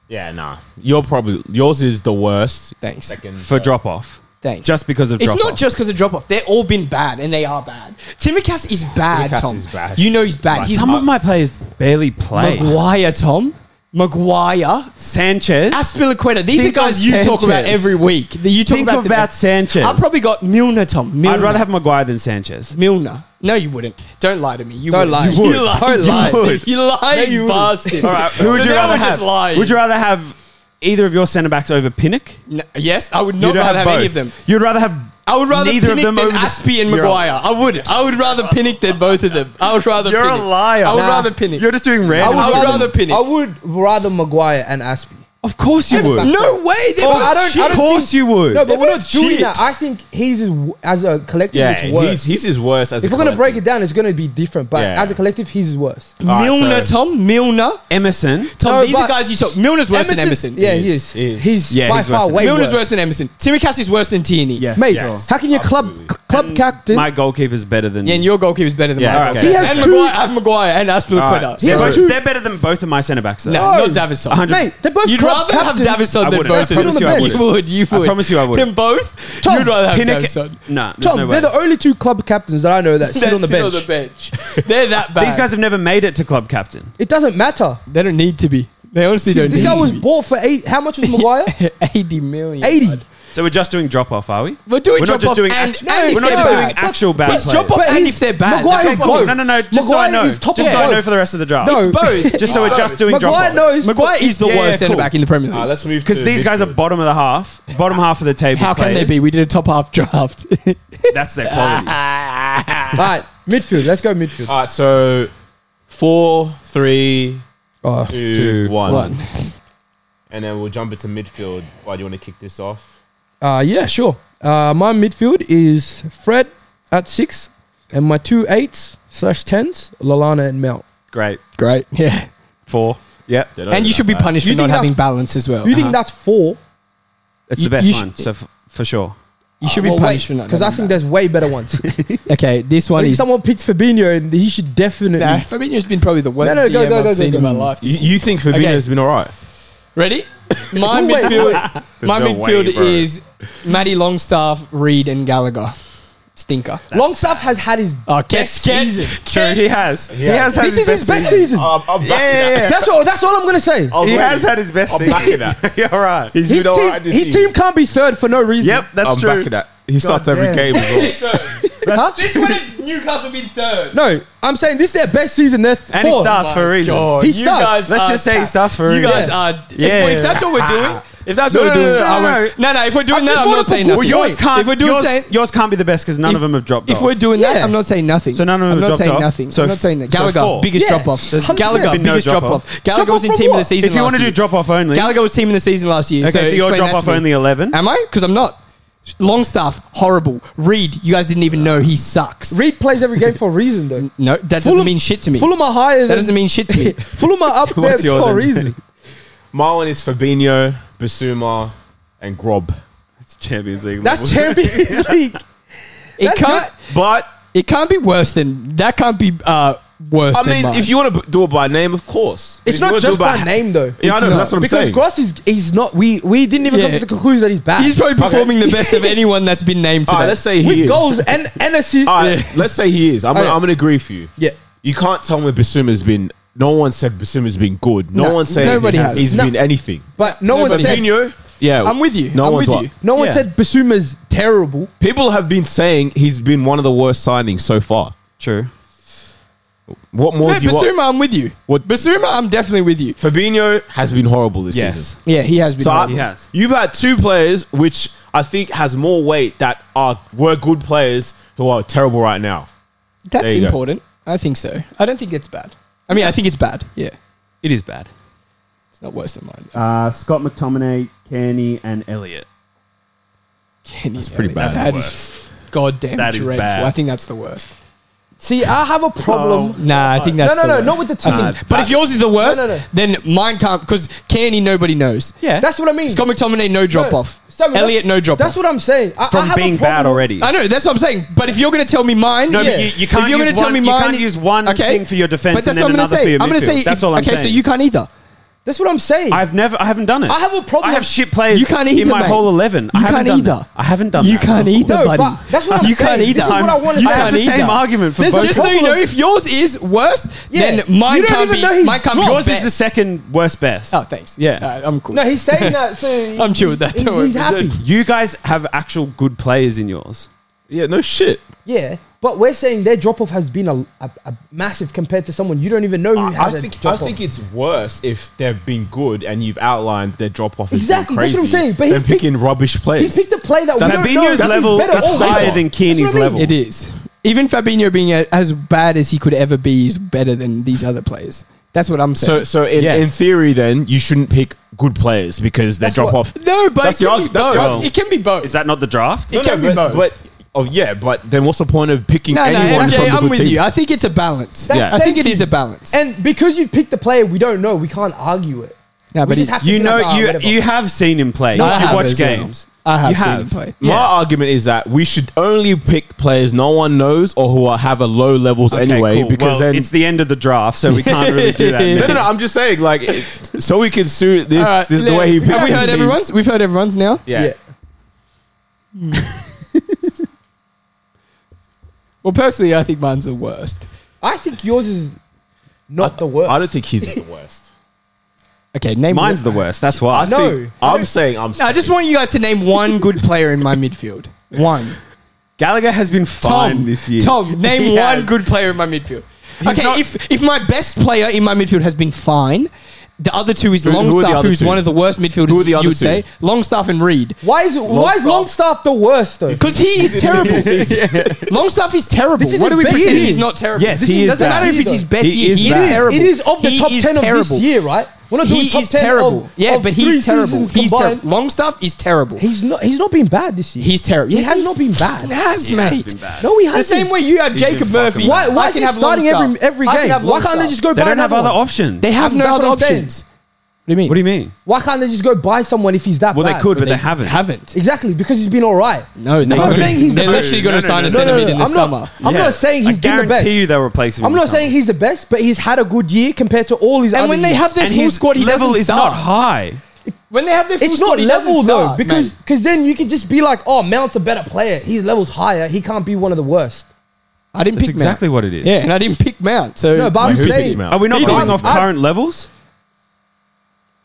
S5: Yeah, nah.
S3: You're probably yours is the worst.
S4: Thanks,
S5: Second.
S2: for drop off,
S4: thanks.
S2: just because of
S4: it's
S2: drop
S4: not
S2: off.
S4: just because of drop off. They're all been bad, and they are bad. Tsimikas is bad.
S3: Tsimikas
S4: Tom,
S3: is bad.
S4: you know he's bad. He's
S2: Some of my players barely play.
S4: Maguire, Tom. Maguire,
S2: Sanchez.
S4: Aspilicueta. These
S2: Think
S4: are guys
S2: of
S4: you talk about
S2: Sanchez.
S4: every week. That you talk
S2: Think
S4: about. the
S2: about
S4: best.
S2: Sanchez.
S4: I probably got Milner, Tom. Milner.
S2: I'd rather have Maguire than Sanchez.
S4: Milner. No, you wouldn't. Don't lie to me. You
S1: Don't
S4: wouldn't.
S1: lie.
S4: You,
S1: You
S4: lie.
S1: would.
S4: you
S1: Don't lie.
S4: Bastard. You lying
S1: you
S4: bastard. All right.
S2: Who would you rather have?
S4: Just lying.
S2: Would you rather have either of your centre backs over Pinnock?
S4: No, yes, I would not
S2: You'd
S4: rather have, any
S2: both.
S4: of them.
S2: You'd rather have
S4: I would rather
S2: neither
S4: Pinnock
S2: of them
S4: than
S2: over
S4: Aspie and
S2: You're a-
S4: Maguire. I would. I would rather Pinnock than both of them. I would rather.
S2: You're a
S4: Pinnock.
S2: liar.
S4: I would
S1: Nah.
S4: rather Pinnock.
S2: You're just doing
S1: I
S2: random.
S1: would
S4: I would
S1: rather,
S4: rather Pinnock.
S1: I would rather Maguire and Aspie.
S2: of course you would.
S4: no way. They're
S1: Oh,
S4: both
S1: I don't- I
S4: shit.
S2: of course you would.
S1: No, but we're not
S4: Shit.
S1: doing that. I think he's is w- as a collective,
S3: Yeah,
S1: it's worse.
S3: he's he's his worst. As
S1: if we're gonna break it down, it's gonna be different. But
S3: Yeah.
S1: as a collective, he's is worse.
S3: Alright,
S4: Milner,
S3: so-
S4: Tom. Milner.
S2: Emerson.
S4: Tom,
S1: No,
S4: these are
S1: but-
S4: guys you talk. Milner's worse than Emerson.
S1: Yeah, he is.
S3: He is.
S1: He's
S2: Yeah,
S1: by
S2: he's worse
S1: far
S2: than-
S1: way
S4: Milner's
S1: worse.
S4: worse than Emerson. Tsimikas is worse than Tierney.
S6: Yes.
S1: Mate,
S3: Yes,
S1: how can your club
S3: absolutely.
S1: club captain?
S2: My goalkeeper's better than.
S4: Yeah, and your goalkeeper's better than
S3: Yeah,
S4: mine.
S3: okay.
S1: He has
S4: and
S1: two-
S4: Maguire, I have Maguire and Aspilicueta.
S2: Alright,
S1: He
S4: So-
S1: has
S2: so
S1: two-
S2: They're better than both of my centre backs. though.
S4: no,
S1: No.
S4: not Davison.
S2: 100.
S1: Mate, they're both
S4: You'd
S1: club
S4: rather have
S1: captains.
S4: Davison
S2: I
S4: than
S2: wouldn't.
S4: both
S2: I
S4: of
S2: promise
S4: them.
S2: you I wouldn't.
S4: You would. You
S2: I
S4: would.
S2: promise you I wouldn't.
S4: Them both.
S1: Tom,
S4: You'd rather have
S2: Pinnock-
S4: Davison.
S2: No, there's
S1: Tom,
S2: no way.
S1: they're the only two club captains that I know that sit
S4: They're
S1: on the bench.
S4: sit bench. They're that bad.
S2: These guys have never made it to club captain.
S1: It doesn't matter.
S4: they don't need to be. They honestly don't.
S1: This
S4: need
S1: guy was
S4: to
S1: bought for eight. How much was Maguire?
S4: be. eighty million.
S1: Eighty.
S4: bud.
S2: So we're just doing drop off, are we?
S4: We're doing
S2: We're not
S4: drop
S2: just
S4: off
S2: doing
S4: and,
S2: act-
S4: and if
S2: We're not
S4: they're
S2: just doing
S4: bad.
S2: actual bad
S4: But
S2: players.
S4: drop off
S1: But
S4: and
S1: he's-
S4: if they're bad.
S1: Maguire
S4: They're
S1: is
S4: drop
S1: both.
S4: off.
S2: No, no, no. Just so I
S1: Maguire
S2: know.
S1: is top
S2: Just
S1: of
S2: so I
S1: both.
S2: know for the rest of the draft.
S1: No.
S4: It's both.
S2: Just so we're just doing drop
S1: Maguire
S2: off.
S1: knows.
S4: Maguire is the
S2: Yeah,
S4: worst
S2: cool.
S4: centre back in the Premier League.
S5: Ah, let's move
S2: Because
S5: to
S2: these guys are
S5: midfield.
S2: bottom of the half, bottom half of the table.
S4: How can they
S2: players.
S4: be? We did a top half draft.
S2: That's their quality.
S1: All right, midfield. Let's go midfield.
S3: All right, so four, three,
S1: Oh,
S3: two,
S2: Two,
S3: one.
S4: One.
S3: and then we'll jump into midfield. Why do you want to kick this off?
S1: Uh, yeah, sure. Uh, my midfield is Fred at six, and my two eights slash tens, Lalana and Mount.
S2: Great.
S4: Great. Yeah.
S2: Four. Yep.
S3: They don't
S4: And
S3: do
S4: you
S3: that
S4: should be
S3: bad.
S4: punished
S1: You
S4: for not
S1: think
S4: having
S1: that's-
S4: balance as well.
S1: You think
S4: Uh-huh.
S1: that's four?
S2: It's
S4: You-
S2: the best
S4: you
S2: one,
S4: should-
S2: so f- for sure.
S4: you should be
S1: Well,
S4: punished for
S1: wait,
S4: not
S1: because I think there's way better
S4: [laughs]
S1: ones.
S4: that. Okay, this one
S1: Like,
S4: is.
S1: someone picks Fabinho, and he should definitely.
S4: Nah, Fabinho's been probably the worst
S1: No, no, go,
S4: DM
S1: go,
S4: I've
S1: go,
S4: seen
S1: go,
S4: in my
S1: go.
S4: life.
S3: You, you think Fabinho's been all right?
S4: Ready? [laughs] My
S1: Wait,
S4: midfield, my
S3: no way,
S4: midfield
S3: bro.
S4: is Matty Longstaff, Reed, and Gallagher. Stinker.
S1: Longstaff has had his
S4: Oh,
S1: best
S4: Ket- Ket-
S1: season.
S2: True. He has. He
S3: Yeah.
S2: has had
S1: This
S2: his
S1: is
S2: best.
S1: his best season.
S4: Oh,
S3: Um, [laughs] I'm back
S2: Yeah, yeah,
S3: to
S2: yeah.
S3: that.
S1: That's all. That's all I'm gonna say.
S3: I was
S2: He
S3: ready.
S2: has had his best
S3: I'm back to
S2: season. [laughs]
S3: that.
S2: You're right.
S3: He's
S1: His
S3: been all
S1: team,
S3: right this
S1: his
S3: season.
S1: team can't be third for no reason.
S2: Yep, that's
S3: I'm
S2: true.
S3: back to that. He starts every
S6: damn.
S3: game
S4: [laughs]
S3: as [laughs] well.
S1: Huh?
S4: when did Newcastle been third?
S1: No, I'm saying this is their best season. They're
S2: And he
S1: fourth.
S2: starts for a reason.
S1: He starts.
S2: Let's just say he starts for a
S4: You
S2: reason.
S4: guys
S1: Yeah.
S4: are. if-
S2: Yeah.
S4: If, that's what we're
S2: [laughs]
S4: doing, if that's
S2: No,
S4: what we're
S2: no,
S4: doing,
S2: no, no,
S4: I
S2: no,
S4: won't- no, no. If we're doing
S1: I
S4: that,
S1: just
S4: I'm
S1: brought
S4: not
S1: up a
S4: saying
S1: good
S4: nothing.
S2: Well, yours can't.
S4: If we're doing
S2: yours,
S4: saying,
S2: yours can't be the best because none of them have dropped.
S4: if
S2: off.
S4: we're doing that,
S1: Yeah.
S4: I'm not saying nothing.
S2: So none of them
S4: I'm
S2: have
S4: not
S2: dropped
S4: saying
S2: off.
S4: nothing.
S2: So
S4: I'm not
S2: f-
S4: saying that.
S2: so
S4: Gallagher,
S2: four.
S4: biggest
S1: Yeah.
S4: drop off.
S1: There's
S4: Gallagher,
S1: 100%
S2: been no
S4: biggest
S2: drop
S4: drop off.
S2: off.
S4: Gallagher
S1: Drop
S4: was in
S1: off for
S4: team of the
S1: what?
S4: season.
S2: if
S4: last
S2: you want to do
S4: year.
S2: drop off only,
S4: Gallagher was team of the season last year.
S2: okay. So, your
S4: explain
S2: drop
S4: that to
S2: off
S4: me.
S2: only eleven.
S4: Am I? Because I'm not. Longstaff, horrible. Reed, you guys didn't even know he sucks.
S1: Reed plays every game for a reason, though.
S4: No, that doesn't mean shit to [laughs] me.
S1: Fulham are higher.
S4: that doesn't mean
S3: [laughs]
S4: shit to
S1: [laughs]
S4: me.
S1: Fulham are
S4: [laughs]
S1: up there
S2: What's yours,
S1: for a
S2: MJ?
S1: reason.
S3: My one is Fabinho, Basuma, and Grob.
S2: It's Champions League.
S1: That's
S4: [laughs]
S1: Champions League.
S4: It
S1: That's
S4: can't.
S3: [laughs] But
S4: It can't be worse than that. Can't be uh, worse
S3: I
S4: than
S3: mean,
S4: mine.
S3: if you want to do it by name, of course. If
S1: It's
S3: you
S1: not
S3: wanna do
S1: just
S3: it
S1: by name though.
S3: Yeah, I
S1: It's
S3: know,
S1: not.
S3: that's what I'm
S1: because
S3: saying.
S1: Gross is he's not. We we didn't even come
S4: Yeah.
S1: to the conclusion that he's bad.
S4: He's probably performing the best of
S3: [laughs]
S4: anyone that's been named
S3: All
S4: today.
S3: right, let's say he
S1: with
S3: is.
S1: goals and and assists.
S3: All right, let's say he is. I'm, gonna,
S1: Alright.
S3: I'm gonna agree with you.
S1: Yeah.
S3: You can't tell me Basuma's been. No one said Basuma's been good. No,
S4: No,
S3: one said
S4: nobody has.
S3: he's
S1: No.
S3: been anything.
S1: but no one
S3: But
S1: said.
S3: Mourinho, yeah,
S4: I'm with you.
S3: No
S4: I'm
S3: one's
S4: with
S3: what-
S4: you.
S1: No one
S3: Yeah.
S1: said Basuma's terrible.
S3: People have been saying he's been one of the worst signings so far.
S2: True.
S3: What more
S4: No,
S3: do you want?
S4: Basuma, I'm with you.
S3: What-
S4: Basuma, I'm definitely with you.
S3: Fabinho has been horrible this
S2: Yes.
S3: season.
S4: Yeah, he has been.
S3: So I,
S2: He has.
S3: you've had two players, which I think has more weight that are were good players who are terrible right now.
S4: That's
S3: There you go.
S4: important. I think so. I don't think it's bad. I mean, I think it's bad. Yeah,
S2: It is bad.
S4: it's not worse than mine.
S6: Uh, Scott McTominay, Kearney, and Elliot.
S4: That's
S3: pretty bad.
S4: That is goddamn
S2: That is
S4: dreadful.
S2: bad.
S4: I think that's the worst.
S1: See, I have a problem.
S4: Nah, I think that's
S1: no, no,
S4: the
S1: no,
S4: worst.
S1: not with the
S4: I think-
S1: team.
S4: but if yours is the worst,
S1: no, no.
S4: then mine can't because Canny nobody knows.
S2: Yeah.
S1: That's what I mean.
S4: Scott McTominay no drop off.
S1: Samuel, that's-
S4: Elliot no drop
S1: That's
S4: off.
S1: what I'm saying. I, I
S2: From
S1: have a
S2: being
S1: problem
S2: bad already.
S4: I know that's what I'm saying. But if you're going to tell me mine,
S2: No, but
S1: Yeah.
S2: you, you
S4: If
S2: can't.
S4: you're
S2: use
S4: gonna tell
S2: one-
S4: me
S2: you
S4: mine-
S2: can't use one
S4: okay.
S2: thing for your defense
S4: but that's
S2: and then
S4: what I'm
S2: another
S4: gonna
S2: for
S4: say.
S2: your midfield.
S4: I'm going to say
S2: that's
S4: if-
S2: all I'm
S4: okay,
S2: saying.
S4: so you can't either.
S1: That's what I'm saying.
S2: I've never. I haven't done it.
S1: I have a problem-
S2: I have shit players.
S4: You can't either,
S2: in my
S4: mate.
S2: whole eleven. I
S4: You
S2: haven't
S4: can't
S2: done
S4: either.
S2: that. I haven't done.
S4: You
S2: that.
S4: can't either,
S1: No,
S4: buddy.
S1: but that's what I'm
S4: you can't
S1: saying.
S4: either.
S1: This is what I wanna
S4: You
S1: say.
S2: I have
S4: can't
S2: the
S4: either.
S2: same argument for
S1: There's
S2: both.
S1: a
S4: Just so you know,
S1: problem.
S4: if yours is worse,
S1: Yeah.
S4: then mine
S1: You don't
S4: can't
S1: even
S4: be.
S1: know he's
S4: Mine can't be.
S1: dropped.
S2: yours is
S4: best.
S2: the second worst best.
S4: Oh, thanks.
S2: Yeah.
S4: Alright, I'm cool.
S1: no, he's saying that. So
S4: I'm chill with that,
S1: He's,
S4: don't worry.
S1: he's happy.
S2: You guys have actual good players in yours.
S3: Yeah, no shit.
S1: Yeah, but we're saying their drop off has been a, a, a massive compared to someone you don't even know who
S3: I,
S1: has
S3: I
S1: a
S3: think I
S1: drop off.
S3: think it's worse if they've been good and you've outlined their drop off.
S1: Exactly, that's what I'm saying, but
S3: But than
S1: he's picked-
S3: picking rubbish
S1: He's
S3: players.
S1: picked a play that we
S2: That's
S1: don't know. if
S2: Fabinho's
S1: he's
S2: level
S1: better or
S2: is higher
S1: worse.
S2: than
S1: That's
S2: Kearney's
S1: what I mean.
S2: level.
S4: It is. Even Fabinho being a, as bad as he could ever be is better than these other players. That's what I'm
S3: so
S4: saying.
S3: so in,
S2: Yes.
S3: in theory, then you shouldn't pick good players because they
S1: That's
S3: drop
S1: what-
S3: off.
S4: no, but
S3: That's
S4: it
S3: the
S4: can,
S3: arg-
S4: be
S3: that's the
S4: both.
S3: arg-
S4: it can be both.
S2: Is that not the draft?
S4: it can
S3: No,
S4: be
S3: but,
S4: both.
S3: but oh yeah, but then what's the point of picking
S4: no, no,
S3: anyone
S4: MJ,
S3: from the
S4: I'm
S3: good
S4: with
S3: teams?
S4: you. I think it's a balance.
S1: That-
S3: Yeah.
S4: I think
S1: thank
S4: it is
S1: you.
S4: a balance.
S1: And because you've picked a player we don't know, we can't argue it.
S4: No,
S1: we
S4: but
S1: just
S4: it-
S1: have to
S2: You
S1: be
S2: know,
S1: like, "Ah,
S2: you
S1: whatever."
S2: you have seen him play.
S4: I
S2: you
S4: have
S2: watch
S4: as well.
S2: games.
S4: I have
S2: You
S4: seen
S2: have.
S4: him play.
S3: My argument is that we should only pick players no one knows or who are, have a low levels
S2: Okay,
S3: anyway
S2: cool.
S3: because
S2: Well,
S3: then
S2: it's the end of the draft, so we can't really do that.
S3: no,
S2: now.
S3: no, no. I'm just saying, like, it- so we can sue this,
S4: All right,
S3: this the
S4: let-
S3: way he picks.
S4: Uh, Have we
S3: his
S4: heard
S3: teams.
S4: everyone's? We've heard everyone's now.
S3: Yeah.
S1: Yeah.
S4: Well, personally, I think mine's the worst.
S1: I think yours is not the worst.
S3: I don't think he's the worst.
S4: Okay, name
S2: Mine's the worst. That's why.
S3: I
S1: No,
S3: think,
S1: I
S3: I'm
S1: don't-
S3: saying I'm.
S4: No, I just want you guys to name one good player in my midfield. One.
S2: Gallagher has been fine
S4: Tom
S2: this year. [laughs]
S4: Tom, name
S2: He
S4: one
S2: has.
S4: good player in my midfield.
S2: He's
S4: okay,
S2: not-
S4: if if my best player in my midfield has been fine, the other two is
S3: Who- who are the
S4: Longstaff,
S3: other
S4: who's
S3: two?
S4: one of the worst midfielders.
S3: Who are the
S4: you
S3: other
S4: would
S3: two?
S4: say Longstaff and Reed.
S1: why is why is
S3: Longstaff.
S1: Longstaff the worst though?
S4: Because he is terrible.
S3: [laughs]
S4: [laughs] Longstaff is terrible.
S1: This is
S4: what
S1: his
S4: do we
S1: best
S4: pretend
S1: year.
S4: he's not terrible?
S2: Yes, This he is- is
S4: doesn't
S2: bad.
S4: matter if it's his best
S2: He
S4: year.
S2: is
S4: He is,
S2: bad. It is-
S4: terrible.
S1: It is of the
S4: He
S1: top
S4: is
S1: ten of
S4: terrible.
S1: this year, right? We're not doing
S4: He
S1: top
S4: is
S1: ten
S4: terrible.
S1: Of,
S4: yeah,
S1: of
S4: but
S1: three
S4: he's terrible.
S1: seasons
S4: He's
S1: combined.
S4: terrible. Longstaff is terrible.
S1: He's not. He's not been bad this year.
S4: He's terrible.
S1: He
S4: Yes,
S1: has not been bad.
S4: He has,
S2: He has
S4: mate.
S2: been bad.
S1: No, he
S4: The
S1: hasn't.
S4: same way you have
S2: He's been
S4: Jacob
S2: fucking
S4: Murphy.
S2: bad.
S1: Why? Why
S4: I
S1: is
S4: can
S1: he
S4: have
S1: starting every
S4: Longstaff.
S1: every
S4: I can
S1: game?
S4: have
S1: Why can't they
S4: Longstaff.
S1: just go
S2: They
S1: buy
S2: don't have
S1: another
S2: other
S1: one?
S2: options.
S4: They have no
S1: That's
S4: other
S1: what I'm saying.
S4: options. What do you mean?
S2: What do you mean?
S1: Why can't they just go buy someone if he's that
S2: Well,
S1: bad?
S2: they could, but they, haven't.
S4: Haven't.
S1: Exactly because he's been all right.
S4: No, they
S1: I'm
S4: gotta-
S1: saying he's
S4: they're
S1: the-
S4: literally going
S2: No,
S4: to
S2: no,
S4: sign
S2: no,
S4: a
S2: no,
S4: centimeter in the
S1: I'm
S4: summer.
S1: not. I'm not saying he's
S2: I
S1: been the
S2: guarantee
S1: best.
S2: you they'll replace him.
S1: I'm
S2: with
S1: not saying
S2: someone.
S1: he's the best, but he's had a good year compared to all his.
S4: and
S1: other
S4: when they
S1: years.
S4: have their
S2: and
S4: full
S2: his
S4: squad, he
S2: level
S4: doesn't
S2: is
S4: start.
S2: not high.
S4: When they have their full
S1: it's
S4: squad,
S1: not
S4: he doesn't
S1: level though,
S4: start,
S1: because
S4: mate.
S1: because then you could just be like, oh, Mount's a better player. His level's higher. He can't be one of the worst.
S4: I didn't
S2: That's
S4: pick
S2: exactly
S4: Mount.
S2: what it is.
S4: Yeah, and I didn't pick Mount. So
S1: No, but I'm
S3: Wait, who picked
S1: saying
S3: him out?
S2: Are we not
S4: Maybe.
S2: going off
S1: I-
S2: current levels?
S1: we're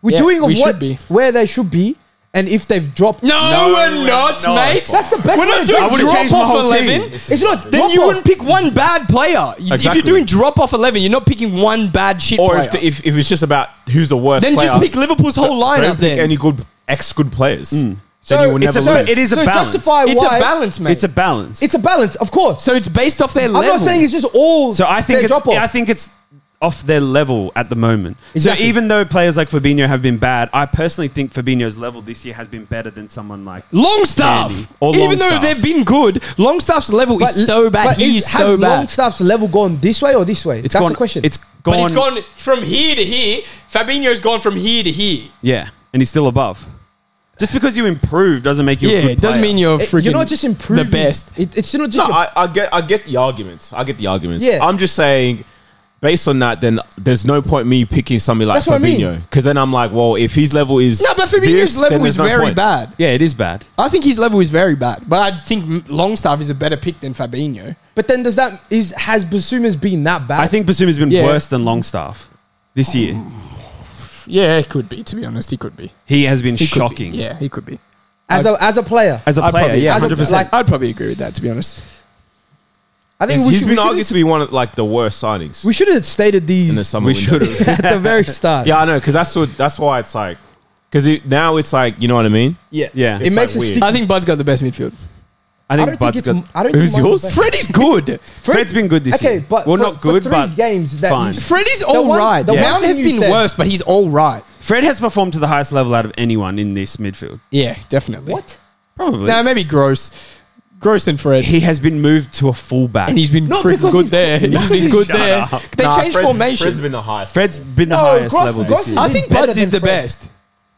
S4: Yeah,
S1: doing of
S4: we
S1: what
S4: should be.
S1: where they should be, and if they've dropped,
S4: no,
S2: No,
S4: we're
S2: we're
S4: not,
S2: not.
S4: mate.
S1: that's the best.
S4: We're
S1: way
S4: not
S1: to
S4: doing
S1: do
S2: I
S1: it.
S2: would've
S4: drop
S2: changed my
S4: off
S2: whole team.
S4: eleven.
S1: It's not.
S4: Then
S1: drop
S4: you
S1: off.
S4: wouldn't pick one bad player. You- If
S3: Exactly.
S4: you're doing drop off eleven, you're not picking one bad shit
S3: Or
S4: player.
S3: if, the, if if it's just about who's the worst,
S4: then
S3: player,
S4: just pick Liverpool's whole
S3: Don't
S4: lineup.
S3: pick
S4: Then
S3: any good ex good players.
S1: So
S3: then you will
S1: it's
S3: never
S1: a- so
S3: lose.
S2: It is a
S1: so
S2: balance.
S1: Justify
S4: it's a
S1: why-
S4: balance, mate.
S2: It's a balance.
S1: It's a balance, of course.
S4: so it's based off their
S1: I'm
S4: level.
S1: not saying it's just all.
S2: so I think
S1: their
S2: it's,
S1: drop off.
S2: I think it's off their level at the moment.
S1: Exactly.
S2: So even though players like Fabinho have been bad, I personally think Fabinho's level this year has been better than someone like
S4: Longstaff,
S2: Andy or
S4: even though
S2: Longstaff.
S4: they've been good, Longstaff's level
S1: But-
S4: is so bad.
S1: but
S4: He
S1: is-
S4: is so
S1: has
S4: bad.
S1: Longstaff's level gone this way or this way?
S2: It's
S1: That's
S2: gone,
S1: the question.
S2: It's gone.
S4: But it's gone from here to here. Fabinho's gone from here to here.
S2: Yeah, and he's still above. Just because you improve doesn't make you. a
S4: yeah,
S2: good
S4: it doesn't
S2: player.
S4: mean you're
S1: It-
S4: freaking.
S1: you're not just improving
S4: The best.
S1: It, it's not
S3: No,
S1: just. a-
S3: I, I get I get the arguments. I get the arguments.
S1: Yeah.
S3: I'm just saying based on that, then there's no point me picking somebody like
S1: That's what I mean.
S3: Fabinho because then I'm like, well, if his level is
S4: No, but
S3: this,
S4: Fabinho's
S3: then
S4: level
S3: there's
S4: is
S3: no
S4: very
S3: point.
S4: bad.
S2: Yeah, it is bad.
S4: I think his level is very bad. But I think Longstaff is a better pick than Fabinho.
S1: But then does that is has Basuma's been that bad?
S2: I think Basuma's been
S4: Yeah.
S2: worse than Longstaff this year.
S4: Yeah, it could be. To be honest, he could be.
S2: He has been
S4: He could be.
S2: shocking
S4: Yeah, he could be.
S1: as a as a player.
S2: as a
S4: I'd
S2: player.
S4: probably-
S2: yeah,
S1: as a-
S2: hundred percent.
S1: like-
S4: I'd probably agree with that. To be honest,
S1: I think
S3: He's-
S1: we
S3: he's
S1: should,
S3: been
S1: we should
S3: argued
S1: have-
S3: to be one of like the worst signings
S1: we should have stated [laughs]
S3: in the
S1: these
S3: summer
S2: we
S3: window.
S2: should [laughs] have.
S1: at the very start.
S3: Yeah, I know because that's what that's why it's like because it, now it's like you know what I mean.
S1: yeah,
S2: Yeah.
S1: It
S3: It's
S1: makes
S3: like
S1: it
S3: weird.
S1: sticky.
S4: I think Bud's got the best midfield.
S2: I
S1: I
S2: think
S1: don't think
S2: Bud's
S1: it's.
S2: got.
S1: I don't.
S3: Who's
S1: think Mine's
S3: yours?
S1: the best.
S4: Freddy's [laughs] good.
S2: Fred's been good this
S1: okay,
S2: year.
S1: but
S2: well,
S1: for,
S2: not
S1: for
S2: good,
S1: three
S2: but
S1: games that
S2: fine.
S1: you-
S4: Freddy's
S1: one-
S4: all right.
S1: the
S4: The
S1: one
S4: Mount
S1: thing
S4: has
S1: you
S4: been
S1: said-
S4: worse, but he's all right.
S2: Fred has performed to the highest level out of anyone in this midfield.
S4: Yeah, definitely.
S1: what?
S2: Probably.
S4: No, maybe Gross, Gross and Fred.
S2: he has been moved to a fullback.
S4: and he's been
S1: Not
S4: freaking
S1: because
S4: good
S1: he's-
S4: [laughs] there. He's been good
S2: Shut
S4: there.
S2: up.
S4: They
S3: Nah,
S4: changed
S3: Fred's-
S4: formation.
S3: Fred's been the highest.
S2: Fred's been the
S1: No,
S2: highest
S1: Gross-
S2: level
S1: Gross
S2: this year.
S1: is-
S4: I think
S1: better
S4: Buds
S1: than
S4: is the
S1: Fred.
S4: best.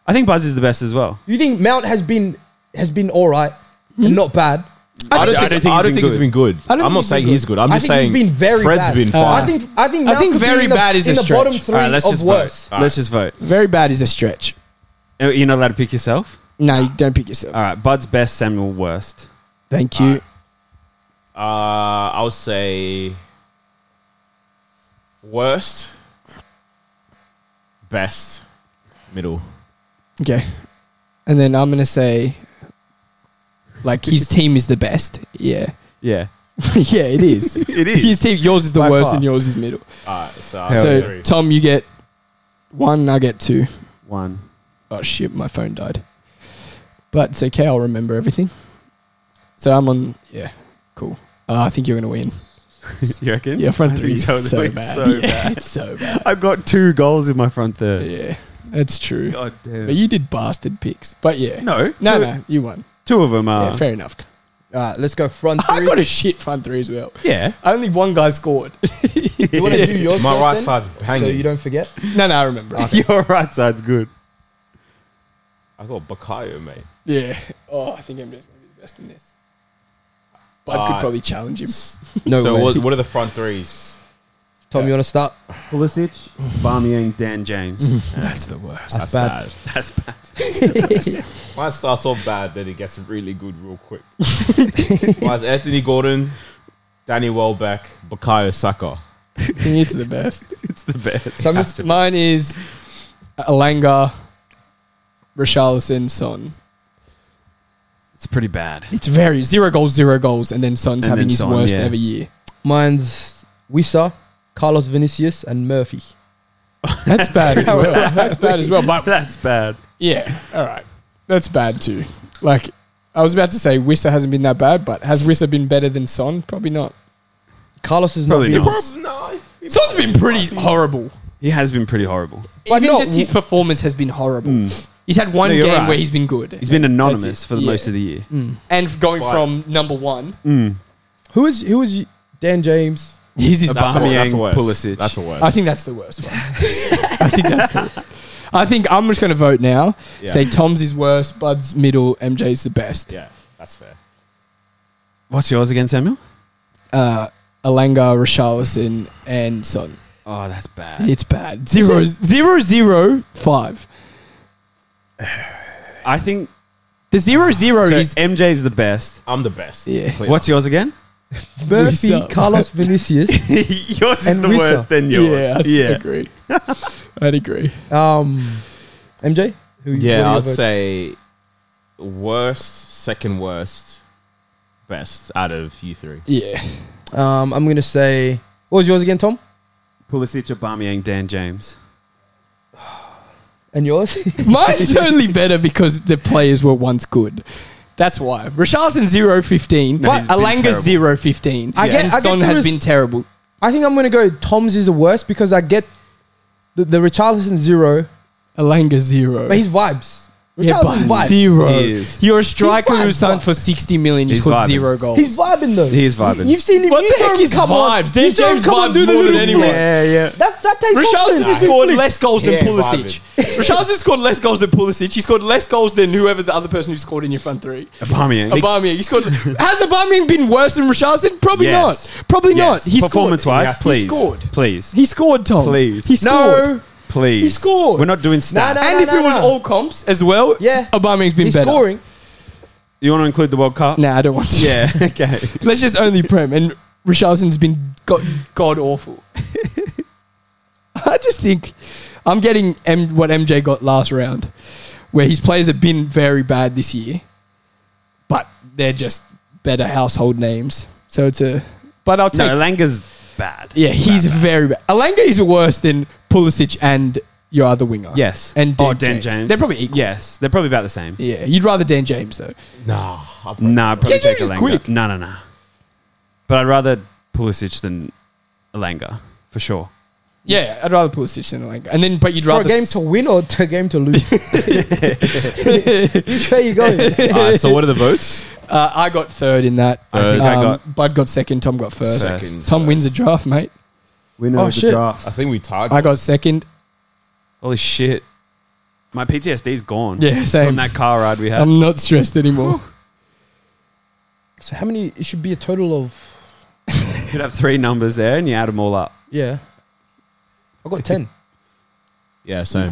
S2: I think Buzz is the best as well.
S1: You think Mount has been has been all right and not bad?
S3: I don't, think,
S2: I don't think
S3: I
S2: he's
S3: don't
S2: been
S3: think he's
S2: good.
S3: been good.
S4: I don't
S3: I'm not
S4: think he's
S3: saying
S4: been
S3: he's good. I'm
S1: I
S3: just
S1: think
S3: saying
S1: he's been very.
S3: Fred's
S1: bad. Uh,
S3: been fine.
S1: I think. I think.
S4: I
S1: Mount
S4: think
S1: could be
S4: very
S1: in the,
S4: bad is a
S1: in the
S4: stretch.
S1: bottom three
S2: All right, let's
S1: of
S2: just
S1: worst.
S2: vote. Let's just vote.
S4: Very bad is a stretch.
S2: Uh, You're not allowed to pick yourself.
S4: No, you don't pick yourself.
S2: All right, Bud's best, Samuel worst.
S4: Thank you.
S3: uh, I'll say worst, best, middle.
S4: Okay. And then I'm going to say, like, [laughs] his team is the best. Yeah.
S2: Yeah,
S4: [laughs] yeah, it is. [laughs]
S2: it
S4: His team, yours is the
S2: By
S4: worst
S2: far.
S4: and yours is middle.
S3: All right, so, I'll
S4: so,
S3: say three.
S4: Tom, you get one, I get two.
S2: One. [laughs]
S4: Oh, shit, my phone died. But it's okay, I'll remember everything. So I'm on, yeah, cool. Uh, I think you're going to win.
S2: you reckon?
S4: Yeah, front
S2: I
S4: three
S2: think
S4: is so,
S2: so. It's
S4: bad.
S2: so
S4: [laughs] yeah,
S2: bad.
S4: It's so bad.
S2: [laughs] I've got two goals in my front third.
S4: Yeah, that's true.
S2: God damn.
S4: But you did bastard picks. But yeah.
S2: no, Uh-huh.
S4: no,
S2: two,
S4: no, you won.
S2: two of them are.
S4: yeah, fair enough.
S1: All right, let's go front
S4: [laughs] I
S1: three.
S4: got a shit front three as well.
S2: Yeah.
S4: Only one guy scored.
S1: Do you want
S3: [laughs]
S1: to do yours?
S3: my
S1: first
S3: right
S1: then?
S3: side's
S1: So you
S3: banging.
S1: don't forget.
S4: no, no, I remember.
S2: [laughs] Your right side's good.
S3: I got Bakayo, mate.
S4: Yeah. Oh, I think MJ's going to be the best in this. Bud
S3: Uh,
S4: could probably challenge him.
S1: No
S4: [laughs]
S3: so
S1: way.
S3: what, what are the front threes?
S1: Tom, you want to start?
S6: Pulisic, Barmiang, Dan.
S2: Dan James. [laughs]
S4: That's the worst.
S1: That's bad.
S2: That's bad.
S3: Mine starts off bad, then it gets really good real
S4: [laughs]
S3: quick. Mine's Anthony Gordon, Danny Welbeck, Bakayo Saka.
S4: it's the best.
S2: [laughs] It's the best.
S1: Some-
S3: Has to be.
S4: Mine is Alanga, Richarlison, Son.
S2: It's pretty [laughs] bad.
S4: It's very zero goals, zero goals, and then Son's
S2: And
S4: having
S2: then
S4: his
S2: Son,
S4: worst
S2: yeah.
S4: ever year.
S1: Mine's Wissa, Carlos Vinicius, and Murphy.
S4: [laughs] That's bad as well.
S1: [laughs]
S4: That's bad as well. But
S2: That's bad.
S4: yeah, all right, that's bad too. Like I was about to say, Wissa hasn't been that bad, but has Wissa been better than Son? Probably not.
S1: Carlos is
S2: Probably
S1: not. been-
S2: not.
S3: No.
S4: Son's been pretty horrible.
S2: He has been pretty horrible.
S1: But
S4: Even
S1: not
S4: just his
S1: w-
S4: performance has been horrible. He's had one
S2: No, you're
S4: game
S2: right.
S4: where he's been good.
S2: Hmm. He's been anonymous
S4: That's it.
S2: for the
S4: Yeah.
S2: most of the year.
S4: and going from number one,
S1: Who is who is Dan James?
S4: he's his
S2: That's
S3: That's,
S2: Aubameyang,
S3: that's worse.
S2: Pulisic.
S3: That's worse.
S4: I think that's the worst one. [laughs] I think that's the. I think I'm just going to vote now.
S3: Yeah.
S4: Say Tom's is worst, Bud's middle, MJ's the best.
S3: yeah, that's fair.
S2: What's yours again, Samuel?
S4: Uh, Alanga, Richarlison, and Son.
S2: Oh, that's bad.
S4: It's bad. Zero, zero, zero, five.
S2: I think
S4: The zero, zero
S2: so
S4: is.
S2: MJ's the best.
S3: I'm the best.
S4: Yeah.
S3: Clear.
S2: What's yours again?
S1: Murphy,
S4: Wissa. [laughs]
S1: Carlos Vinicius.
S2: [laughs] yours is
S1: And
S2: the
S1: Wissa.
S2: worst than yours.
S4: Yeah, I'd agree. [laughs] I'd agree.
S1: Um, MJ. Who, what are
S3: Yeah,
S1: your
S3: I'd
S1: votes?
S3: say worst, second worst, best out of you three.
S4: Yeah.
S1: Um, I'm gonna say. What was yours again, Tom?
S2: Pulisic, Aubameyang, Dan James.
S1: And yours? [laughs]
S4: Mine's only better because the players were once good. That's why. Richarlison 0 15,
S2: No,
S4: but
S2: he's been
S4: Alanga
S2: terrible.
S4: 0 15.
S1: I get-
S4: and
S1: I get
S4: Son
S1: the
S4: has
S1: res-
S4: been terrible.
S1: I think I'm gonna go. Tom's is the worst because I get the, the Richarlison zero,
S4: Alanga 0.
S1: but his vibes.
S4: Yeah,
S1: Richarlison's
S4: but
S1: vibes.
S4: zero.
S2: He is.
S4: You're a striker
S1: His vibes,
S4: who signed
S1: but-
S4: for 60 million. You
S2: He's
S4: scored
S2: vibing.
S4: zero goals.
S1: He's vibing though.
S2: He is vibing.
S1: You've seen him.
S4: What
S1: you
S4: the
S1: saw
S4: heck
S1: him
S4: is
S1: come on.
S4: vibes? Dan
S1: you saw him
S4: James
S1: come on,
S4: vibes
S1: do the
S4: more than
S1: little
S4: anyone.
S1: flip.
S2: Yeah, yeah.
S1: That's that takes
S4: Richarlison
S1: confidence.
S4: scored less goals than
S3: Yeah,
S4: Pulisic.
S2: [laughs]
S4: Richarlison scored less goals than Pulisic. He scored less goals than whoever the other person who scored in your front three.
S2: Aubameyang.
S4: Aubameyang. He scored. has Aubameyang been worse than Richarlison? Probably
S2: Yes.
S4: not. Probably
S2: Yes.
S4: not. He
S2: Performance-wise,
S4: scored.
S2: please.
S4: He scored.
S2: Please.
S4: He scored, Tom.
S2: Please.
S4: He scored.
S1: No.
S2: Please.
S4: He scored.
S2: We're not doing stats.
S1: Nah, nah.
S4: and if it was all comps as well,
S1: Yeah.
S4: Aubameyang's been
S1: He's
S4: better.
S1: scoring.
S2: You want to include the World Cup?
S4: Nah, I don't want to. [laughs]
S2: Yeah. Okay.
S4: Let's just only Prem. And Richarlison's been god, god awful. [laughs] I just think I'm getting M- what MJ got last round, where his players have been very bad this year, but they're just better household names. So it's a. But I'll take.
S2: No, Langer's bad.
S4: yeah, he's very bad. Alanga is worse than Pulisic and your other winger.
S2: Yes.
S4: And Dan,
S2: oh, Dan
S4: James.
S2: James.
S4: They're probably equal.
S2: Yes, they're probably about the same.
S4: Yeah, you'd rather Dan James though.
S3: Nah, I'll probably-
S2: Nah, I'd probably
S4: Dan James
S2: take
S4: is
S2: Alanga.
S4: quick.
S2: No, no, no. But I'd rather Pulisic than Alanga for sure.
S4: Yeah, I'd rather Pulisic than Alanga. And then, but you'd
S1: For
S4: rather
S1: a game
S4: s-
S1: to win or to a game to
S4: [laughs]
S1: lose? Which way you going?
S3: Uh, so what are the votes?
S4: Uh, I got third in that.
S2: I think I
S4: Um,
S2: got-
S4: Bud got second. Tom got [laughs] first.
S2: Second.
S4: Tom wins a draft, mate.
S6: Winner
S1: Oh,
S6: of the
S1: shit.
S6: draft.
S3: I think we tied.
S4: I got second.
S2: Holy shit. My PTSD's gone.
S4: Yeah,
S2: From
S4: same. Um,
S2: that car ride we had.
S4: I'm not stressed anymore.
S1: So how many? It should be a total of
S2: You'd have three numbers there and you add them all up.
S1: yeah. I got ten.
S3: Yeah, same.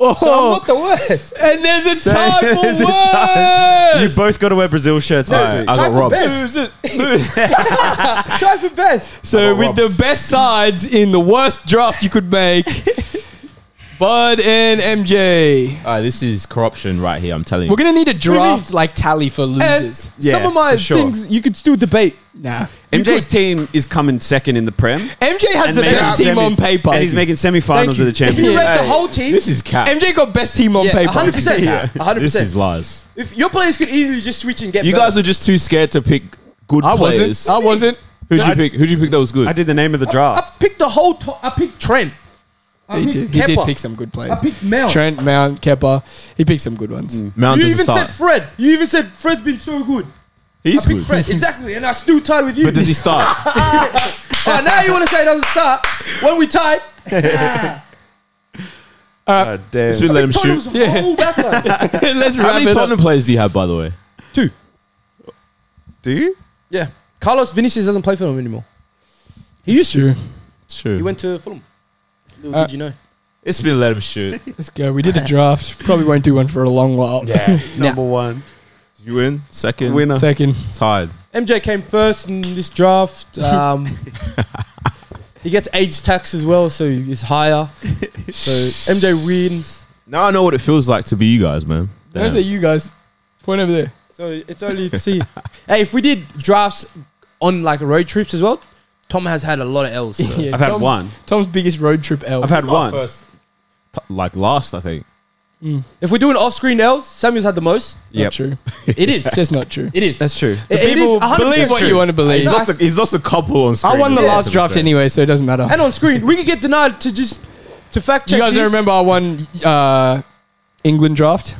S4: Oh,
S1: So I'm not the worst.
S4: and there's a tie for
S2: There's a tie. You
S4: worst.
S2: both got to wear Brazil shirts
S3: All
S2: next
S3: right,
S2: week.
S3: I got robbed.
S1: Try for best.
S4: so
S3: How
S4: with
S3: about
S4: the
S3: Rob's?
S4: best sides in the worst draft you could make, Bud and MJ.
S3: All right, this is corruption right here. I'm telling you.
S4: We're gonna need a
S1: you mean?
S4: draft like tally for losers.
S2: Yeah,
S1: Some of my
S2: for sure.
S1: things you could still debate.
S4: nah,
S2: MJ's team is coming second in the Prem.
S4: MJ has the
S2: making
S4: best team
S2: semi-
S4: on paper.
S2: And he's making semifinals of the
S1: If you
S2: Champions League.
S1: rate the whole team,
S3: This is cap.
S4: MJ got best team on
S1: yeah,
S4: paper.
S1: 100%.
S3: Yeah.
S1: 100%.
S3: This is lies.
S1: if your players could easily just switch and get
S3: You
S1: better.
S3: guys were just too scared to pick good
S4: I
S3: players.
S4: wasn't. I wasn't.
S3: Who'd you pick? Who'd you pick that was good?
S2: I did the name of the
S1: I
S2: draft.
S1: picked the whole. To- I picked Trent. I
S4: He
S1: picked
S4: did. He did
S1: Kepa.
S4: pick some good
S1: I
S4: players.
S1: picked Mel.
S4: Trent, Mount, Kepa. He picked some good ones.
S2: Mm.
S4: [laughs]
S3: Mount
S1: you
S3: doesn't
S1: even
S3: start.
S1: said Fred. You even said Fred's been so good.
S3: He's
S1: I picked
S3: good. [laughs]
S1: Fred exactly, and I still tied with you.
S3: But does he start?
S1: Alright, now you want to say it doesn't start when we tied?
S2: Oh, damn.
S3: Just we let him
S1: Tottenham's
S3: shoot.
S1: whole backline.
S4: Let's
S3: How
S4: wrap
S3: many
S4: it up.
S3: Tottenham players do you have, by the way?
S1: [laughs] Two.
S2: Do you?
S1: Yeah, Carlos Vinicius doesn't play for them anymore.
S4: He used to.
S1: He
S3: Sure.
S1: went to Fulham. Little
S4: Uh,
S1: did you know?
S3: It's been let him shoot.
S4: Let's go. We did a draft. Probably won't do one for a long while.
S3: Yeah.
S2: Number one.
S3: You win. Second.
S4: [laughs]
S2: Winner.
S4: Second.
S3: Tied.
S1: MJ came first in this draft. Um, he gets age tax as well, so he's higher. So MJ wins.
S3: Now I know what it feels like to be you guys, man.
S4: Where's that
S3: Damn.
S4: you guys? Point over there.
S1: So it's only to see. [laughs] Hey, if we did drafts on like road trips as well, Tom has had a lot of L's. So.
S4: [laughs] Yeah,
S2: I've had
S4: Tom-
S2: one.
S4: Tom's biggest road trip L.
S2: I've had one.
S3: First. T- Like last, I think.
S1: If we're doing off-screen L's, Samuel's had the
S4: [laughs]
S1: most.
S4: Not
S2: Yep.
S4: true.
S1: It is.
S4: It's just not
S2: [laughs]
S4: true.
S1: It is.
S2: That's true.
S1: It- it is
S4: People
S1: 100%
S4: believe what
S1: true.
S4: you want to believe.
S3: He's lost, a, he's lost a couple on screen.
S4: I won the
S3: Yeah.
S4: last draft anyway, so it doesn't matter.
S1: And on screen, we could get denied to just to fact check.
S4: You guys don't
S1: this.
S4: remember I won uh, England draft?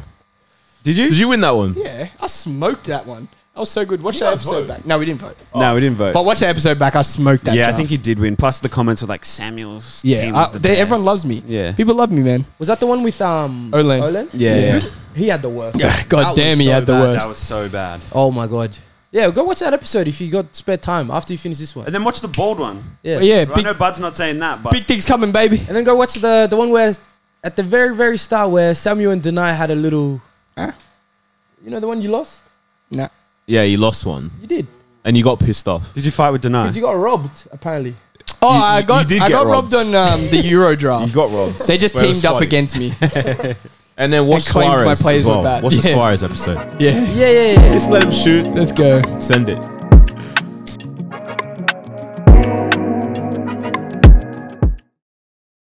S2: Did you?
S3: Did you win that one?
S4: Yeah, I smoked that one. That was so good. Watch that episode back. No, we didn't vote.
S2: No, we didn't vote.
S4: But watch that episode back. I smoked that.
S2: yeah, I
S4: draft.
S2: think he did win. Plus, the comments were like Samuel's. team
S4: Yeah,
S2: was
S4: I,
S2: the
S4: they,
S2: best.
S4: everyone loves me.
S2: Yeah.
S4: people love me, man.
S1: Was that the one with um
S4: Olen.
S2: Yeah, yeah.
S1: He had the worst.
S4: [laughs]
S1: That
S4: God damn,
S1: was
S4: he
S1: so
S4: had the
S1: bad.
S4: worst.
S2: That was so bad.
S1: Oh my god. Yeah, go watch that episode if you got spare time after you finish this one.
S2: And then watch the bald one.
S1: Yeah.
S4: yeah,
S2: I
S4: big,
S2: know Bud's not saying that, but
S4: big things coming, baby.
S1: And then go watch the the one where at the very very start where Samuel and Denai had a little.
S4: Huh?
S1: You know the one you lost?
S4: Nah,
S3: Yeah, you lost one.
S1: You did
S3: And you got pissed off.
S2: did you fight with Denai?
S1: because you got robbed apparently.
S4: oh,
S3: You-
S4: I
S3: you- you
S4: got
S3: did
S4: I
S3: get
S4: got robbed,
S3: robbed.
S4: on um, the Euro
S3: [laughs] You
S4: draft.
S3: got robbed.
S4: they just
S3: Well, it was
S4: teamed up
S3: funny.
S4: against
S3: [laughs]
S4: me.
S3: And then
S4: [laughs]
S3: watch
S4: And claimed my
S3: Suarez
S4: players
S3: as
S4: were
S3: well.
S4: bad.
S3: Watch the
S4: Yeah.
S3: Suarez episode.
S4: yeah,
S1: Yeah, yeah, yeah.
S3: Just let him shoot.
S4: let's go.
S3: Send it.